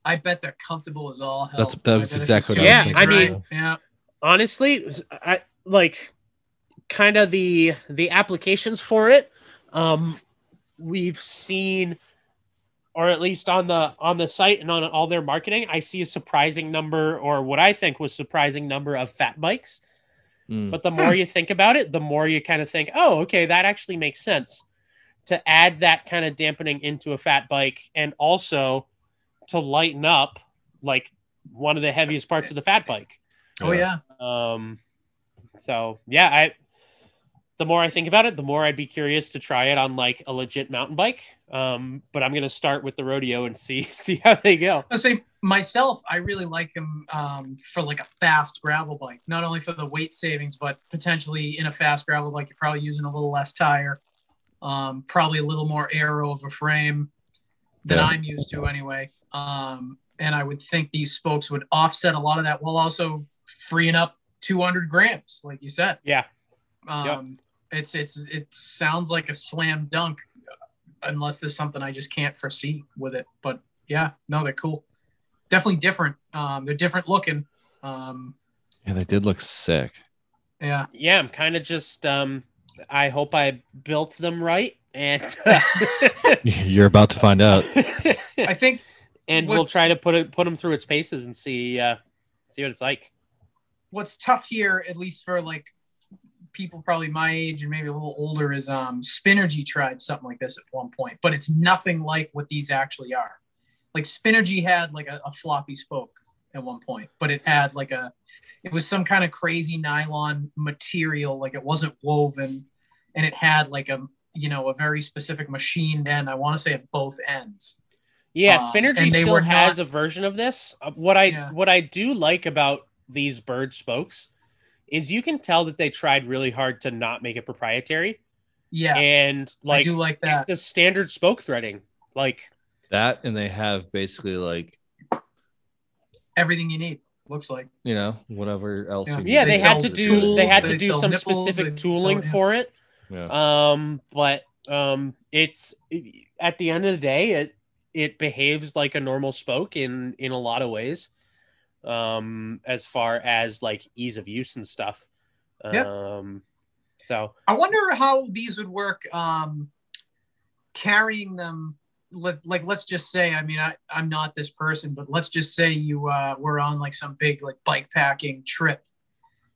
S2: I bet they're comfortable as all hell.
S1: That's- that
S2: I
S1: was
S2: bet if
S1: exactly
S2: you
S3: what I was
S2: tune
S3: thinking.
S2: it
S3: Yeah, I
S2: right, yeah.
S3: honestly i like kind of the the applications for it um we've seen or at least on the on the site and on all their marketing i see a surprising number or what i think was surprising number of fat bikes
S1: Mm,
S3: but the more you think about it the more you kind of think oh okay that actually makes sense to add that kind of dampening into a fat bike and also to lighten up like one of the heaviest parts of the fat bike
S2: Oh yeah.
S3: um, so yeah, I the more I think about it, the more I'd be curious to try it on like a legit mountain bike. Um, but I'm gonna start with the rodeo and see see how they go.
S2: I say myself, I really like them um, for like a fast gravel bike, not only for the weight savings, but potentially in a fast gravel bike, you're probably using a little less tire, um, probably a little more aero of a frame than
S1: Yeah.
S2: I'm used to anyway. Um, and I would think these spokes would offset a lot of that while also freeing up 200 grams, like you said.
S3: Yeah,
S2: Um, It's it's it sounds like a slam dunk, unless there's something I just can't foresee with it. But yeah, no, they're cool. Definitely different. Um, they're different looking. Um,
S1: yeah, they did look sick.
S2: yeah,
S3: yeah, I'm kind of just um, I hope I built them right and uh,
S1: You're about to find out.
S2: I think
S3: and
S2: What-
S3: we'll try to put it put them through its paces and see uh, see what it's like.
S2: what's tough here, at least for like people probably my age and maybe a little older, is um, Spinergy tried something like this at one point, but it's nothing like what these actually are. Like Spinergy had like a, a floppy spoke at one point, but it had like a it was some kind of crazy nylon material, like it wasn't woven, and it had like a you know a very specific machined end. I want to say at both ends.
S3: Yeah,
S2: Um,
S3: Spinergy
S2: and they
S3: still
S2: were
S3: has a version of this. Uh, What I
S2: Yeah.
S3: what I do like about these bird spokes is you can tell that they tried really hard to not make it proprietary
S2: Yeah,
S3: and
S2: I
S3: like
S2: do like that.
S3: the standard spoke threading. Like
S1: That and they have basically like
S2: Everything you need looks like.
S1: you know whatever else.
S2: Yeah.
S1: you
S3: yeah,
S1: need.
S3: they,
S2: They
S3: had to
S2: sell
S3: do
S2: tools,
S3: they had to
S2: they
S3: do
S2: sell
S3: some
S2: nipples,
S3: specific
S2: they sell-
S3: tooling
S2: yeah.
S3: for it.
S1: Yeah.
S3: Um, but um, it's at the end of the day, it it behaves like a normal spoke in in a lot of ways, um, as far as like ease of use and stuff.
S2: Yeah.
S3: Um, so
S2: I wonder how these would work um, carrying them. Let, like, let's just say, I mean, I, I'm not this person, but let's just say you uh, were on like some big like bike packing trip.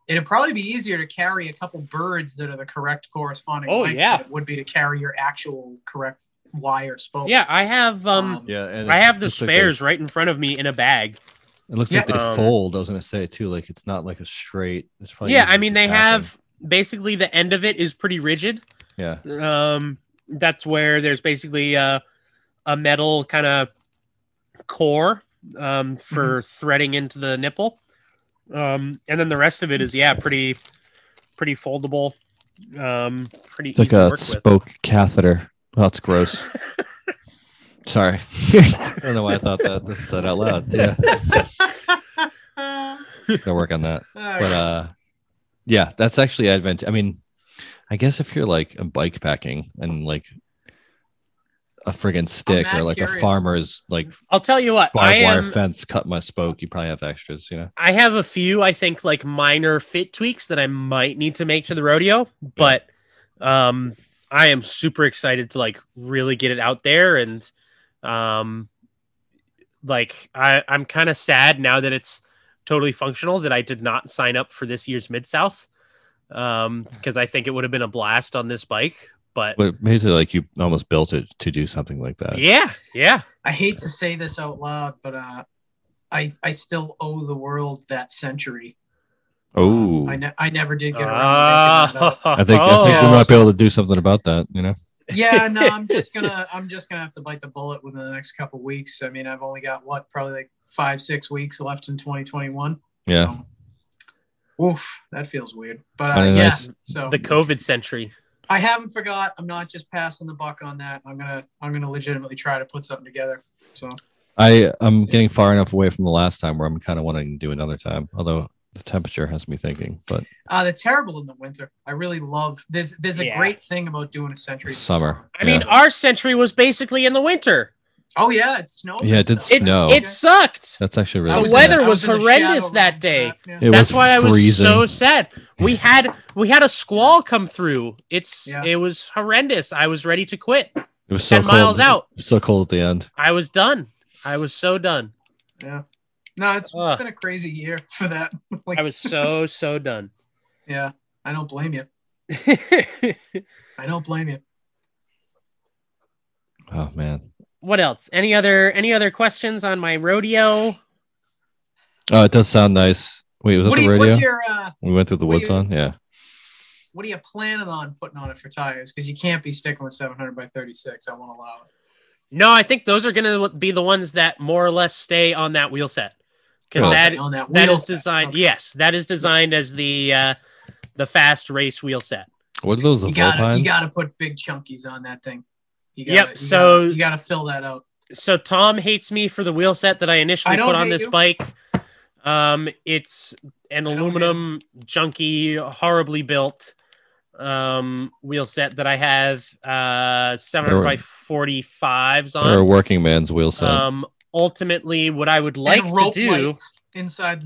S2: It'd probably be easier to carry a couple birds that are the correct corresponding.
S3: Oh,
S2: length
S3: yeah.
S2: than it would be to carry your actual correct wire spoke.
S3: yeah, I have um,
S1: Yeah, and
S3: I
S1: Oh. it's-
S3: have the
S1: looks like they-
S3: spares right in front of me in a bag.
S1: It looks like
S2: Yeah.
S1: they
S3: Um,
S1: fold. I was gonna say too, like it's not like a straight. It's probably
S3: Yeah,
S1: easier
S3: I mean
S1: Oh, to
S3: they
S1: tap in.
S3: have basically the end of it is pretty rigid.
S1: Yeah,
S3: um that's where there's basically uh, a metal kind of core um for threading into the nipple um and then the rest of it is yeah pretty pretty foldable um pretty
S1: it's like
S3: easy to
S1: a
S3: work with.
S1: spoke catheter. Oh, that's gross. Sorry, I don't know why I thought that. This said out loud. Yeah,
S2: Uh,
S1: gotta work on that.
S2: all
S1: But
S2: right.
S1: uh, yeah, that's actually advent. I mean, I guess if you're like a bike packing and like a friggin' stick
S2: mad
S1: or like a
S2: curious.
S1: farmer's like
S3: I'll tell you what. I
S1: barbed wire
S3: am.
S1: fence cut my spoke. You probably have extras, you know.
S3: I have a few, I think, like minor fit tweaks that I might need to make to the rodeo, but um, I am super excited to like really get it out there. And um, like, I, I'm kind of sad now that it's totally functional that I did not sign up for this year's Mid South um, because I think it would have been a blast on this bike. But
S1: But basically, like you almost built it to do something like that.
S3: yeah, yeah.
S2: I hate to say this out loud, but uh, I I still owe the world that century.
S1: Oh,
S2: I
S1: I,
S2: ne- I never did get around. to thinking about it.
S3: Ah,
S1: think I think we
S2: Oh.
S1: might be able to do something about that. You know,
S2: yeah no i'm just gonna i'm just gonna have to bite the bullet within the next couple weeks i mean i've only got what probably like five six weeks left in 2021
S1: yeah.
S2: so, oof that feels weird but uh,
S1: I
S2: yeah
S1: know, that's-
S2: so
S3: the COVID century.
S2: i haven't forgot i'm not just passing the buck on that i'm gonna i'm gonna legitimately try to put something together so
S1: I I'm getting far enough away from the last time where I'm kind of wanting to do another time. Although the temperature has me thinking, but
S2: uh they're terrible in the winter i really love there's there's a
S3: Yeah.
S2: great thing about doing a century in the
S1: summer.
S3: I mean,
S1: yeah.
S3: our century was basically in the winter.
S2: oh yeah it snowed and
S1: Yeah, it did
S2: stuff.
S3: It,
S1: snow.
S3: it sucked.
S1: that's actually
S2: I
S1: really.
S3: the
S2: in
S1: sad.
S3: weather
S2: I
S3: was
S2: in the
S3: horrendous
S2: shadow
S3: that
S2: of
S3: day.
S2: yeah.
S1: It
S3: That's
S1: was
S3: why I was
S1: freezing.
S3: so sad. We had we had a squall come through. It's
S2: Yeah.
S3: it was horrendous. I was ready to quit.
S1: It was so
S3: Ten
S1: cold.
S3: miles out.
S1: So cold at the end.
S3: I was done. I was so done.
S2: no it's
S3: Ugh.
S2: been a crazy year for that like
S3: I was so so done.
S2: yeah i don't blame you i don't blame you
S1: Oh man.
S3: what else? Any other any other questions on my rodeo?
S1: Oh, it does sound nice. Wait, was that
S2: What do
S1: the
S2: you, what's
S1: radio?
S2: your uh,
S1: We went through the
S2: what do
S1: woods
S2: you-
S1: on. Yeah.
S2: what are you planning on putting on it for tires? Because you can't be sticking with 700 by 36. I won't allow it.
S3: No, I think those are going to be the ones that more or less stay on that wheel set because
S1: Oh.
S3: that
S2: on that
S3: that
S2: wheel
S3: is
S2: set.
S3: designed.
S2: Okay.
S3: Yes, that is designed as the uh, the fast race wheel set.
S1: What are those? The
S2: You gotta,
S1: Vulpines?
S2: you gotta put big chunkies on that thing. You
S3: Yep,
S2: gotta, you
S3: so-
S2: gotta, you gotta fill that out.
S3: So Tom hates me for the wheel set that I
S2: I
S3: initially
S2: don't
S3: put on
S2: hate
S3: this
S2: you.
S3: bike. Um, it's an
S2: don't hate
S3: aluminum junky, horribly built um wheel set that I have uh 700 by 45s
S1: Or a
S3: on.
S1: working man's wheel set.
S3: Um, ultimately, what I would like
S2: And
S3: to do.
S2: lights inside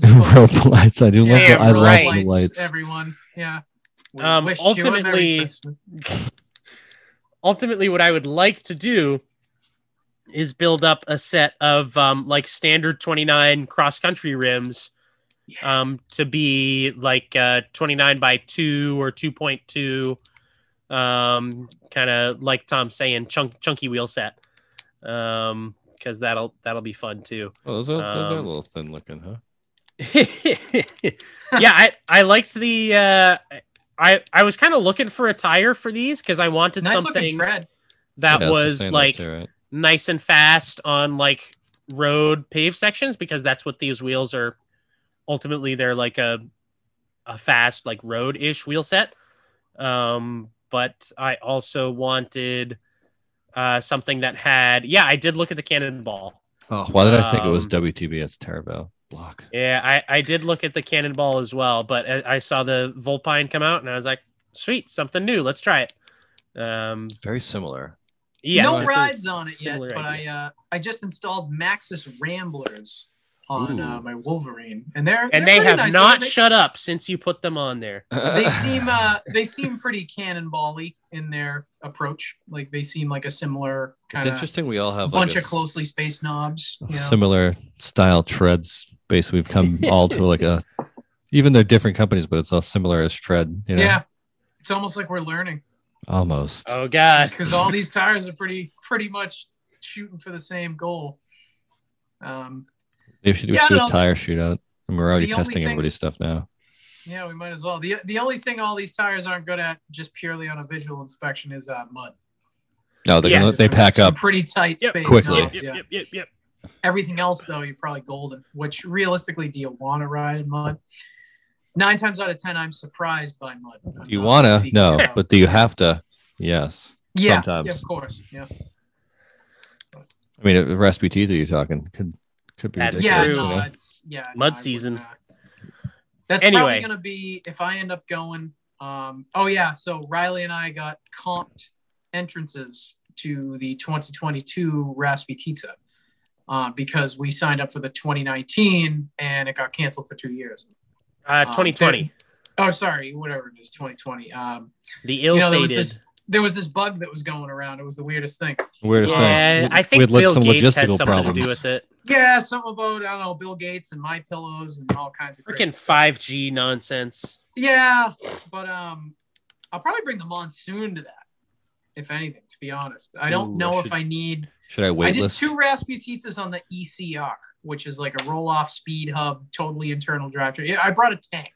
S2: the scope.
S1: rope lights. I do love. The,
S3: Damn
S1: I
S3: right.
S1: love the lights.
S2: Everyone, yeah. We
S3: Um,
S2: wish you a Merry
S3: ultimately-
S2: Christmas.
S3: ultimately what i would like to do is build up a set of um, like standard 29 cross country rims um, to be like uh, 29 by 2 or 2.2 um, kind of like tom's saying chunk, chunky wheel set um because that'll that'll be fun too
S1: Oh, those are, those are a
S3: Um,
S1: little thin looking, huh?
S3: yeah i i liked the uh i i was kind of looking for a tire for these because i wanted
S2: nice looking
S3: something
S2: tread.
S3: that
S1: Yeah, I just
S3: was
S1: saying that
S3: like
S1: too, right?
S3: nice and fast on like road paved sections because that's what these wheels are ultimately they're like a a fast like road-ish wheel set um but i also wanted uh something that had yeah i did look at the cannonball
S1: Why did I think it was
S3: um,
S1: WTB? It's Terabel block.
S3: yeah i i did look at the cannonball as well but i, I saw the volpine come out and i was like sweet something new let's try it um
S1: Very similar.
S3: yeah
S2: no rides on it yet, but I uh, I just installed Maxis Ramblers on
S1: Ooh.
S2: uh, my Wolverine, and they're they're
S3: and they
S2: really
S3: have
S2: nice.
S3: not
S2: They-
S3: shut up since you put them on there
S2: they seem uh, they seem pretty cannonball-y in their approach. Like they seem like a similar
S1: it's
S2: kind of
S1: interesting. We all have
S2: bunch
S1: like a
S2: of closely spaced knobs. You know?
S1: similar style treads. Basically, we've come all to like a. Even they're different companies, but it's all similar as tread. You know?
S2: yeah, it's almost like we're learning
S1: Almost.
S3: oh god
S2: because all these tires are pretty pretty much shooting for the same goal. Um,
S1: Maybe we should, we
S2: Yeah,
S1: should
S2: I
S1: do a
S2: don't know.
S1: tire shootout. And we're already
S2: The only
S1: testing
S2: thing-
S1: everybody's stuff now.
S2: yeah, we might as well. the The only thing all these tires aren't good at, just purely on a visual inspection, is uh, mud.
S1: No, they're gonna,
S3: Yes.
S1: they pack
S2: Some
S1: up.
S2: pretty tight
S3: Yep.
S2: space
S1: Quickly.
S2: knobs, yeah.
S3: Yep, yep, yep.
S2: Everything else, though, you're probably golden. Which realistically, do you want to ride in mud? Nine times out of ten, I'm surprised by mud. I'm
S1: Do you
S2: not
S1: wanna?
S2: seeking
S1: No,
S2: it out.
S1: but do you have to? Yes.
S2: yeah,
S1: sometimes.
S2: yeah, of course, yeah,
S1: I mean, uh, Rasputin, are you talking? Could could be
S3: That's
S2: yeah,
S1: ridiculous.
S3: true.
S1: you
S2: no,
S1: know?
S2: it's, yeah. no,
S3: eh? Mud
S2: I wouldn't,
S3: season.
S2: uh, That's
S3: Anyway.
S2: probably gonna be if I end up going. Um, oh yeah, so Riley and I got comped entrances to the 2022 Rasputitsa uh, because we signed up for the 2019 and it got canceled for two years.
S3: Uh,
S2: Um,
S3: 2020,
S2: Oh, sorry, whatever it is, 2020. Um,
S3: the
S2: you know, there was
S3: ill-fated.
S2: this there was this bug that was going around. It was the weirdest thing.
S1: Weirdest
S3: yeah,
S1: thing.
S3: I think
S1: like,
S3: Bill Gates had something to do with it.
S2: Yeah, something about I don't know Bill Gates and my pillows and all kinds of crazy
S3: Freaking 5G nonsense.
S2: Yeah, but um, I'll probably bring the monsoon to that, if anything. To be honest, I don't
S1: Ooh, I
S2: know if
S1: should
S2: I need.
S1: Should I wait
S2: I did
S1: list?
S2: two Rasputitsas on the ECR, which is like a roll-off speed hub, totally internal drivetrain. Yeah, I brought a tank.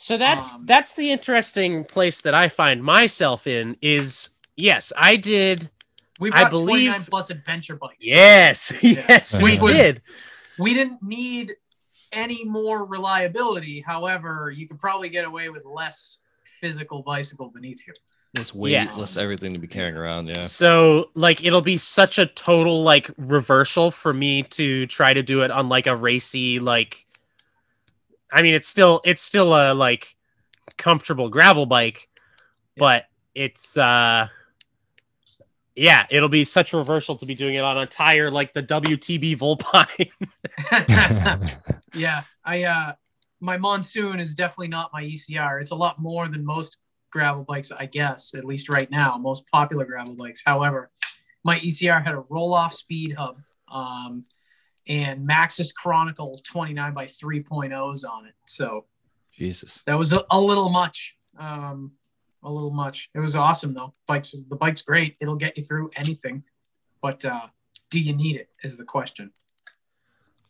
S3: So that's
S2: Um,
S3: that's the interesting place that I find myself in is yes, I did.
S2: We
S3: I
S2: brought
S3: believe-
S2: 29 plus adventure bikes.
S3: Yes, yes, we
S1: Which was-
S3: did.
S2: we didn't need any more reliability. However, you could probably get away with less physical bicycle beneath you.
S1: This weight,
S3: Yes.
S1: less everything to be carrying around. Yeah.
S3: So like it'll be such a total like reversal for me to try to do it on like a racy like I mean it's still it's still a like comfortable gravel bike but it's uh yeah it'll be such a reversal to be doing it on a tire like the WTB Volpine.
S2: yeah, I uh, my monsoon is definitely not my ECR. It's a lot more than most gravel bikes, I guess, at least right now, most popular gravel bikes. However, my ECR had a roll off speed hub um, and Maxis Chronicle 29 by 3.0s on it. So
S1: Jesus.
S2: that was a, a little much. Um, a little much. It was awesome though. Bikes, the bike's great. It'll get you through anything, but uh, do you need it? Is the question.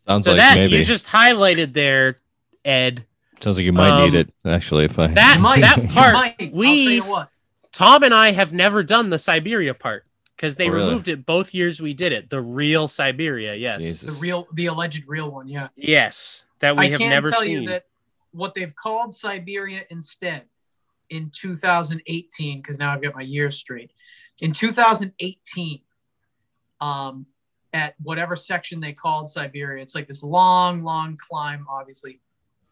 S1: Sounds
S3: so
S1: like
S3: that
S1: maybe.
S3: you just highlighted there Ed
S1: Sounds like you might need
S3: Um,
S1: it actually. If I
S3: that-
S2: Mike,
S3: that part-
S2: Mike, I'll
S3: we-
S2: tell you what.
S3: Tom and I have never done the Siberia part because they
S1: Oh, really?
S3: removed it both years we did it. The real Siberia, yes,
S1: Jesus.
S2: the real the alleged real one yeah
S3: yes, that we
S2: i
S3: have
S2: can
S3: never
S2: tell
S3: seen.
S2: you that what they've called siberia instead in 2018 because now i've got my years straight in 2018 um at whatever section they called siberia it's like this long long climb obviously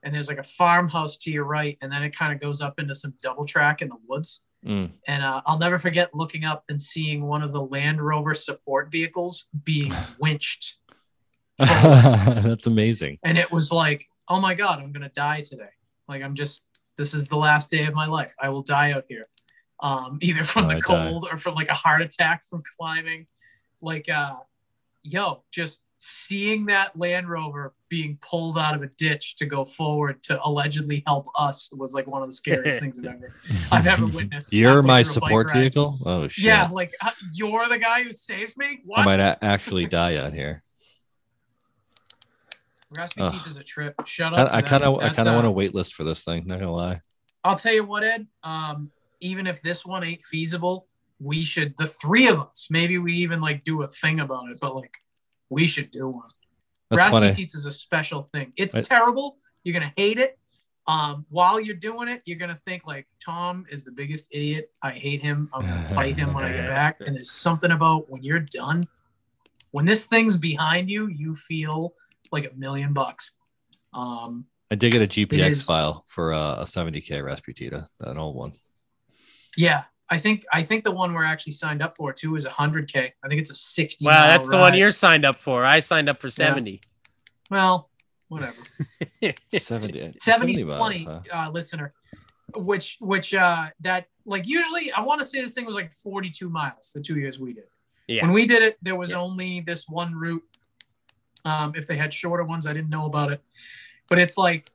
S2: and there's like a farmhouse to your right and then it kind of goes up into some double track in the woods
S1: Mm.
S2: and uh, I'll never forget looking up and seeing one of the Land Rover support vehicles being winched
S1: That's amazing.
S2: and it was like oh my god i'm gonna die today like i'm just this is the last day of my life i will die out here um either from
S1: Oh,
S2: the
S1: I die.
S2: cold or from like a heart attack from climbing like uh yo just seeing that land rover being pulled out of a ditch to go forward to allegedly help us was like one of the scariest things i've ever i've ever witnessed
S1: You're
S2: halfway
S1: my
S2: through a bike
S1: support
S2: ride.
S1: vehicle. Oh shit!
S2: yeah like uh, you're the guy who saves me
S1: I
S2: what
S1: might a- actually die out here.
S2: Raspy Teeth
S1: Ugh.
S2: is a trip shut up
S1: I kind of, I
S2: uh,
S1: kind of want to wait list for this thing. Not gonna lie.
S2: I'll tell you what, Ed. Um, even if this one ain't feasible, we should the three of us. Maybe we even like do a thing about it, but like we should do one.
S1: That's funny.
S2: Rasputin's is a special thing. It's
S1: I-
S2: terrible. You're gonna hate it. Um, while you're doing it, you're gonna think like Tom is the biggest idiot. I hate him. I'm gonna fight him when I get back. And there's something about when you're done, when this thing's behind you, you feel like a million bucks. Um,
S1: I did get a GPX
S2: is-
S1: file for uh, a 70k Rasputita, that old one.
S2: Yeah, I think I think the one we're actually signed up for too is 100k. I think it's a 60.
S3: wow,
S2: mile
S3: that's the one
S2: ride.
S3: you're signed up for. I signed up for seventy.
S2: Well, whatever.
S1: 70,
S2: 70's
S1: 70 miles,
S2: 20
S1: huh?
S2: uh, listener, which which uh that like usually I want to say this thing was like 42 miles the two years we did.
S3: Yeah.
S2: When we did it, there was
S3: Yeah.
S2: only this one route. Um, if they had shorter ones, I didn't know about it. But it's like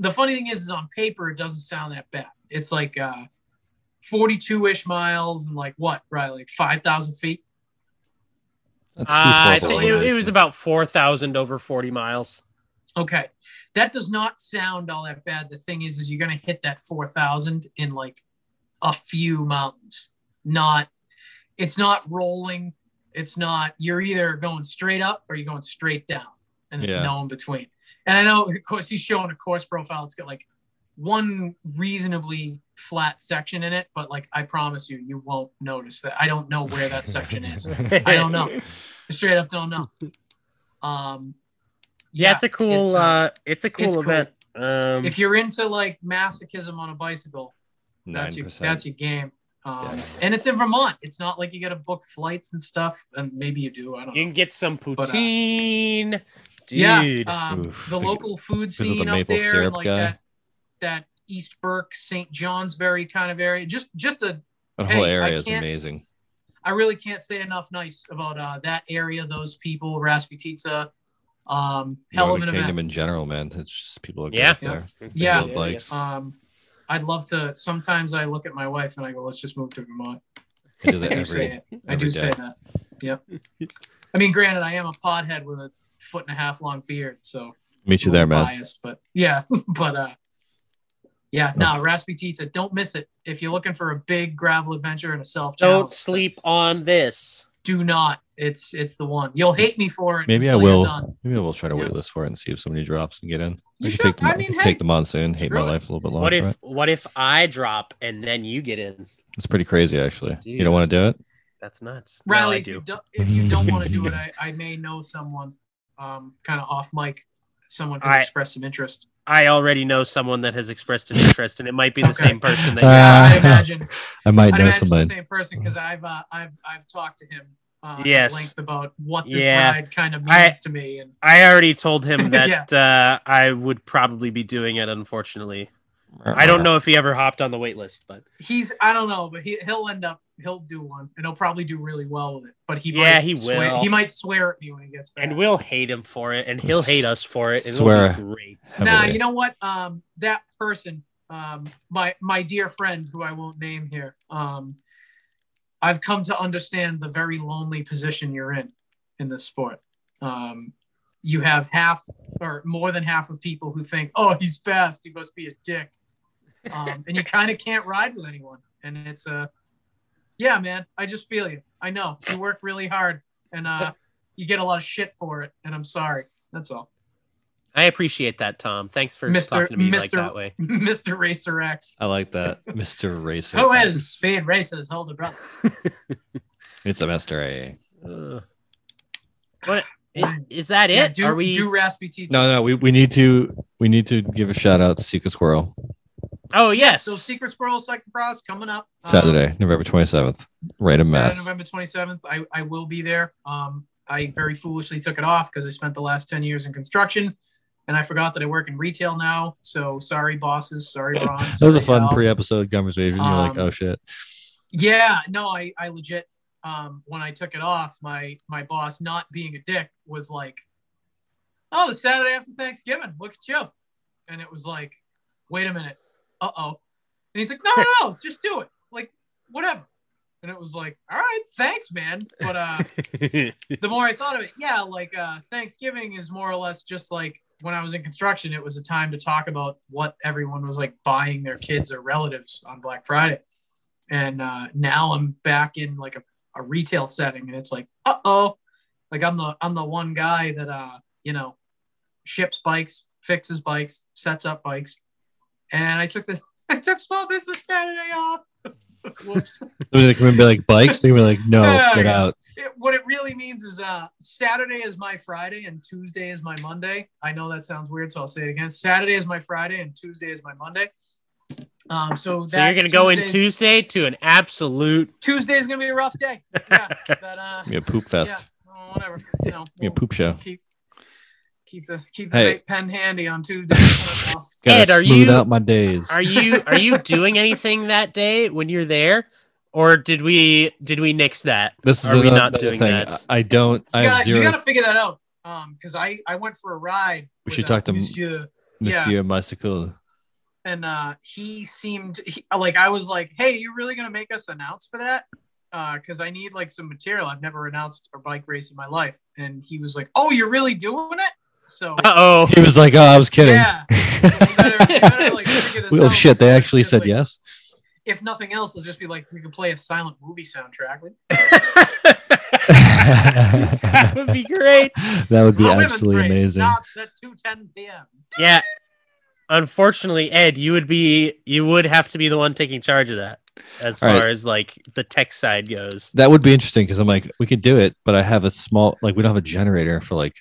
S2: the funny thing is, is on paper it doesn't sound that bad. It's like uh 42-ish miles and like what, right? Like 5,000 feet.
S1: That's too
S3: Uh, I
S1: close a
S3: think it, it
S1: elimination.
S3: was about four thousand over forty miles.
S2: Okay. That does not sound all that bad. The thing is, is you're gonna hit that four thousand in like a few mountains. Not it's not rolling. It's not you're either going straight up or you're going straight down. And there's
S1: Yeah.
S2: no in between. And I know of course he's showing a course profile. It's got like one reasonably flat section in it, but like I promise you, you won't notice that. I don't know where that section is. I don't know. I straight up don't know. Um
S3: Yeah, it's a cool.
S2: it's,
S3: uh,
S2: uh,
S3: it's a cool
S2: it's cool.
S3: event. Um,
S2: if you're into like masochism on a bicycle, that's your
S1: 9%.
S2: that's your game. Um,
S1: Yeah.
S2: And it's in Vermont. It's not like you got to book flights and stuff. And maybe you do. I don't
S3: You
S2: know.
S3: can get some
S2: uh,
S3: poutine, dude.
S2: Yeah, um,
S1: Oof.
S2: the
S1: Think-
S2: local food
S1: of the
S2: scene up
S1: maple
S2: there,
S1: syrup
S2: and like
S1: guy.
S2: that that East Burke, St. Johnsbury kind of area. Just just a
S1: That whole
S2: Hey, I
S1: area is
S2: can't-
S1: amazing.
S2: I really can't say enough nice about uh, that area, those people, Rasputitsa. Um, hell of
S1: Northern
S2: an
S1: Kingdom in
S2: event.
S1: general, man. It's just people are great
S3: Yeah.
S1: there.
S2: Yeah.
S1: They love bikes.
S2: Um, I'd love to. Sometimes I look at my wife and I go, "Let's just move to Vermont."
S1: They do
S2: I
S1: that
S2: do say
S1: every.
S2: it. I
S1: every
S2: do
S1: day.
S2: say that. Yep. I mean, granted, I am a podhead with a foot and a half long beard, so
S1: Meet you
S2: a
S1: there,
S2: little
S1: man.
S2: biased, but yeah, but uh,
S1: Oh.
S2: yeah, no, Rasputitsa, don't miss it. If you're looking for a big gravel adventure and a self
S3: Don't sleep on this.
S2: do not. It's it's the one. You'll hate me for it.
S1: Maybe I
S2: until you're
S1: will.
S2: done.
S1: Maybe we'll try to
S2: Yeah.
S1: wait list for it and see if somebody drops and get in. I
S2: You
S1: could
S2: should-
S1: take the,
S2: I
S1: I
S2: mean,
S1: could
S2: hey,
S1: take the monsoon, hate my
S2: screw it.
S1: life a little bit longer.
S3: What if
S1: right?
S3: what if I drop and then you get in?
S1: It's pretty crazy, actually. You
S3: Dude.
S1: don't want to do it?
S3: That's nuts. No,
S2: Riley,
S3: I
S2: if, you
S3: do.
S2: do, if you don't want to do it, I, I may know someone, um, kind of off mic. Someone who's
S3: All right.
S2: expressed some interest.
S3: I already know someone that has expressed an interest, and it might be the
S2: Okay.
S3: same person that.
S1: Uh,
S2: Yeah, I imagine.
S1: I might
S2: I'd
S1: know
S2: imagine it's
S1: somebody.
S2: the same person because I've uh, I've I've talked to him uh, at
S3: Yes.
S2: length about what this
S3: Yeah.
S2: ride kind of means
S3: I-
S2: to me, and
S3: I already told him that uh, I would probably be doing it. Unfortunately, I
S1: Uh-huh.
S3: don't know if he ever hopped on the wait list, but
S2: he's I don't know, but he he'll end up he'll do one, and he'll probably do really well with it. But he
S3: Yeah,
S2: might
S3: he
S2: swear,
S3: will.
S2: he might swear at me when he gets back.
S3: and we'll hate him for it, and he'll hate us for it. And
S1: Swear.
S3: it'll be great.
S2: Nah,
S1: Heavily.
S2: you know what? Um, that person, um, my my dear friend, who I won't name here, um, I've come to understand the very lonely position you're in in this sport. Um, you have half or more than half of people who think, "Oh, he's fast. He must be a dick," um, and you kind of can't ride with anyone. And it's a, yeah, man. I just feel you. I know you work really hard, and uh, you get a lot of shit for it. And I'm sorry. That's all.
S3: I appreciate that, Tom. Thanks for
S2: Mr.
S3: talking to me like
S2: Mr.
S3: that way.
S2: Mr. Racer X.
S1: I like that. Mr. Racer.
S2: Who is speed races? Hold it, brother.
S1: It's a Master A.
S3: Ugh. What i-
S2: Yeah.
S3: is that? It
S2: Yeah, do,
S3: are we?
S2: do Rasputin.
S1: No, no, we, we need to we need to give a shout out to Secret Squirrel
S3: oh yes,
S2: So Secret Squirrel Cyclocross coming up um,
S1: Saturday, November twenty seventh. Random
S2: Saturday,
S1: mass.
S2: November 27th. I, I will be there. Um, I very foolishly took it off because I spent the last 10 years in construction and I forgot that I work in retail now. So sorry, bosses. Sorry, Ron.
S1: That was a
S2: sorry,
S1: fun
S2: Al.
S1: pre-episode conversation. You're like,
S2: Um,
S1: oh shit.
S2: Yeah, no, I, I legit um when I took it off, my my boss not being a dick was like, Oh, the Saturday after Thanksgiving, look at you. And it was like, wait a minute, uh oh. And he's like, No, no, no, just do it. Like, whatever. And it was like, All right, thanks, man. But uh the more I thought of it, yeah, like uh, Thanksgiving is more or less just like when I was in construction, it was a time to talk about what everyone was like buying their kids or relatives on Black Friday. And uh, now I'm back in like a, a retail setting and it's like, uh oh, like I'm the I'm the one guy that uh, you know, ships bikes, fixes bikes, sets up bikes. And I took the I took small business Saturday off. Whoops.
S1: Somebody that come and be like bikes, they're gonna be like, no,
S2: Yeah,
S1: get
S2: yeah.
S1: out.
S2: it, what it really means is uh Saturday is my Friday and Tuesday is my Monday. I know that sounds weird, so I'll say it again. Saturday is my Friday and Tuesday is my Monday. Um, so that
S3: so you're gonna go in
S2: Tuesday's-
S3: Tuesday to an absolute.
S2: Tuesday is gonna be a rough day. Yeah, but uh,
S1: Be a poop fest.
S2: yeah, well, whatever. You know,
S1: Be a
S2: we'll
S1: poop show.
S2: keep keep the keep the
S1: Hey.
S2: vape pen handy on Tuesday.
S1: Gotta
S3: Ed, are
S1: smooth
S3: you-
S1: out my days.
S3: Are you are you doing anything that day when you're there, or did we did we nix that?
S1: this is
S3: are we
S1: another
S3: not doing
S1: thing.
S3: that?
S1: I I don't I
S2: you,
S1: have
S2: gotta, you
S1: zero
S2: gotta figure that out. Um, because I I went for a ride.
S1: We
S2: with,
S1: should
S2: uh,
S1: talk to-
S2: Monsieur yeah.
S1: Monsieur Bicycle.
S2: and uh he seemed he, like i was like hey you really gonna make us announce for that uh because i need like some material i've never announced a bike race in my life and he was like oh you're really doing it so
S3: Uh oh.
S1: He was like, Oh, I was kidding.
S2: yeah you better, you better, like, figure this
S1: oh
S2: out.
S1: shit, they actually
S2: Just,
S1: said
S2: like,
S1: yes.
S2: if nothing else it'll just be like we could play a silent movie soundtrack like,
S3: that would be great.
S1: that would be
S2: "Women's
S1: absolutely
S2: race
S1: amazing.
S2: stops at 2:10 p.m
S3: Yeah. Unfortunately, Ed, you would be you would have to be the one taking charge of that as
S1: All
S3: far
S1: right.
S3: as like the tech side goes.
S1: That would be interesting because I'm like, we could do it, but I have a small, like, we don't have a generator for like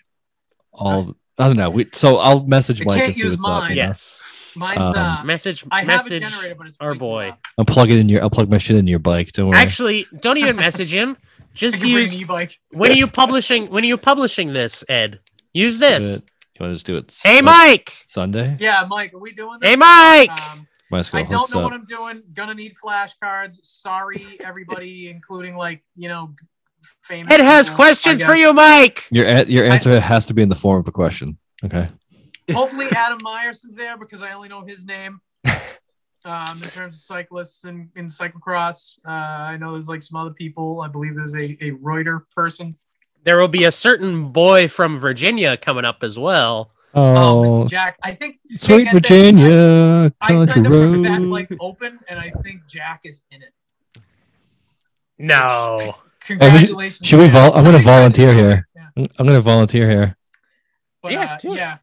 S1: all. I don't know. We, so I'll message
S2: They
S1: Mike
S2: can't
S1: and see
S2: use
S1: what's up.
S2: mine.
S1: you know?
S3: Yes.
S2: Mine's
S1: Um,
S2: uh,
S3: Message,
S2: I have a
S3: message.
S2: generator, but it's
S3: our
S2: way too
S3: boy.
S2: loud.
S1: I'm plugging in your. I'll plug my shit in your bike. Don't worry.
S3: Actually, don't even message him.
S2: I
S3: Just
S2: can bring an
S3: use.
S2: e-bike.
S3: When are you publishing? When are you publishing this, Ed? Use
S1: Do
S3: this.
S1: it. You want to just do it?
S3: Hey,
S1: like,
S3: Mike.
S1: Sunday.
S2: Yeah, Mike, are we doing this?
S3: Hey, Mike.
S2: Um,
S1: Might as
S2: I
S1: well hook
S2: don't know
S1: up.
S2: what I'm doing. Gonna need flashcards. Sorry, everybody, including like you know, famous.
S3: Ed has
S2: people, I
S3: questions for
S2: guess.
S3: you, Mike.
S1: Your a- your answer has to be in the form of a question. Okay.
S2: Hopefully, Adam Myerson's there because I only know his name. Um, in terms of cyclists in, in cyclocross, uh, I know there's like some other people. I believe there's a, a Reuter person.
S3: There will be a certain boy from Virginia coming up as well.
S2: Oh,
S1: Oh,
S2: Mr. Jack. I think
S1: sweet
S2: Hey, that thing-
S1: Virginia
S2: I
S1: country
S2: signed up for that
S1: road.
S2: like open, and I think Jack is in it.
S3: No.
S2: Congratulations.
S1: Should we? Vol- I'm gonna
S2: Somebody-
S1: volunteer here.
S2: Yeah.
S1: I'm I'm gonna volunteer here.
S2: But,
S3: Yeah,
S2: uh,
S3: do it.
S2: yeah.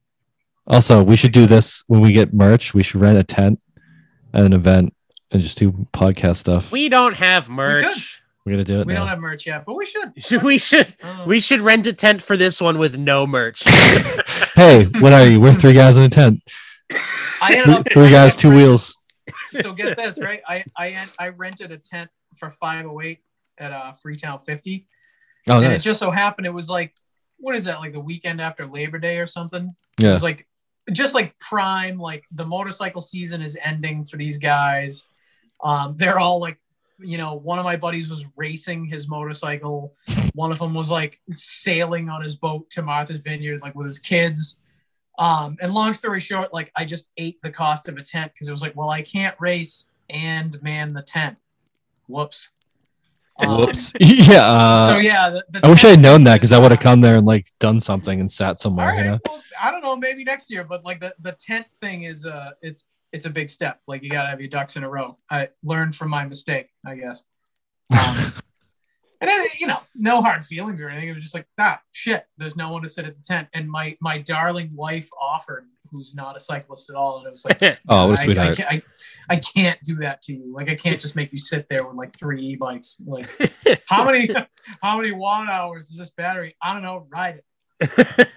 S1: Also, we should do this when we get merch. We should rent a tent at an event and just do podcast stuff.
S3: We don't have merch.
S1: We're gonna do it
S2: We
S1: now.
S2: don't have merch yet, but we should.
S3: We, should
S2: Uh,
S3: we should rent a tent for this one with no merch.
S1: hey, what are you? We're three guys in a tent.
S2: I ended
S1: Three,
S2: up-
S1: three guys, two wheels.
S2: So get this right. I I I rented a tent for 508 at uh, Freetown 50,
S1: Oh,
S2: and it
S1: nice.
S2: just so happened it was like, what is that? Like the weekend after Labor Day or something. It
S1: Yeah.
S2: was like just like prime like the motorcycle season is ending for these guys um they're all like you know one of my buddies was racing his motorcycle one of them was like sailing on his boat to martha's vineyard like with his kids um and long story short like i just ate the cost of a tent because it was like well i can't race and man the tent whoops Um,
S1: Whoops. yeah. Uh,
S2: so yeah the, the
S1: I wish I
S2: tent-
S1: had known that because I would have come there and like done something and sat
S2: All
S1: somewhere.
S2: uh, right.
S1: You know?
S2: Well, I don't know. Maybe next year, but like the the tent thing is uh it's it's a big step. Like you gotta have your ducks in a row. I learned from my mistake, I guess. Um, and then, you know, no hard feelings or anything. It was just like, ah, shit. There's no one to sit at the tent. And my my darling wife offered, who's not a cyclist at all, and it was like,
S1: Oh, what a
S2: I- I,
S1: sweetheart.
S2: can't, I, I can't do that to you. Like I can't just make you sit there with like three e-bikes. Like how many how many watt hours is this battery? I don't know. Ride it.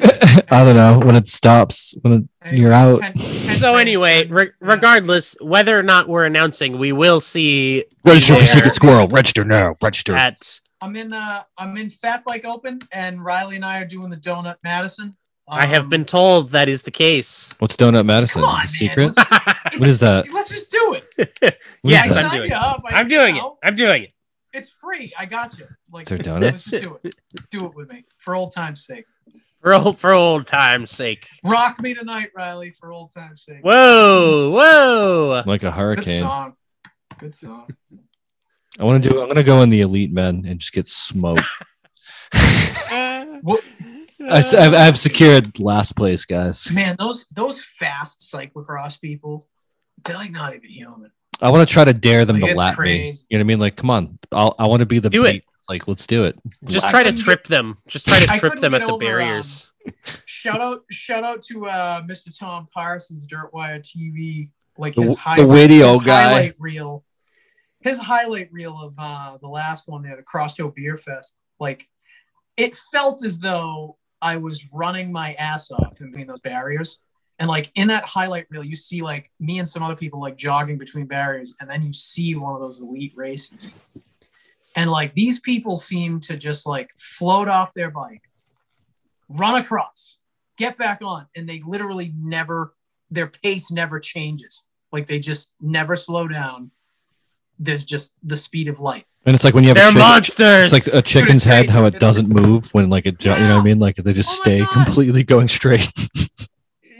S1: I, don't know when it stops. When it,
S2: Anyway,
S1: You're out.
S2: tent- tent
S3: so
S2: thing,
S3: anyway,
S2: tent-
S3: re- regardless whether or not we're announcing, we will see
S1: register for
S3: there
S1: Secret Squirrel. Register now. Register.
S3: at
S2: I'm in uh I'm in Fat Bike Open and Riley and I are doing the Donut Madison.
S3: I have
S2: Um,
S3: been told that is the case.
S1: What's Donut Madison?
S2: Come on,
S1: Is it
S2: man.
S1: secret?
S2: Let's,
S1: What is that?
S2: let's just do it.
S1: What is
S3: Yes,
S2: I
S1: that?
S3: I'm
S2: signed
S3: doing
S2: you up. I-
S3: I'm doing it.
S2: no,
S3: I'm doing it.
S2: It's free. I got you. Like
S1: Is there donuts?
S2: let's just do it. Do it with me for old time's sake.
S3: For old, for old time's sake.
S2: Rock me tonight, Riley, for old time's sake.
S3: Whoa, whoa.
S1: Like a
S2: Good
S1: hurricane.
S2: song. Good song.
S1: I want to do. I'm gonna go in the elite men and just get smoked.
S2: What,
S1: I, s- I've, I've secured last place, guys.
S2: man, those those fast cyclocross people, they're like not even human.
S1: I want to try to dare them
S2: Like,
S1: to
S2: it's
S1: lap me.
S2: crazy.
S1: You know what I mean? Like, come on. I'll, I want to be the
S3: Do it.
S1: beat. Like, let's do it.
S3: Just
S1: Lap-
S3: try to
S2: couldn't
S3: trip them. Just try to
S2: I
S3: trip
S2: couldn't
S3: them
S2: get
S3: at the
S2: over,
S1: um,
S3: barriers.
S2: Shout out shout out to uh Mr. Tom Parsons, Dirtwire TV, like
S1: The-
S2: his
S1: the
S2: highlight-
S1: witty
S2: his
S1: old guy.
S2: highlight reel. His highlight reel of uh the last one there, the Crossdale Beer Fest. Like it felt as though I was running my ass off in between those barriers. And like in that highlight reel, you see like me and some other people like jogging between barriers, and then you see one of those elite races. And like these people seem to just like float off their bike, run across, get back on, and they literally never, their pace never changes. Like they just never slow down. There's just the speed of light.
S1: And it's like when you have
S3: They're
S1: a chick,
S3: monsters.
S1: it's like a chicken's
S2: it's great.
S1: head, how it doesn't move when like it, jo- you know what I mean? Like they just
S2: Oh my
S1: stay
S2: God.
S1: completely going straight.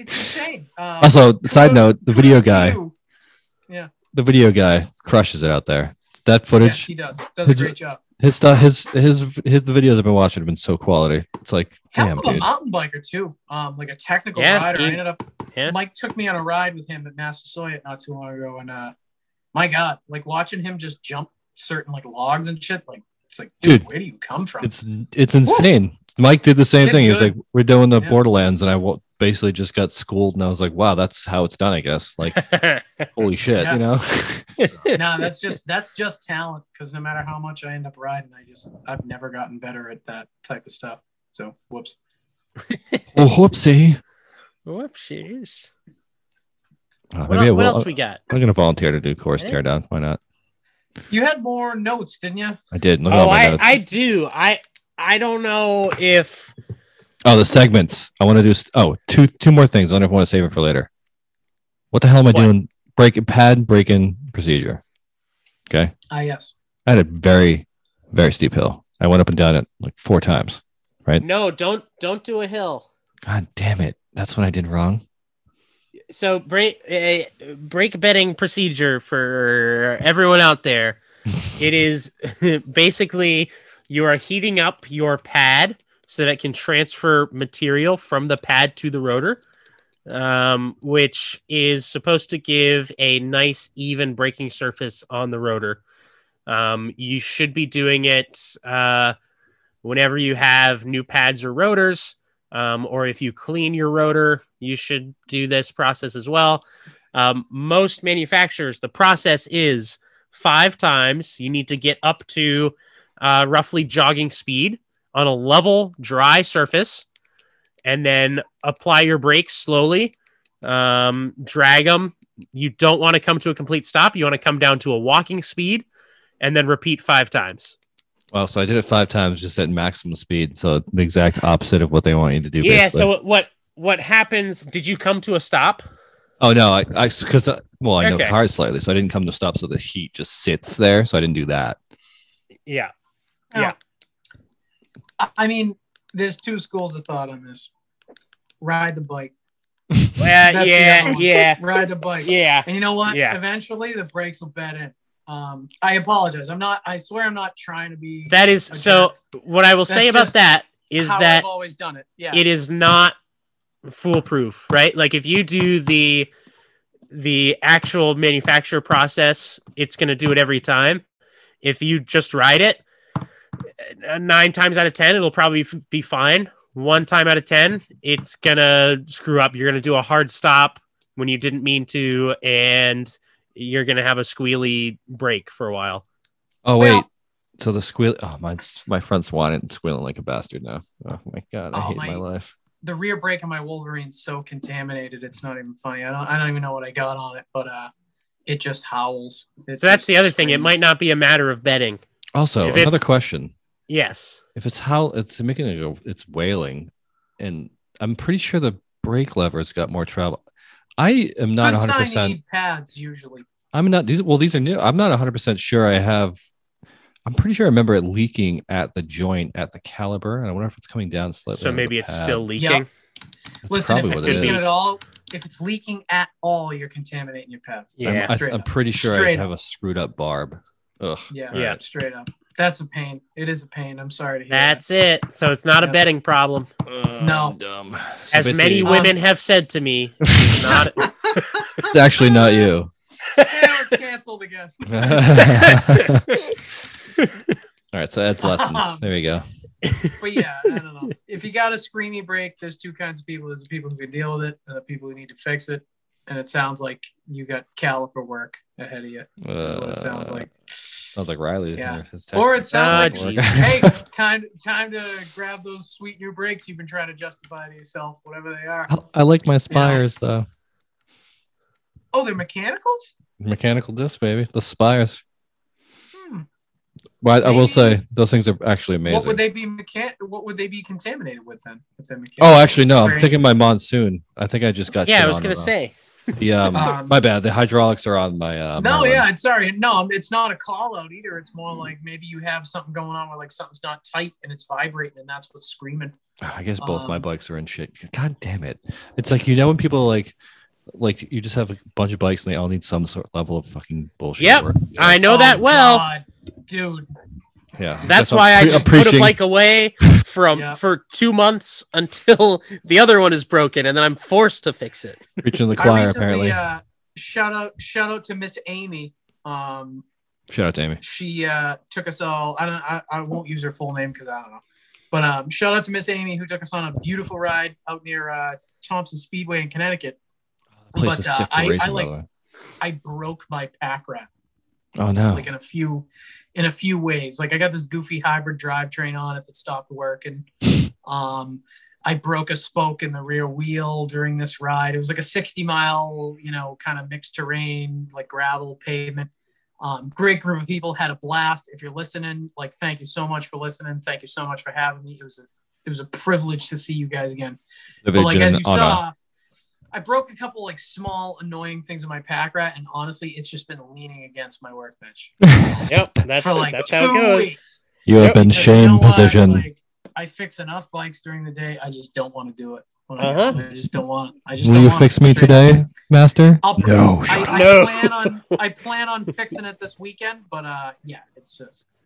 S2: It's insane. Uh,
S1: Also, side
S2: kudos-
S1: note, the video
S2: kudos to
S1: guy,
S2: you.
S1: the video guy crushes it out there. That
S2: Yes,
S1: footage,
S2: he does. Does a
S1: It's-
S2: great job.
S1: his stuff, his, his, his, the videos I've been watching have been so quality. It's like,
S2: Hell
S1: damn,
S2: of a
S1: dude.
S2: mountain biker too. Um, like a technical
S3: Yeah,
S2: rider. I
S3: he-
S2: ended up.
S1: uh,
S3: yeah.
S2: Mike took me on a ride with him at Massasoit not too long ago, and uh, my God, like watching him just jump certain like logs and shit. Like it's like, dude,
S1: Dude,
S2: where do you come from?
S1: It's, it's insane. Mike did the same
S2: It's
S1: thing. He was
S2: good.
S1: like, we're doing the
S2: Yeah.
S1: Borderlands. And I wa- basically just got schooled and I was like, wow, that's how it's done, I guess. Like, holy shit,
S2: Yeah.
S1: you know?
S2: no, that's just that's just talent. Because no matter how much I end up riding, I just I've never gotten better at that type of stuff. So whoops.
S1: oh, whoopsie.
S3: Whoopsies.
S1: Uh,
S3: What,
S1: maybe I
S3: el- what
S1: will.
S3: else we got?
S1: I'm gonna volunteer to do course
S3: Hey.
S1: teardown. Why not?
S2: You had more notes, didn't you?
S1: I did. Look at
S3: Oh,
S1: all my
S3: I,
S1: notes.
S3: I do. I I don't know if
S1: Oh, the segments. I want to do. s- Oh, two two more things. I don't know if I want to save it for later. What the hell am I
S3: What?
S1: doing? Break pad break in procedure. Okay,
S2: Ah, yes.
S1: I had a very very steep hill. I went up and down it like four times.
S3: no. Don't don't do a hill.
S1: God damn it! That's what I did wrong.
S3: So break uh, break betting procedure for everyone out there. it is basically you are heating up your pad so that it can transfer material from the pad to the rotor, um, which is supposed to give a nice even braking surface on the rotor. Um, you should be doing it uh, whenever you have new pads or rotors, um, or if you clean your rotor, you should do this process as well. Um, most manufacturers, the process is five times. You need to get up to uh, roughly jogging speed on a level, dry surface, and then apply your brakes slowly. Um, drag them. You don't want to come to a complete stop. You want to come down to a walking speed, and then repeat five times.
S1: Well, so I did it five times, just at maximum speed. So the exact opposite of what they want you to do.
S3: yeah.
S1: basically.
S3: So what- what what happens? Did you come to a stop?
S1: Oh no, I because I, well I know
S3: Okay.
S1: cars slightly, so I didn't come to stop, so the heat just sits there, so I didn't do that.
S3: Yeah.
S2: I- I mean, there's two schools of thought on this. Ride the bike.
S3: Well,
S2: That's the other
S3: yeah.
S2: one.
S3: Yeah.
S2: Ride the bike.
S3: Yeah.
S2: And you know what?
S3: Yeah.
S2: Eventually, the brakes will bed in. Um, I apologize. I'm not. I swear, I'm not trying to be.
S3: That is so. What I will say
S2: That's
S3: about
S2: just
S3: that is
S2: how
S3: that
S2: I've always done it. Yeah.
S3: it is not foolproof, right? Like if you do the the actual manufacture process, it's going to do it every time. If you just ride it, uh, nine times out of ten, it'll probably f- be fine. One time out of ten, it's gonna screw up. You're gonna do a hard stop when you didn't mean to, and you're gonna have a squealy break for a while.
S1: Oh wait,
S2: Well-
S1: so the squeal. Oh my, my front's whining and squealing like a bastard now. Oh my god, I
S2: Oh,
S1: hate my
S2: my-
S1: life.
S2: the rear brake of my Wolverine's so contaminated. It's not even funny. I don't. I don't even know what I got on it, but uh, it just howls. It
S3: So that's
S2: just
S3: the other thing. It
S2: screams.
S3: might not be a matter of betting.
S1: Also,
S3: If
S1: another
S3: it's-
S1: question:
S3: Yes.
S1: If it's how it's making it go, it's wailing, and I'm pretty sure the brake lever's got more travel. I am not 100.
S2: Good sign you
S1: percent
S2: need pads usually.
S1: I'm not these. Well, these are new. I'm not 100 percent sure. I have. I'm pretty sure I remember it leaking at the joint at the caliber, and I wonder if it's coming down slightly.
S3: So
S1: under the
S3: maybe it's
S1: pad.
S3: still leaking.
S1: That's
S2: Listen, if
S1: probably
S2: it's
S1: what it
S3: could be-
S2: leaking
S1: is.
S2: at all, if it's leaking at all, you're contaminating your pads.
S3: Yeah.
S1: I'm, I,
S2: Straight
S1: I'm
S2: up.
S1: pretty sure I
S2: Straight
S1: have a screwed up barb. Ugh.
S2: Yeah.
S1: All
S3: Yeah.
S1: right.
S2: Straight up. That's a pain. It is a pain. I'm sorry to hear. that.
S3: That's it. So it's not a
S2: Yeah.
S3: betting problem.
S1: Ugh,
S2: No.
S1: I'm dumb. So
S3: As many
S1: basically-
S2: Um,
S3: women have said to me, it's not
S1: it's actually not you.
S2: Yeah, we're canceled again.
S1: all right, so that's lessons. There we go.
S2: But yeah, I don't know. If you got a screamy break, there's two kinds of people. There's the people who can deal with it and the people who need to fix it. And it sounds like you got caliper work ahead of you. Is what it sounds
S1: Uh,
S2: like.
S1: Sounds like Riley.
S2: Yeah.
S1: Or it's,
S2: Or it sounds
S3: Ah,
S2: like,
S3: geez.
S2: hey, time time to grab those sweet new breaks you've been trying to justify to yourself, whatever they are.
S1: I, I like my spires though.
S2: Oh, they're mechanicals.
S1: Mechanical disc, baby. The spires.
S2: Hmm.
S1: But I, I will
S2: Maybe-
S1: say those things are actually amazing.
S2: What would they be mechan- What would they be contaminated with then? If they're mechanical?
S1: oh, actually, no. I'm
S2: Right.
S1: taking my monsoon. I think I just got.
S3: Yeah,
S1: shit
S3: I was
S1: on
S3: gonna
S1: it, though.
S3: say.
S1: The, um,
S2: Um,
S1: my bad. The hydraulics are on my. Uh, my
S2: no,
S1: one.
S2: yeah, it's sorry. No, it's not a call out either. It's more like maybe you have something going on where like something's not tight and it's vibrating and that's what's screaming.
S1: I guess both my
S2: Um,
S1: bikes are in shit. God damn it! It's like you know when people like, like you just have a bunch of bikes and they all need some sort level of fucking bullshit.
S3: Yep,
S1: work. Yeah.
S3: I know
S2: Oh,
S3: that well.
S2: God, dude.
S1: yeah. I
S3: That's
S1: guess I'm
S3: why I
S1: pre-
S3: just
S1: I'm
S3: put a
S1: preaching-
S3: bike away from
S2: Yeah.
S3: for two months until the other one is broken, and then I'm forced to fix it.
S1: preaching to the
S2: I
S1: choir.
S2: recently,
S1: apparently,
S2: Uh, shout out, shout out to Miss Amy. Um,
S1: shout out to Amy.
S2: she uh, took us all. I don't. I, I won't use her full name because I don't know. But um, shout out to Miss Amy who took us on a beautiful ride out near uh, Thompson Speedway in Connecticut.
S1: The place
S2: But,
S1: is
S2: uh,
S1: sick for
S2: I- I
S1: racing.
S2: like-
S1: by the way.
S2: I broke my pack rat
S1: Oh no!
S2: like in a few, in a few ways. Like I got this goofy hybrid drivetrain on it that stopped working. Um, I broke a spoke in the rear wheel during this ride. It was like a 60 mile, you know, kind of mixed terrain, like gravel pavement. Um, great group of people had a blast. If you're listening, like, thank you so much for listening. Thank you so much for having me. It was a, it was a privilege to see you guys again.
S1: The oh,
S2: But like
S1: vision
S2: as you
S1: on a-
S2: saw, I broke a couple like small annoying things in my pack rat, and honestly, it's just been leaning against my workbench
S3: Yep, that's
S2: for like
S3: that's how it
S2: two
S3: goes.
S2: weeks.
S1: you have
S3: Yep.
S1: been
S2: Because you
S1: shame
S2: know what?
S1: position.
S2: Like, I fix enough bikes during the day. I just don't want to do it. When I, get
S3: Uh-huh.
S2: home, I just don't want. It. I just
S1: Will
S2: don't
S1: you
S2: want it.
S1: fix me
S2: Straight-
S1: today, Master?
S2: I'll pr-
S1: no,
S2: I,
S1: shut up.
S2: I
S3: No.
S2: plan on I plan on fixing it this weekend, but uh, yeah, it's just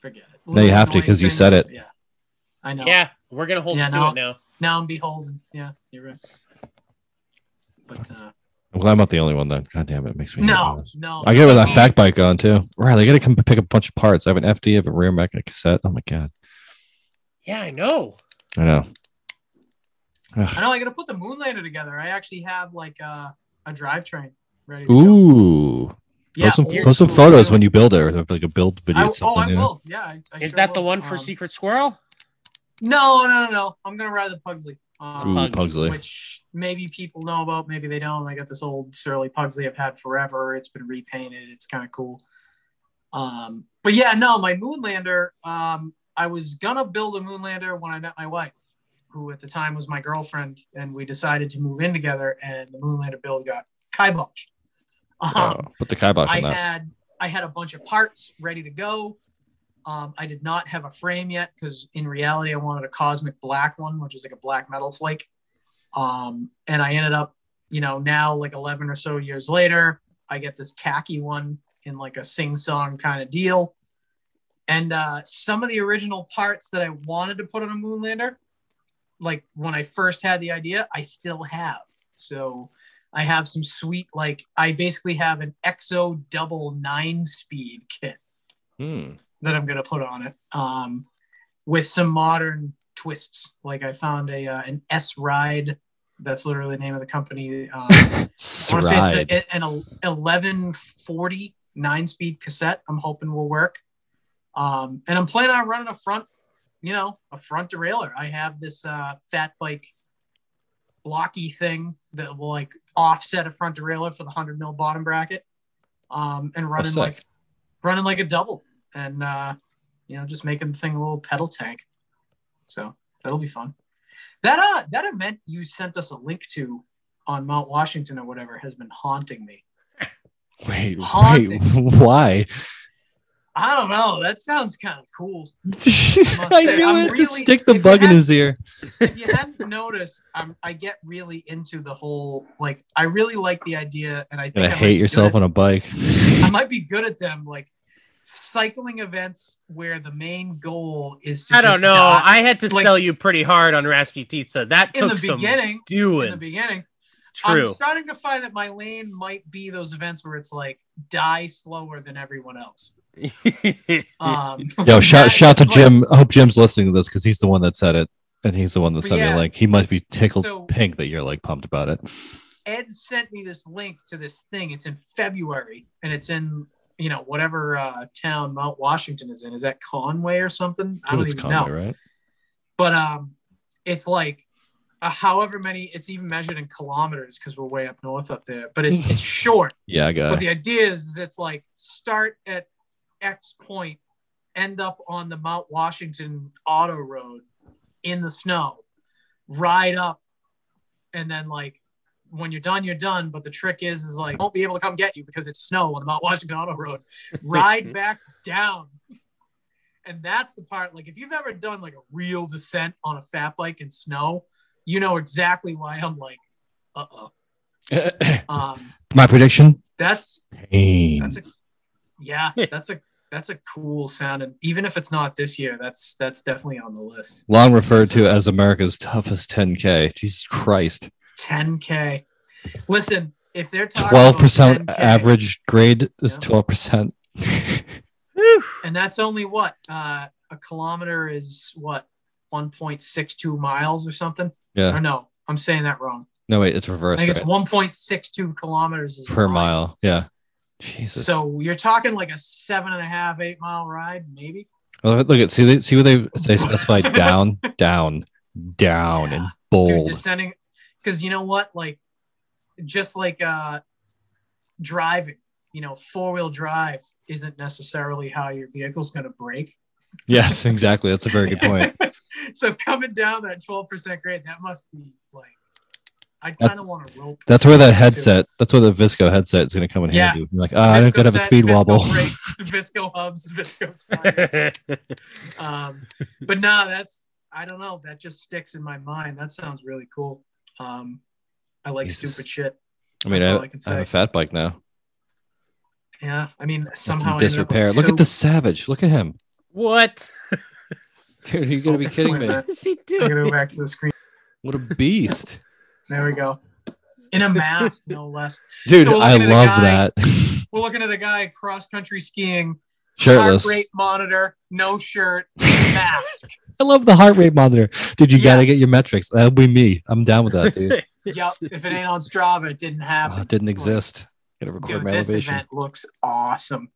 S2: forget it.
S1: No, you have to, 'cause you
S2: Annoying
S1: said
S2: things,
S1: it.
S2: Yeah, I know.
S3: Yeah, we're gonna hold
S2: Yeah,
S3: to
S2: no.
S3: it now.
S2: Now I'm beholden. Yeah, you're right. But uh,
S1: I'm glad I'm not the only one then. God damn it, makes me.
S2: no,
S1: nervous.
S2: no.
S1: I get with that
S2: no.
S1: fat bike on too. Riley, I gotta come pick up a bunch of parts. I have an FD, I have a rear mech, and a cassette. Oh my god,
S3: Yeah, I know.
S1: I know. Ugh.
S2: I know I gotta put the moonlander together. I actually have like uh, a drivetrain ready. To go.
S1: Ooh, post some,
S3: we're-
S1: post some photos when you build it, or have, like a build video.
S2: I,
S1: or
S2: oh,
S1: something,
S2: I
S1: you know?
S2: will. Yeah. I, I
S3: Is
S2: sure
S3: that the
S2: will.
S3: one for
S2: Um,
S3: Secret Squirrel?
S2: No, no, no, no. I'm gonna ride the Pugsley. Um,
S1: Ooh,
S3: Pugs,
S1: Pugsley.
S2: Which maybe people know about, maybe they don't. I got this old surly Pugsley I've had forever. It's been repainted. It's kind of cool. Um, but yeah, no, my Moonlander. Um, I was gonna build a Moonlander when I met my wife, who at the time was my girlfriend, and we decided to move in together. And the Moonlander build got kiboshed. Um,
S1: Oh, put the kibosh
S2: I
S1: on that.
S2: had I had a bunch of parts ready to go. Um, I did not have a frame yet because in reality I wanted a cosmic black one, which is like a black metal flake. Um, and I ended up, you know, now like eleven or so years later, I get this khaki one in like a sing song kind of deal. And uh, some of the original parts that I wanted to put on a Moonlander, like when I first had the idea, I still have. So I have some sweet, like, I basically have an EXO double nine speed kit
S1: Hmm.
S2: that I'm going to put on it um, with some modern twists. Like, I found a uh, an S Ride. That's literally the name of the company. Um, I want to say
S1: Ride.
S2: it's a, an 1140 nine speed cassette. I'm hoping will work. Um, and I'm planning on running a front, you know, a front derailleur. I have this uh, fat bike blocky thing that will like offset a front derailleur for the 100 mil bottom bracket um, and running
S1: sick.
S2: like running like a double and uh, you know just making the thing a little pedal tank so that'll be fun that uh that event you sent us a link to on mount washington or whatever has been haunting me
S1: Wait,
S2: haunting.
S1: wait, why?
S2: i don't know that sounds kind of cool
S1: I knew
S2: I'm
S1: it to
S2: really-
S1: stick the
S2: if you
S1: bug in
S2: had-
S1: his ear.
S2: if you hadn't noticed, I'm, I get really into the whole like I really like the idea, and I think
S1: Gonna
S2: I might
S1: hate
S2: be
S1: yourself
S2: good
S1: on a bike.
S2: At, I might be good at them, like cycling events where the main goal is to.
S3: I don't
S2: just
S3: know.
S2: die.
S3: I had to
S2: like-
S3: sell you pretty hard on Rasputitsa. That
S2: in
S3: took
S2: the
S3: some
S2: beginning, in the
S3: doing.
S2: beginning, I'm
S3: True.
S2: starting to find that my lane might be those events where it's like die slower than everyone else. Um,
S1: Yo, shout
S2: that-
S1: shout to
S2: like,
S1: Jim. I hope Jim's listening to this because he's the one that said it, and he's the one that
S2: But
S1: sent me
S2: yeah,
S1: me like he must be tickled
S2: so-
S1: pink that you're like pumped about it.
S2: Ed sent me this link to this thing. It's in February and it's in, you know, whatever uh, town Mount Washington is in. Is that Conway or something? I
S1: It
S2: don't
S1: was
S2: even
S1: Conway,
S2: know.
S1: right?
S2: But um, it's like uh, however many, it's even measured in kilometers because we're way up north up there, but it's, it's short.
S1: Yeah, I
S2: But
S1: got. it.
S2: the idea is, is it's like start at X point, end up on the Mount Washington auto road in the snow, ride up, and then like when you're done, you're done. But the trick is is like won't be able to come get you because it's snow on the Mount Washington auto road. Ride back down. And that's the part, like if you've ever done like a real descent on a fat bike in snow, you know exactly why I'm like, uh oh. Um,
S1: My prediction:
S2: that's
S1: pain.
S2: that's a yeah, that's a that's a cool sound, and even if it's not this year, that's that's definitely on the list.
S1: Long referred to as America's toughest 10K. Jesus Christ.
S2: 10k. Listen, if they're talking about
S1: 12%
S2: 10K,
S1: average grade is
S2: Yeah.
S1: 12%.
S3: Whew.
S2: and that's only what uh, a kilometer is what 1.62 miles or something.
S1: yeah.
S2: Or no, I'm saying that wrong.
S1: No, wait, it's
S2: I
S1: reversed
S2: think it's
S1: right?
S2: 1.62 kilometers is a
S1: per mile. Yeah. Jesus.
S2: So you're talking like a seven and a half, eight mile ride, maybe.
S1: Well, look at see they, see what they say specified down down down
S2: Yeah.
S1: and
S2: Dude,
S1: bold.
S2: descending because you know what? Like just like uh driving, you know, four-wheel drive isn't necessarily how your vehicle's gonna brake.
S1: yes, exactly. That's a very good point.
S2: so coming down that 12% grade, that must be like I
S1: That-
S2: kind of want to rope.
S1: That's where that
S2: too.
S1: headset. That's where the Visco headset is going to come in
S2: Yeah.
S1: handy. You're like, oh, I don't
S2: Visco
S1: could have a
S2: set,
S1: speed
S2: Visco
S1: wobble.
S2: brakes, Visco hubs, Visco tires. um, but no, that's I don't know. That just sticks in my mind. That sounds really cool. Um, I like
S1: Jesus.
S2: stupid shit.
S1: I mean,
S2: That's
S1: I,
S2: all I can
S1: I have
S2: say.
S1: a fat bike now.
S2: Yeah, I mean
S1: It's
S2: somehow
S1: in
S2: I ended up with
S1: disrepair. Look
S2: two.
S1: at the savage. Look at him.
S3: what
S1: Dude, are you going to be kidding me?
S2: What
S3: is he
S2: I'm
S3: doing?
S2: gonna go back to the screen.
S1: What a beast.
S2: There we go. In a mask, no less.
S1: Dude,
S2: So we're
S1: I
S2: looking at a
S1: love
S2: guy-
S1: that.
S2: We're looking at a guy cross country skiing,
S1: Shirtless.
S2: heart rate monitor, no shirt, mask.
S1: I love the heart rate monitor. Dude, you
S2: Yeah.
S1: gotta get your metrics. That'll be me. I'm down with that, dude.
S2: yep. If it ain't on Strava, it didn't
S1: oh,
S2: happen.
S1: it didn't exist. Gotta record
S2: Dude,
S1: my
S2: this
S1: elevation.
S2: event looks awesome.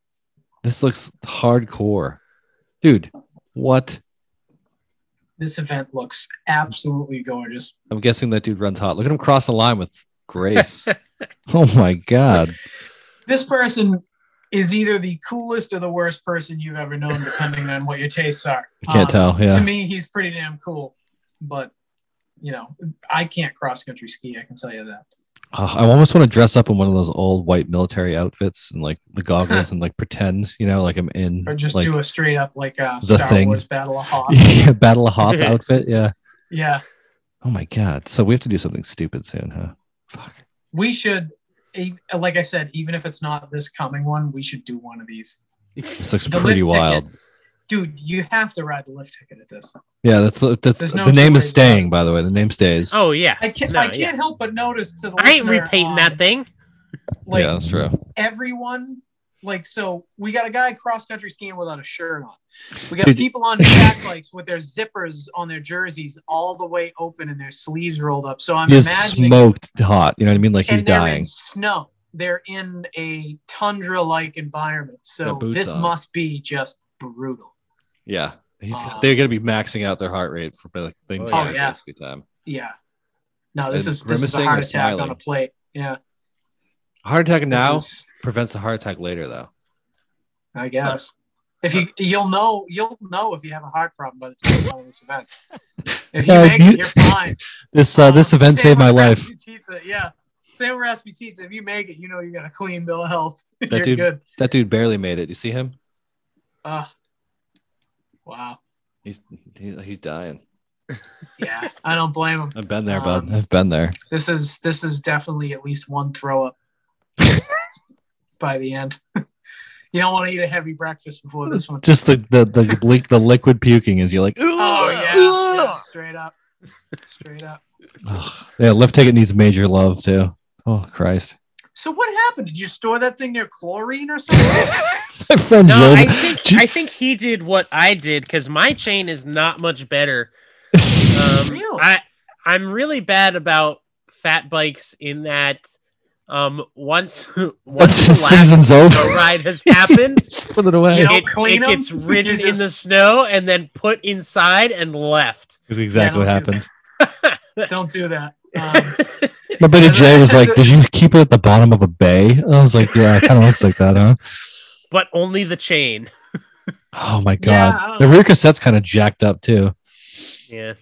S1: This looks hardcore. Dude, what?
S2: This event looks absolutely gorgeous.
S1: I'm guessing that dude runs hot. Look at him cross the line with grace. oh my god.
S2: this person is either the coolest or the worst person you've ever known, depending on what your tastes are.
S1: I can't
S2: Um,
S1: tell. Yeah.
S2: To me, he's pretty damn cool, but you know, I can't cross country ski. I can tell you that.
S1: Oh, I almost want to dress up in one of those old white military outfits and like the goggles and like pretend, you know, like I'm in
S2: Or just
S1: like
S2: do a straight up like uh,
S1: The
S2: Star
S1: Thing.
S2: Wars Battle of Hoth.
S1: yeah, Battle of Hoth outfit. Yeah.
S2: yeah,
S1: Oh my god. So we have to do something stupid soon, huh? Fuck.
S2: we should. e- Like I said, even if it's not this coming one, we should do one of these.
S1: This looks
S2: The lift
S1: pretty
S2: ticket.
S1: wild.
S2: Dude, you have to ride the lift ticket at this.
S1: Yeah, that's that's
S2: There's no
S1: the
S2: two
S1: name
S2: ways
S1: is
S2: about
S1: staying. By the way, the name stays.
S3: oh yeah
S2: I can't.
S3: No,
S2: I can't
S3: yeah.
S2: help but notice to the.
S3: i ain't
S2: listener
S3: repainting
S2: on,
S3: that thing
S2: Like,
S1: yeah, that's true.
S2: everyone like so we got a guy cross country skiing without a shirt on we got
S1: Dude.
S2: people on back bikes with their zippers on their jerseys all the way open and their sleeves rolled up so i'm
S1: He's
S2: imagining
S1: smoked hot. You know what I mean? Like he's
S2: and they're
S1: dying.
S2: in snow they're in a tundra like environment so
S1: Got boots
S2: this
S1: on.
S2: must be just brutal
S1: Yeah, he's,
S2: Uh,
S1: they're gonna be maxing out their heart rate for like the
S2: Oh,
S1: entire
S2: yeah.
S1: basically time.
S2: yeah no this
S1: And
S2: is this is a
S1: grimacing
S2: heart
S1: or
S2: attack on
S1: smiling?
S2: a plate yeah
S1: Heart attack
S2: this
S1: now
S2: is-
S1: prevents a heart attack later, though.
S2: I guess. If you you'll know you'll know if you have a heart problem by the time you're on this event. If you
S1: Yeah,
S2: make
S1: Uh, you-
S2: it, you're fine.
S1: This uh, this
S2: Um,
S1: event
S2: same
S1: saved my
S2: with
S1: life.
S2: Rasputitsa, Yeah, same with Rasputitsa. If you make it, you know you got a clean bill of health. you're
S1: That dude,
S2: good.
S1: that dude barely made it. You see him?
S2: Uh, wow.
S1: He's he, he's dying.
S2: Yeah, I don't blame him.
S1: I've been there,
S2: Um,
S1: bud. I've been there.
S2: This is this is definitely at least one throw up by the end. you don't want to eat a heavy breakfast before this one.
S1: Just the the the, li- the liquid puking is you like.
S2: Oh yeah, yeah, straight up, straight up.
S1: Ugh. yeah, lift ticket needs major love too. Oh Christ.
S2: So what happened? Did you store that thing near chlorine or something?
S1: My friend
S3: no
S1: Joe.
S3: i think
S1: Ju-
S3: i think he did what i did because my chain is not much better Um,
S2: Really?
S3: I I'm really bad about fat bikes in that um once once
S1: Once the
S3: the
S1: season's
S3: last
S1: over.
S3: ride has happened,
S1: Just put it away.
S2: You don't
S3: it,
S2: clean
S3: it
S2: 'em?
S3: gets ridden
S2: You
S3: in the
S2: just-
S3: snow and then put inside and left.
S1: Is exactly
S2: Yeah,
S1: what
S2: I don't
S1: happened.
S2: Don't do that. Um,
S1: My buddy
S2: Yeah,
S1: Jay was
S2: that's
S1: like,
S2: a-
S1: "Did you keep it at the bottom of a bay?" And I was like, "Yeah, it kind of looks like that, huh?"
S3: but only the chain.
S1: Oh my
S2: Yeah,
S1: god,
S2: I don't
S1: the
S2: know.
S1: rear cassette's kind of jacked up too.
S3: Yeah.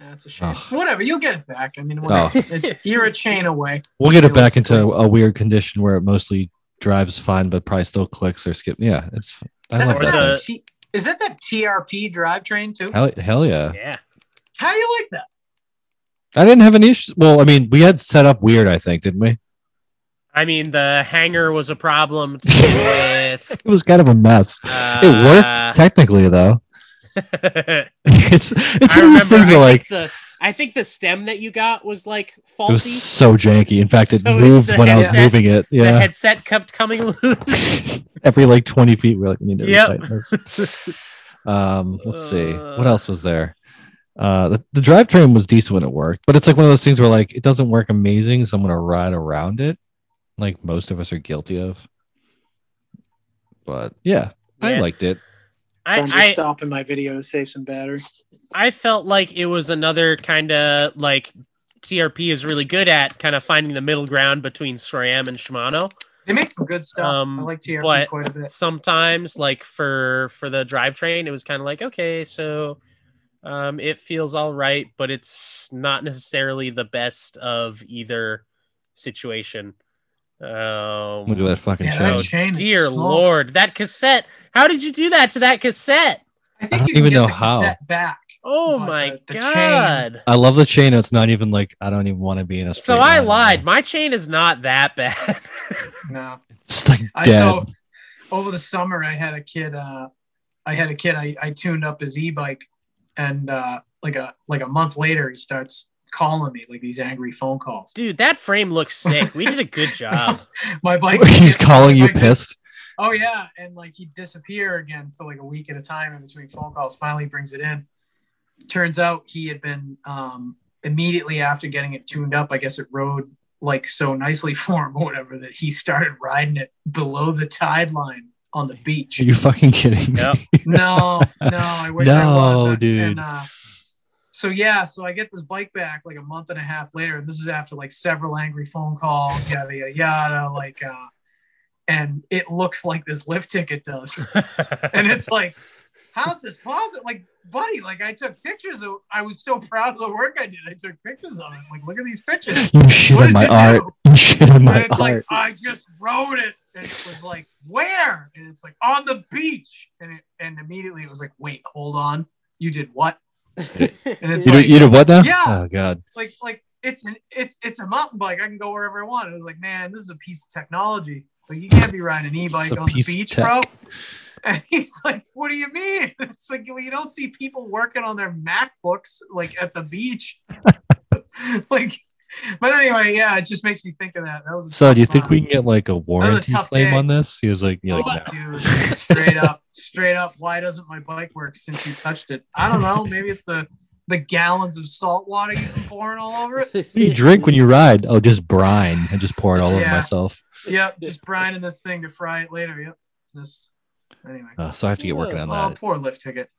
S2: that's a shame.
S1: Ugh.
S2: Whatever, you'll get it back. I mean,
S1: Oh.
S2: whatever. it's, you're a chain away.
S1: We'll get it back into
S2: Realistically.
S1: a weird condition where it mostly drives fine, but probably still clicks or skips. Yeah, it's. I love
S2: That's
S3: like
S1: that.
S2: not a
S1: thing.
S3: the-
S2: T- is that that TRP drivetrain too?
S1: Hell, hell yeah!
S3: Yeah.
S2: How do you like that?
S1: I didn't have any issues. Well, I mean, we had set up weird, I think, didn't we? It
S3: I mean the hanger was a problem to deal with.
S1: was kind of a mess.
S3: Uh,
S1: it worked technically, though. it's it's
S3: I
S1: one of those
S3: remember I
S1: things
S3: think
S1: where like
S3: the I think the stem that you got was like
S1: it
S3: faulty.
S1: was so janky. In fact, it
S3: So
S1: moved
S3: the
S1: when I was
S3: headset-
S1: moving it. Yeah.
S3: The headset kept coming loose.
S1: every like 20 feet we're like we need to
S3: Yep.
S1: tighten this. um let's see what
S3: Uh.
S1: else was there uh the, the drivetrain was decent when it worked but it's like one of those things where like it doesn't work amazing so i'm gonna ride around it like most of us are guilty of but yeah, i
S3: Yeah.
S1: liked it
S2: Don't just
S3: I,
S2: stop in my video to save some battery.
S3: I I felt like it was another kind of like TRP is really good at kind of finding the middle ground between SRAM and Shimano.
S2: They make some good stuff.
S3: Um,
S2: I like TRP
S3: but-
S2: quite a bit.
S3: sometimes like for for the drivetrain it was kind of like okay so um it feels all right but it's not necessarily the best of either situation
S1: Look
S3: um
S1: at that fucking
S2: Man,
S1: chain.
S2: that chain is
S3: dear
S2: small.
S3: lord that cassette how did you do that to that cassette
S2: I think
S1: I don't
S2: you can
S1: even
S2: get
S1: know
S2: the
S1: how.
S2: cassette back.
S3: oh
S2: But
S3: my
S2: the- the chain-
S3: god
S1: I love the chain. It's not even like I don't even want to be in a.
S3: so
S1: straight
S3: i
S1: line
S3: lied
S1: anymore.
S3: my chain is not that bad
S2: No,
S1: It's like
S2: I
S1: dead.
S2: so over the summer I had a kid. Uh, I had a kid. I, I tuned up his e-bike, and uh, like a like a month later, he starts calling me like these angry phone calls.
S3: dude that frame looks sick we did a good job
S2: my bike.
S1: He's calling you
S2: my-
S1: pissed.
S2: Oh yeah, and like he'd disappear again for like a week at a time in between phone calls. Finally, brings it in. Turns out he had been um, immediately after getting it tuned up. I guess it rode like so nicely for him or whatever that he started riding it below the tide line on the beach.
S1: Are you fucking kidding me?
S3: Yep.
S2: no, no, I wish
S1: No,
S2: I was. And,
S1: dude.
S2: And, uh, so yeah, so I get this bike back like a month and a half later. This is after like several angry phone calls, yada yada yada, like uh and it looks like this lift ticket does. And it's like, how's this possible? Like, buddy, like I took pictures of I was so proud of the work I did. I took pictures of it. Like, look at these pictures.
S1: You shit
S2: What
S1: in
S2: did
S1: my
S2: you
S1: art.
S2: do?
S1: You shit in my
S2: and it's
S1: art.
S2: like, I just wrote it. And it was like, where? And it's like, on the beach. And it, and immediately it was like, wait, hold on. You did what? And it's
S1: you,
S2: like,
S1: do, you do what now?
S2: Yeah.
S1: Oh god.
S2: like, like it's an, it's, it's a mountain bike. I can go wherever I want. It was like, man, this is a piece of technology. Like you can't be riding an e-bike
S1: a
S2: on the
S1: piece of
S2: beach,
S1: tech.
S2: bro. And he's like, what do you mean? It's like, well, you don't see people working on their MacBooks like at the beach. like, but anyway, yeah, it just makes me think of that. That was a
S1: So do you
S2: tough
S1: think
S2: time.
S1: we can get like a warranty
S2: tough
S1: claim
S2: day.
S1: on this? He was like, you're like,
S2: What,
S1: no.
S2: dude? Straight up, straight up. Why doesn't my bike work since you touched it? I don't know. Maybe it's the the gallons of salt water you've been pouring all over it.
S1: What do you drink when you ride? Oh, just brine and just pour it all over
S2: Yeah.
S1: myself.
S2: Yep, just brining this thing to fry it later. Yep. Just anyway.
S1: Uh, so I have to get working on that.
S2: Oh, poor lift ticket.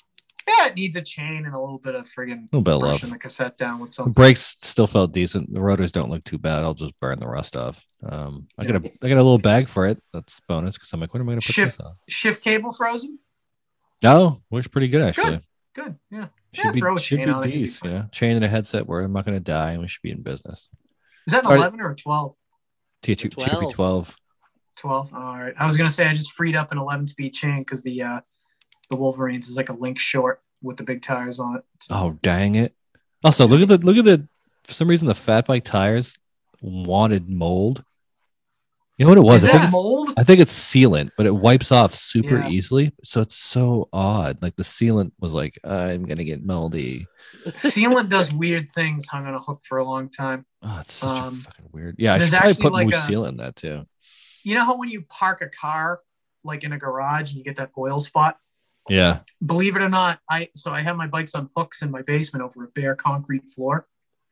S2: Yeah, it needs a chain and a little bit of friggin'
S1: A little bit of love.
S2: brushing the cassette down with
S1: The
S2: something.
S1: brakes still felt decent. The rotors don't look too bad. I'll just burn the rust off. Um, I got a I got a little bag for it. That's bonus because I'm like, what am I gonna put
S2: Shift-
S1: this on?
S2: Shift cable frozen.
S1: No, works pretty good actually.
S2: Good. Yeah.
S1: Should
S2: Yeah,
S1: be
S2: throw a
S1: should
S2: chain on it,
S1: be
S2: it'd be
S1: decent.
S2: fine.
S1: Yeah, chain and a headset where I'm not gonna die and we should be in business.
S2: Is that an
S1: Sorry.
S2: eleven or a 12?
S1: T two
S3: Twelve.
S1: twelve.
S2: 12 all right i was gonna say i just freed up an 11 speed chain because the uh the wolverines is like a link short with the big tires on it so,
S1: Oh dang it! Also, look at the look at the for some reason the fat bike tires wanted mold. You know what it was?
S2: is
S1: I think
S2: that
S1: it's
S2: mold
S1: I think it's sealant, but it wipes off super
S2: Yeah.
S1: easily. So it's so odd. Like the sealant was like, I'm gonna get moldy.
S2: sealant does weird things hung on a hook for a long time
S1: Oh, it's such
S2: Um,
S1: a fucking weird. Yeah, I
S2: there's
S1: should probably
S2: actually
S1: put
S2: like
S1: new
S2: a-
S1: sealant in that too.
S2: you know how when you park a car like in a garage and you get that oil spot
S1: Yeah.
S2: believe it or not i so i have my bikes on hooks in my basement over a bare concrete floor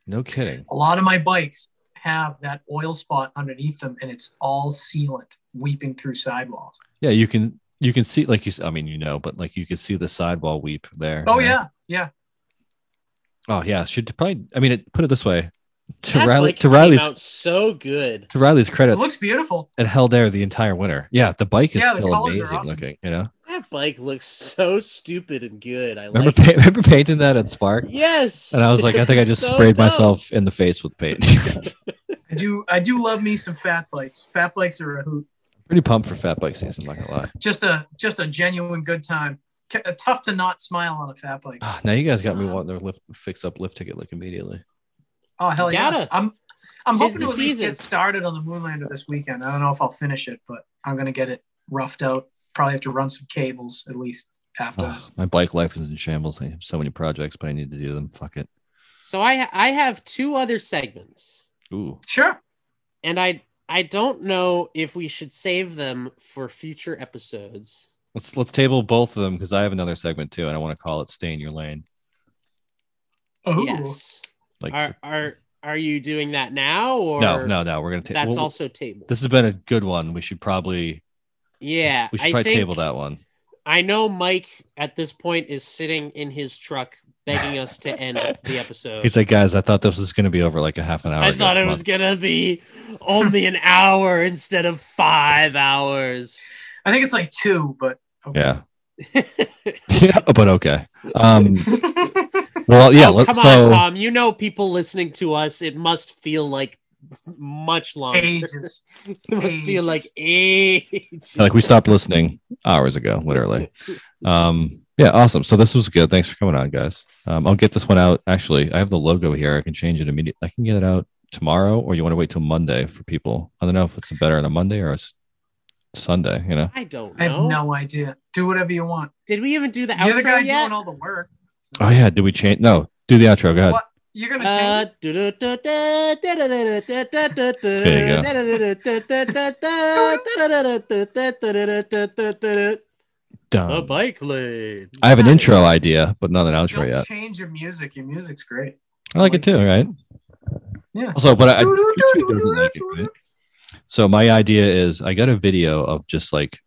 S1: No kidding.
S2: a lot of my bikes have that oil spot underneath them and it's all sealant weeping through sidewalls
S1: Yeah, you can you can see like you s- I mean you know, but like you could see the sidewall weep there.
S2: oh
S1: you know?
S2: yeah yeah
S1: Oh yeah. Should probably I mean it, put it this way. To
S3: That
S1: Riley
S3: bike
S1: to
S3: came
S1: Riley's
S3: out so good.
S1: to Riley's
S2: it
S1: credit,
S2: looks beautiful
S1: it held air the entire winter. Yeah, the bike is
S2: Yeah, the
S1: still
S2: colors are
S1: amazing
S2: awesome.
S1: looking, you know.
S3: That bike looks so stupid and good. I
S1: Remember
S3: like.
S1: pa- remember painting that at Spark?
S3: Yes.
S1: And I was like, I think I just
S3: So
S1: sprayed
S3: dope.
S1: myself in the face with paint.
S2: I do I do love me some fat bikes. Fat bikes are a hoot.
S1: Pretty pumped for fat bike season, not gonna lie.
S2: Just a just a genuine good time. K- Tough to not smile on a fat bike.
S1: Ah, Now you guys got me wanting to lift, fix up lift ticket like immediately.
S2: Oh hell yeah!
S3: Gotta.
S2: I'm I'm
S3: Tis
S2: hoping
S3: the
S2: to at least
S3: season.
S2: get started on the Moonlander this weekend. I don't know if I'll finish it, but I'm gonna get it roughed out. Probably have to run some cables at least after.
S1: Ah,
S2: this.
S1: my bike life is in shambles. I have so many projects, but I need to do them. Fuck it.
S3: So I I have two other segments,
S1: Ooh,
S2: Sure.
S3: and I I don't know if we should save them for future episodes.
S1: let's let's table both of them because I have another segment too, and I want to call it "Stay in Your Lane."
S2: Oh,
S3: Yes.
S1: Like,
S3: Are are are you doing that now or
S1: no, no, no. We're gonna take.
S3: That's
S1: well,
S3: also table.
S1: This has been a good one. We should probably
S3: yeah,
S1: we should
S3: I
S1: probably
S3: think
S1: table that one.
S3: I know Mike at this point is sitting in his truck begging us to end the episode.
S1: He's like, guys, I thought this was going to be over like a half an hour.
S3: I
S1: ago.
S3: thought it
S1: Come
S3: was
S1: on."
S3: gonna be only an hour instead of five hours.
S2: I think it's like two, but okay.
S1: Yeah. yeah, but okay. Um, well, yeah.
S3: Oh,
S1: let-
S3: come
S1: so
S3: on, Tom. You know people listening to us. It must feel like much longer.
S2: ages.
S3: it must feel like
S2: ages.
S3: ages.
S1: like we stopped listening hours ago, literally. Um, yeah, awesome. So this was good. Thanks for coming on, guys. Um, I'll get this one out. Actually, I have the logo here. I can change it immediately. I can get it out tomorrow, or you want to wait till Monday for people. I don't know if it's better on a Monday or a s- Sunday. You know.
S3: I don't
S2: I have
S3: know.
S2: no idea. Do whatever you want.
S3: Did we even do the
S2: You're the guy
S3: outro yet?
S2: doing all the work. So-
S1: Oh yeah. Did we change? No. Do the outro. Go ahead.
S2: What? You're gonna
S3: Uh,
S2: change?
S3: The
S1: Done.
S3: bike lane.
S1: I have an intro idea, but not an outro
S2: Don't
S1: yet.
S2: change your music. Your music's great.
S1: I like it too, right?
S2: Yeah.
S1: Also, but I
S2: Do-do-do-do-do-do-do.
S1: doesn't like it, right? So my idea is I got a video of just like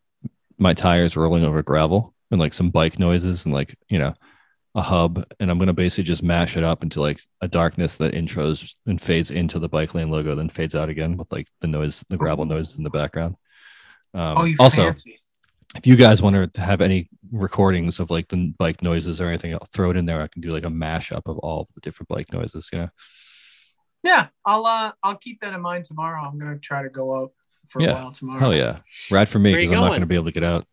S1: my tires rolling over gravel and like some bike noises and like, you know, a hub. And I'm gonna basically just mash it up into like a darkness that intros and fades into the bike lane logo, then fades out again with like the noise, the gravel noise in the background. Um,
S2: Oh, you
S1: also,
S2: fancy.
S1: if you guys want to have any recordings of like the bike noises or anything, I'll throw it in there. I can do like a mashup of all the different bike noises, you know.
S2: Yeah, I'll uh, I'll keep that in mind tomorrow. I'm gonna try to go out for
S1: Yeah.
S2: a while tomorrow.
S1: Hell yeah. Ride for me
S3: Where you
S1: because I'm not
S3: going?
S1: going to be able to get out.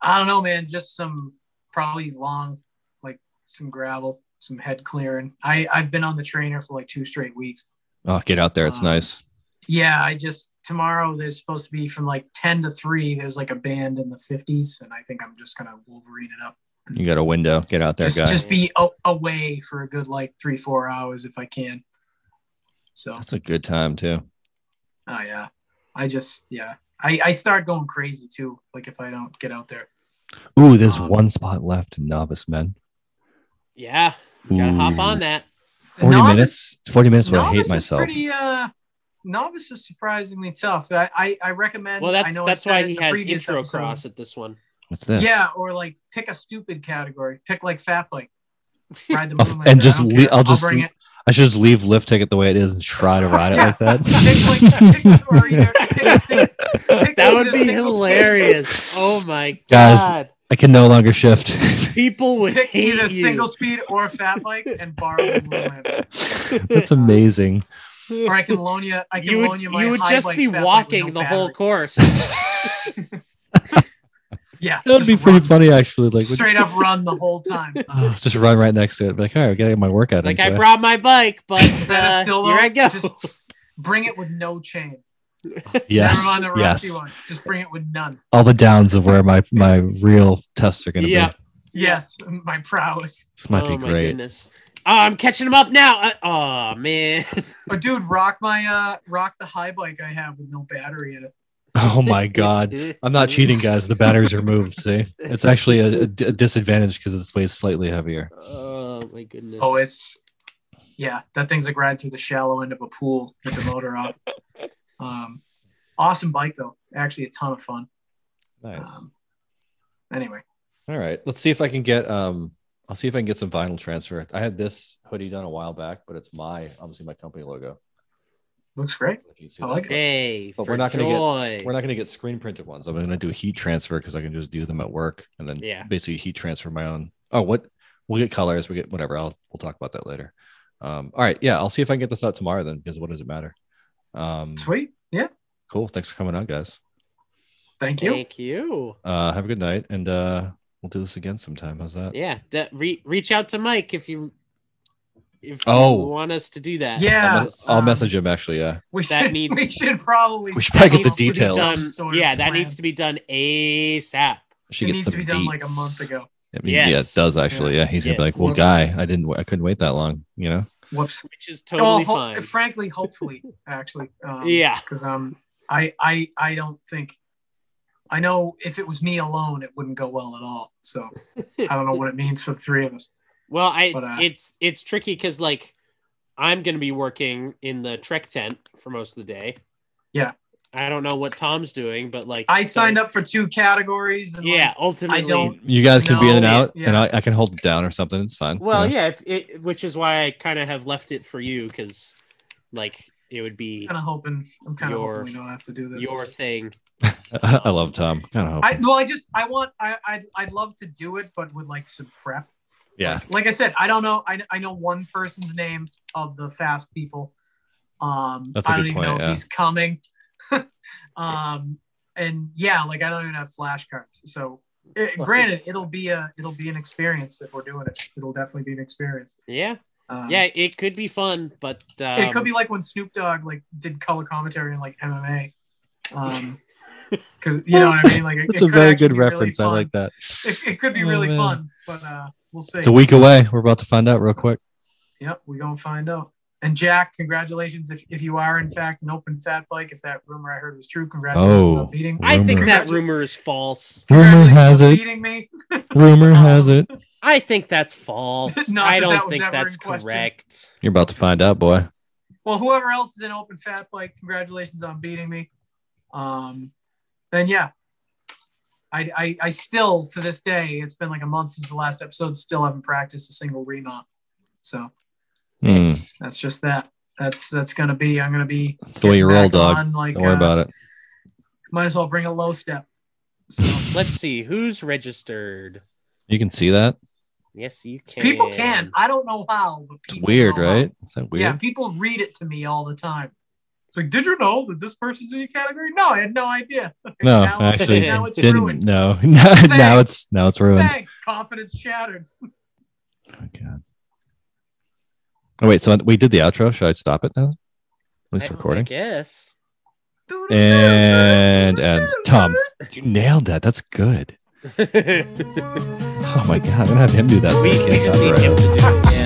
S2: I don't know, man. Just some probably long, like some gravel, some head clearing. I I've been on the trainer for like two straight weeks.
S1: Oh, get out there. It's
S2: Um,
S1: nice.
S2: Yeah, I just tomorrow there's supposed to be from like ten to three. There's like a band in the fifties, and I think I'm just gonna Wolverine it up.
S1: You got a window. Get out there,
S2: just
S1: guys.
S2: just be a- away for a good like three four hours if I can. So
S1: That's a good time, too.
S2: oh yeah, I just yeah. I, I start going crazy too, like if I don't get out there.
S1: Ooh, there's
S2: Um,
S1: one spot left in Novice Men.
S3: Yeah, gotta hop on that.
S1: 40
S2: Novice-
S1: minutes. 40 minutes would I
S2: Novice
S1: hate
S2: is
S1: myself.
S2: Pretty, uh, novice is surprisingly tough. I, I, I recommend.
S3: Well,
S2: I
S3: that's
S2: know I
S3: that's
S2: said
S3: why
S2: it in
S3: he
S2: the
S3: has
S2: previous
S3: intro
S2: episode.
S3: cross at this one.
S1: What's this?
S2: Yeah, or like pick a stupid category. Pick like fat bike. Ride the
S1: Of-
S2: moonlight.
S1: and
S2: I
S1: just
S2: don't
S1: le-
S2: care.
S1: I'll just-
S2: bring it.
S1: I should just leave lift ticket the way it is and try to ride it
S2: Yeah.
S1: like
S2: Pick, like, pick, or either pick a
S1: that.
S2: stick- pick a
S3: That would be
S2: single-
S3: hilarious. Oh my
S1: Guys.
S3: god,
S1: I can no longer shift.
S3: people would
S2: Pick either
S3: hate
S2: single
S3: you.
S2: speed or a fat bike and borrow the moonlight.
S1: That's amazing.
S2: Or I can loan you. I can
S3: you
S2: loan
S3: would,
S2: you my.
S3: you would
S2: high
S3: just
S2: bike,
S3: be
S2: fat bike with
S3: walking
S2: no
S3: the whole
S2: battery.
S3: course.
S2: Yeah,
S1: That would
S2: just
S1: be pretty
S2: run.
S1: funny, actually. Like, would-
S2: Straight up run the whole time.
S1: oh, just run right next to it. Be Like, all right, I gotta get my workout.
S3: like
S1: in
S3: I
S1: today.
S3: brought my bike, but
S2: Instead
S3: uh,
S2: of still
S3: here I
S2: though,
S3: go.
S2: just Bring it with no chain.
S1: yes,
S2: Never mind the rusty
S1: yes.
S2: one. Just bring it with none.
S1: all the downs of where my my real tests are going to
S3: Yeah.
S1: be.
S2: Yes, my prowess.
S1: This might
S3: oh
S1: be
S3: my
S1: great.
S3: goodness. Oh, I'm catching him up now. Uh, oh man.
S2: But Oh, dude, rock my uh rock the high bike I have with no battery in it.
S1: Oh my god. I'm not cheating, guys. The batteries are moved. See, it's actually a, a d- a disadvantage because it's weighs slightly heavier.
S3: Oh my goodness.
S2: Oh, it's yeah, that thing's like riding through the shallow end of a pool with the motor off. Um awesome bike though. Actually a ton of fun. Um, anyway.
S1: All right. Let's see if I can get. Um, I'll see if I can get some vinyl transfer. I had this hoodie done a while back, but it's my obviously my company logo.
S2: Looks great.
S1: If you see
S2: I
S1: that.
S2: like it.
S3: Hey,
S1: But
S3: but
S1: we're not gonna get-
S3: joy.
S1: We're not going to get screen printed ones. I'm going to do heat transfer because I can just do them at work and then
S3: Yeah.
S1: basically heat transfer my own. Oh, what? We'll get colors. We get whatever. I'll we'll talk about that later. Um, all right. Yeah, I'll see if I can get this out tomorrow then because what does it matter? Um,
S2: Sweet. Yeah.
S1: cool. Thanks for coming on, guys.
S2: Thank you.
S3: Thank you.
S1: Uh, have a good night, and uh, we'll do this again sometime. How's that?
S3: Yeah, de- re- reach out to Mike if you if
S1: Oh.
S3: you want us to do that.
S1: I'll,
S2: Yeah.
S1: mes- I'll
S2: um,
S1: message him actually. Yeah.
S2: We should,
S3: That needs-
S2: we should probably
S1: We should probably get the
S2: come up with
S1: details.
S2: some sort
S3: Done,
S2: of
S3: yeah, that
S2: plan.
S3: needs to be done ASAP.
S1: She
S2: it
S1: gets
S2: needs to
S1: some
S2: be done like a
S1: deets.
S2: month ago.
S1: I mean,
S3: Yes.
S1: Yeah, it does actually. Yeah, he's gonna be
S3: Yes.
S1: like, "Well, guy, I didn't. I couldn't wait that long." You know.
S2: Whoops.
S3: Which is totally
S2: ho-
S3: fine.
S2: Frankly, hopefully, actually. Um,
S3: yeah.
S2: Because um, I I I don't think I know if it was me alone, it wouldn't go well at all. So I don't know what it means for the three of us.
S3: Well, I it's
S2: But, uh,
S3: it's, it's tricky because like I'm gonna be working in the trek tent for most of the day.
S2: Yeah.
S3: I don't know what Tom's doing, but like
S2: I signed up for two categories. And
S3: Yeah,
S2: like,
S3: ultimately.
S2: I don't-
S1: You guys can be in and
S2: No,
S1: out, and
S2: yeah.
S1: I, I can hold it down or something. It's fine.
S3: Well,
S1: you know?
S3: yeah, if it, which is why I kind of have left it for you because, like, it would be
S2: kind of hoping I'm kind of
S3: Your-
S2: hoping we don't have to do this.
S3: your thing.
S1: I love Tom. Kind of.
S2: I well, I just I want I I'd, I'd love to do it, but with like some prep.
S1: yeah.
S2: Like I said, I don't know. I, I know one person's name of the fast people. Um,
S1: That's a
S2: I don't
S1: good
S2: even
S1: point,
S2: know if
S1: yeah.
S2: he's coming. um, and yeah, like I don't even have flashcards. So, it,
S3: Well,
S2: granted, it'll be a it'll be an experience if we're doing it. It'll definitely be an experience.
S3: Yeah,
S2: Um,
S3: yeah, it could be fun, but um,
S2: it could be like when Snoop Dogg like did color commentary in like MMA. Um, 'cause- you know what I mean? Like it,
S1: That's
S2: it
S1: a
S2: could
S1: very
S2: actually
S1: good
S2: be really
S1: reference. I
S2: fun.
S1: like that.
S2: It, it could be
S1: Oh,
S2: really
S1: man.
S2: fun, but uh, we'll see.
S1: It's a week away. We're about to find out real quick.
S2: Yep, we gonna find out. And Jack, congratulations if, if you are in fact an open fat bike. If that rumor I heard was true, congratulations
S1: Oh.
S2: on beating.
S3: I think
S1: Rumor.
S3: that rumor is false.
S1: Rumor
S2: Congratulations
S1: has
S2: on
S1: it.
S2: beating me.
S1: Rumor has it.
S3: I think that's false.
S2: Not that
S3: I don't
S2: that was
S3: think
S2: ever
S3: that's
S2: in question.
S3: correct.
S1: You're about to find out, boy.
S2: Well, whoever else is in open fat bike, congratulations on beating me. Um, and yeah, I, I I still to this day it's been like a month since the last episode. Still haven't practiced a single remount. So
S1: Hmm.
S2: that's just that. That's that's gonna be. I'm gonna be.
S1: That's the way you
S2: getting
S1: roll,
S2: back
S1: dog.
S2: on, Like,
S1: Don't worry
S2: uh,
S1: about it.
S2: Might as well bring a low step. So.
S3: Let's see who's registered.
S1: You can see that.
S3: Yes, you can.
S2: People can. I don't know how, but
S1: It's
S2: people
S1: weird,
S2: know how.
S1: right? Is that
S2: Yeah,
S1: weird?
S2: people read it to me all the time. It's like, did you know that this person's in your category? No, I had no idea.
S1: No,
S2: now,
S1: actually,
S2: now it's
S1: didn't.
S2: ruined.
S1: No, now, now it's now it's ruined.
S2: Thanks, confidence shattered.
S1: God. Oh wait, so we did the outro. Should I stop it now? At least recording.
S3: Yes.
S1: And and Tom, you nailed that. That's good.
S3: we, we
S1: Oh my god, I'm gonna have him do that. so he can't
S3: just need
S1: copyright
S3: him
S1: us.
S3: to do it.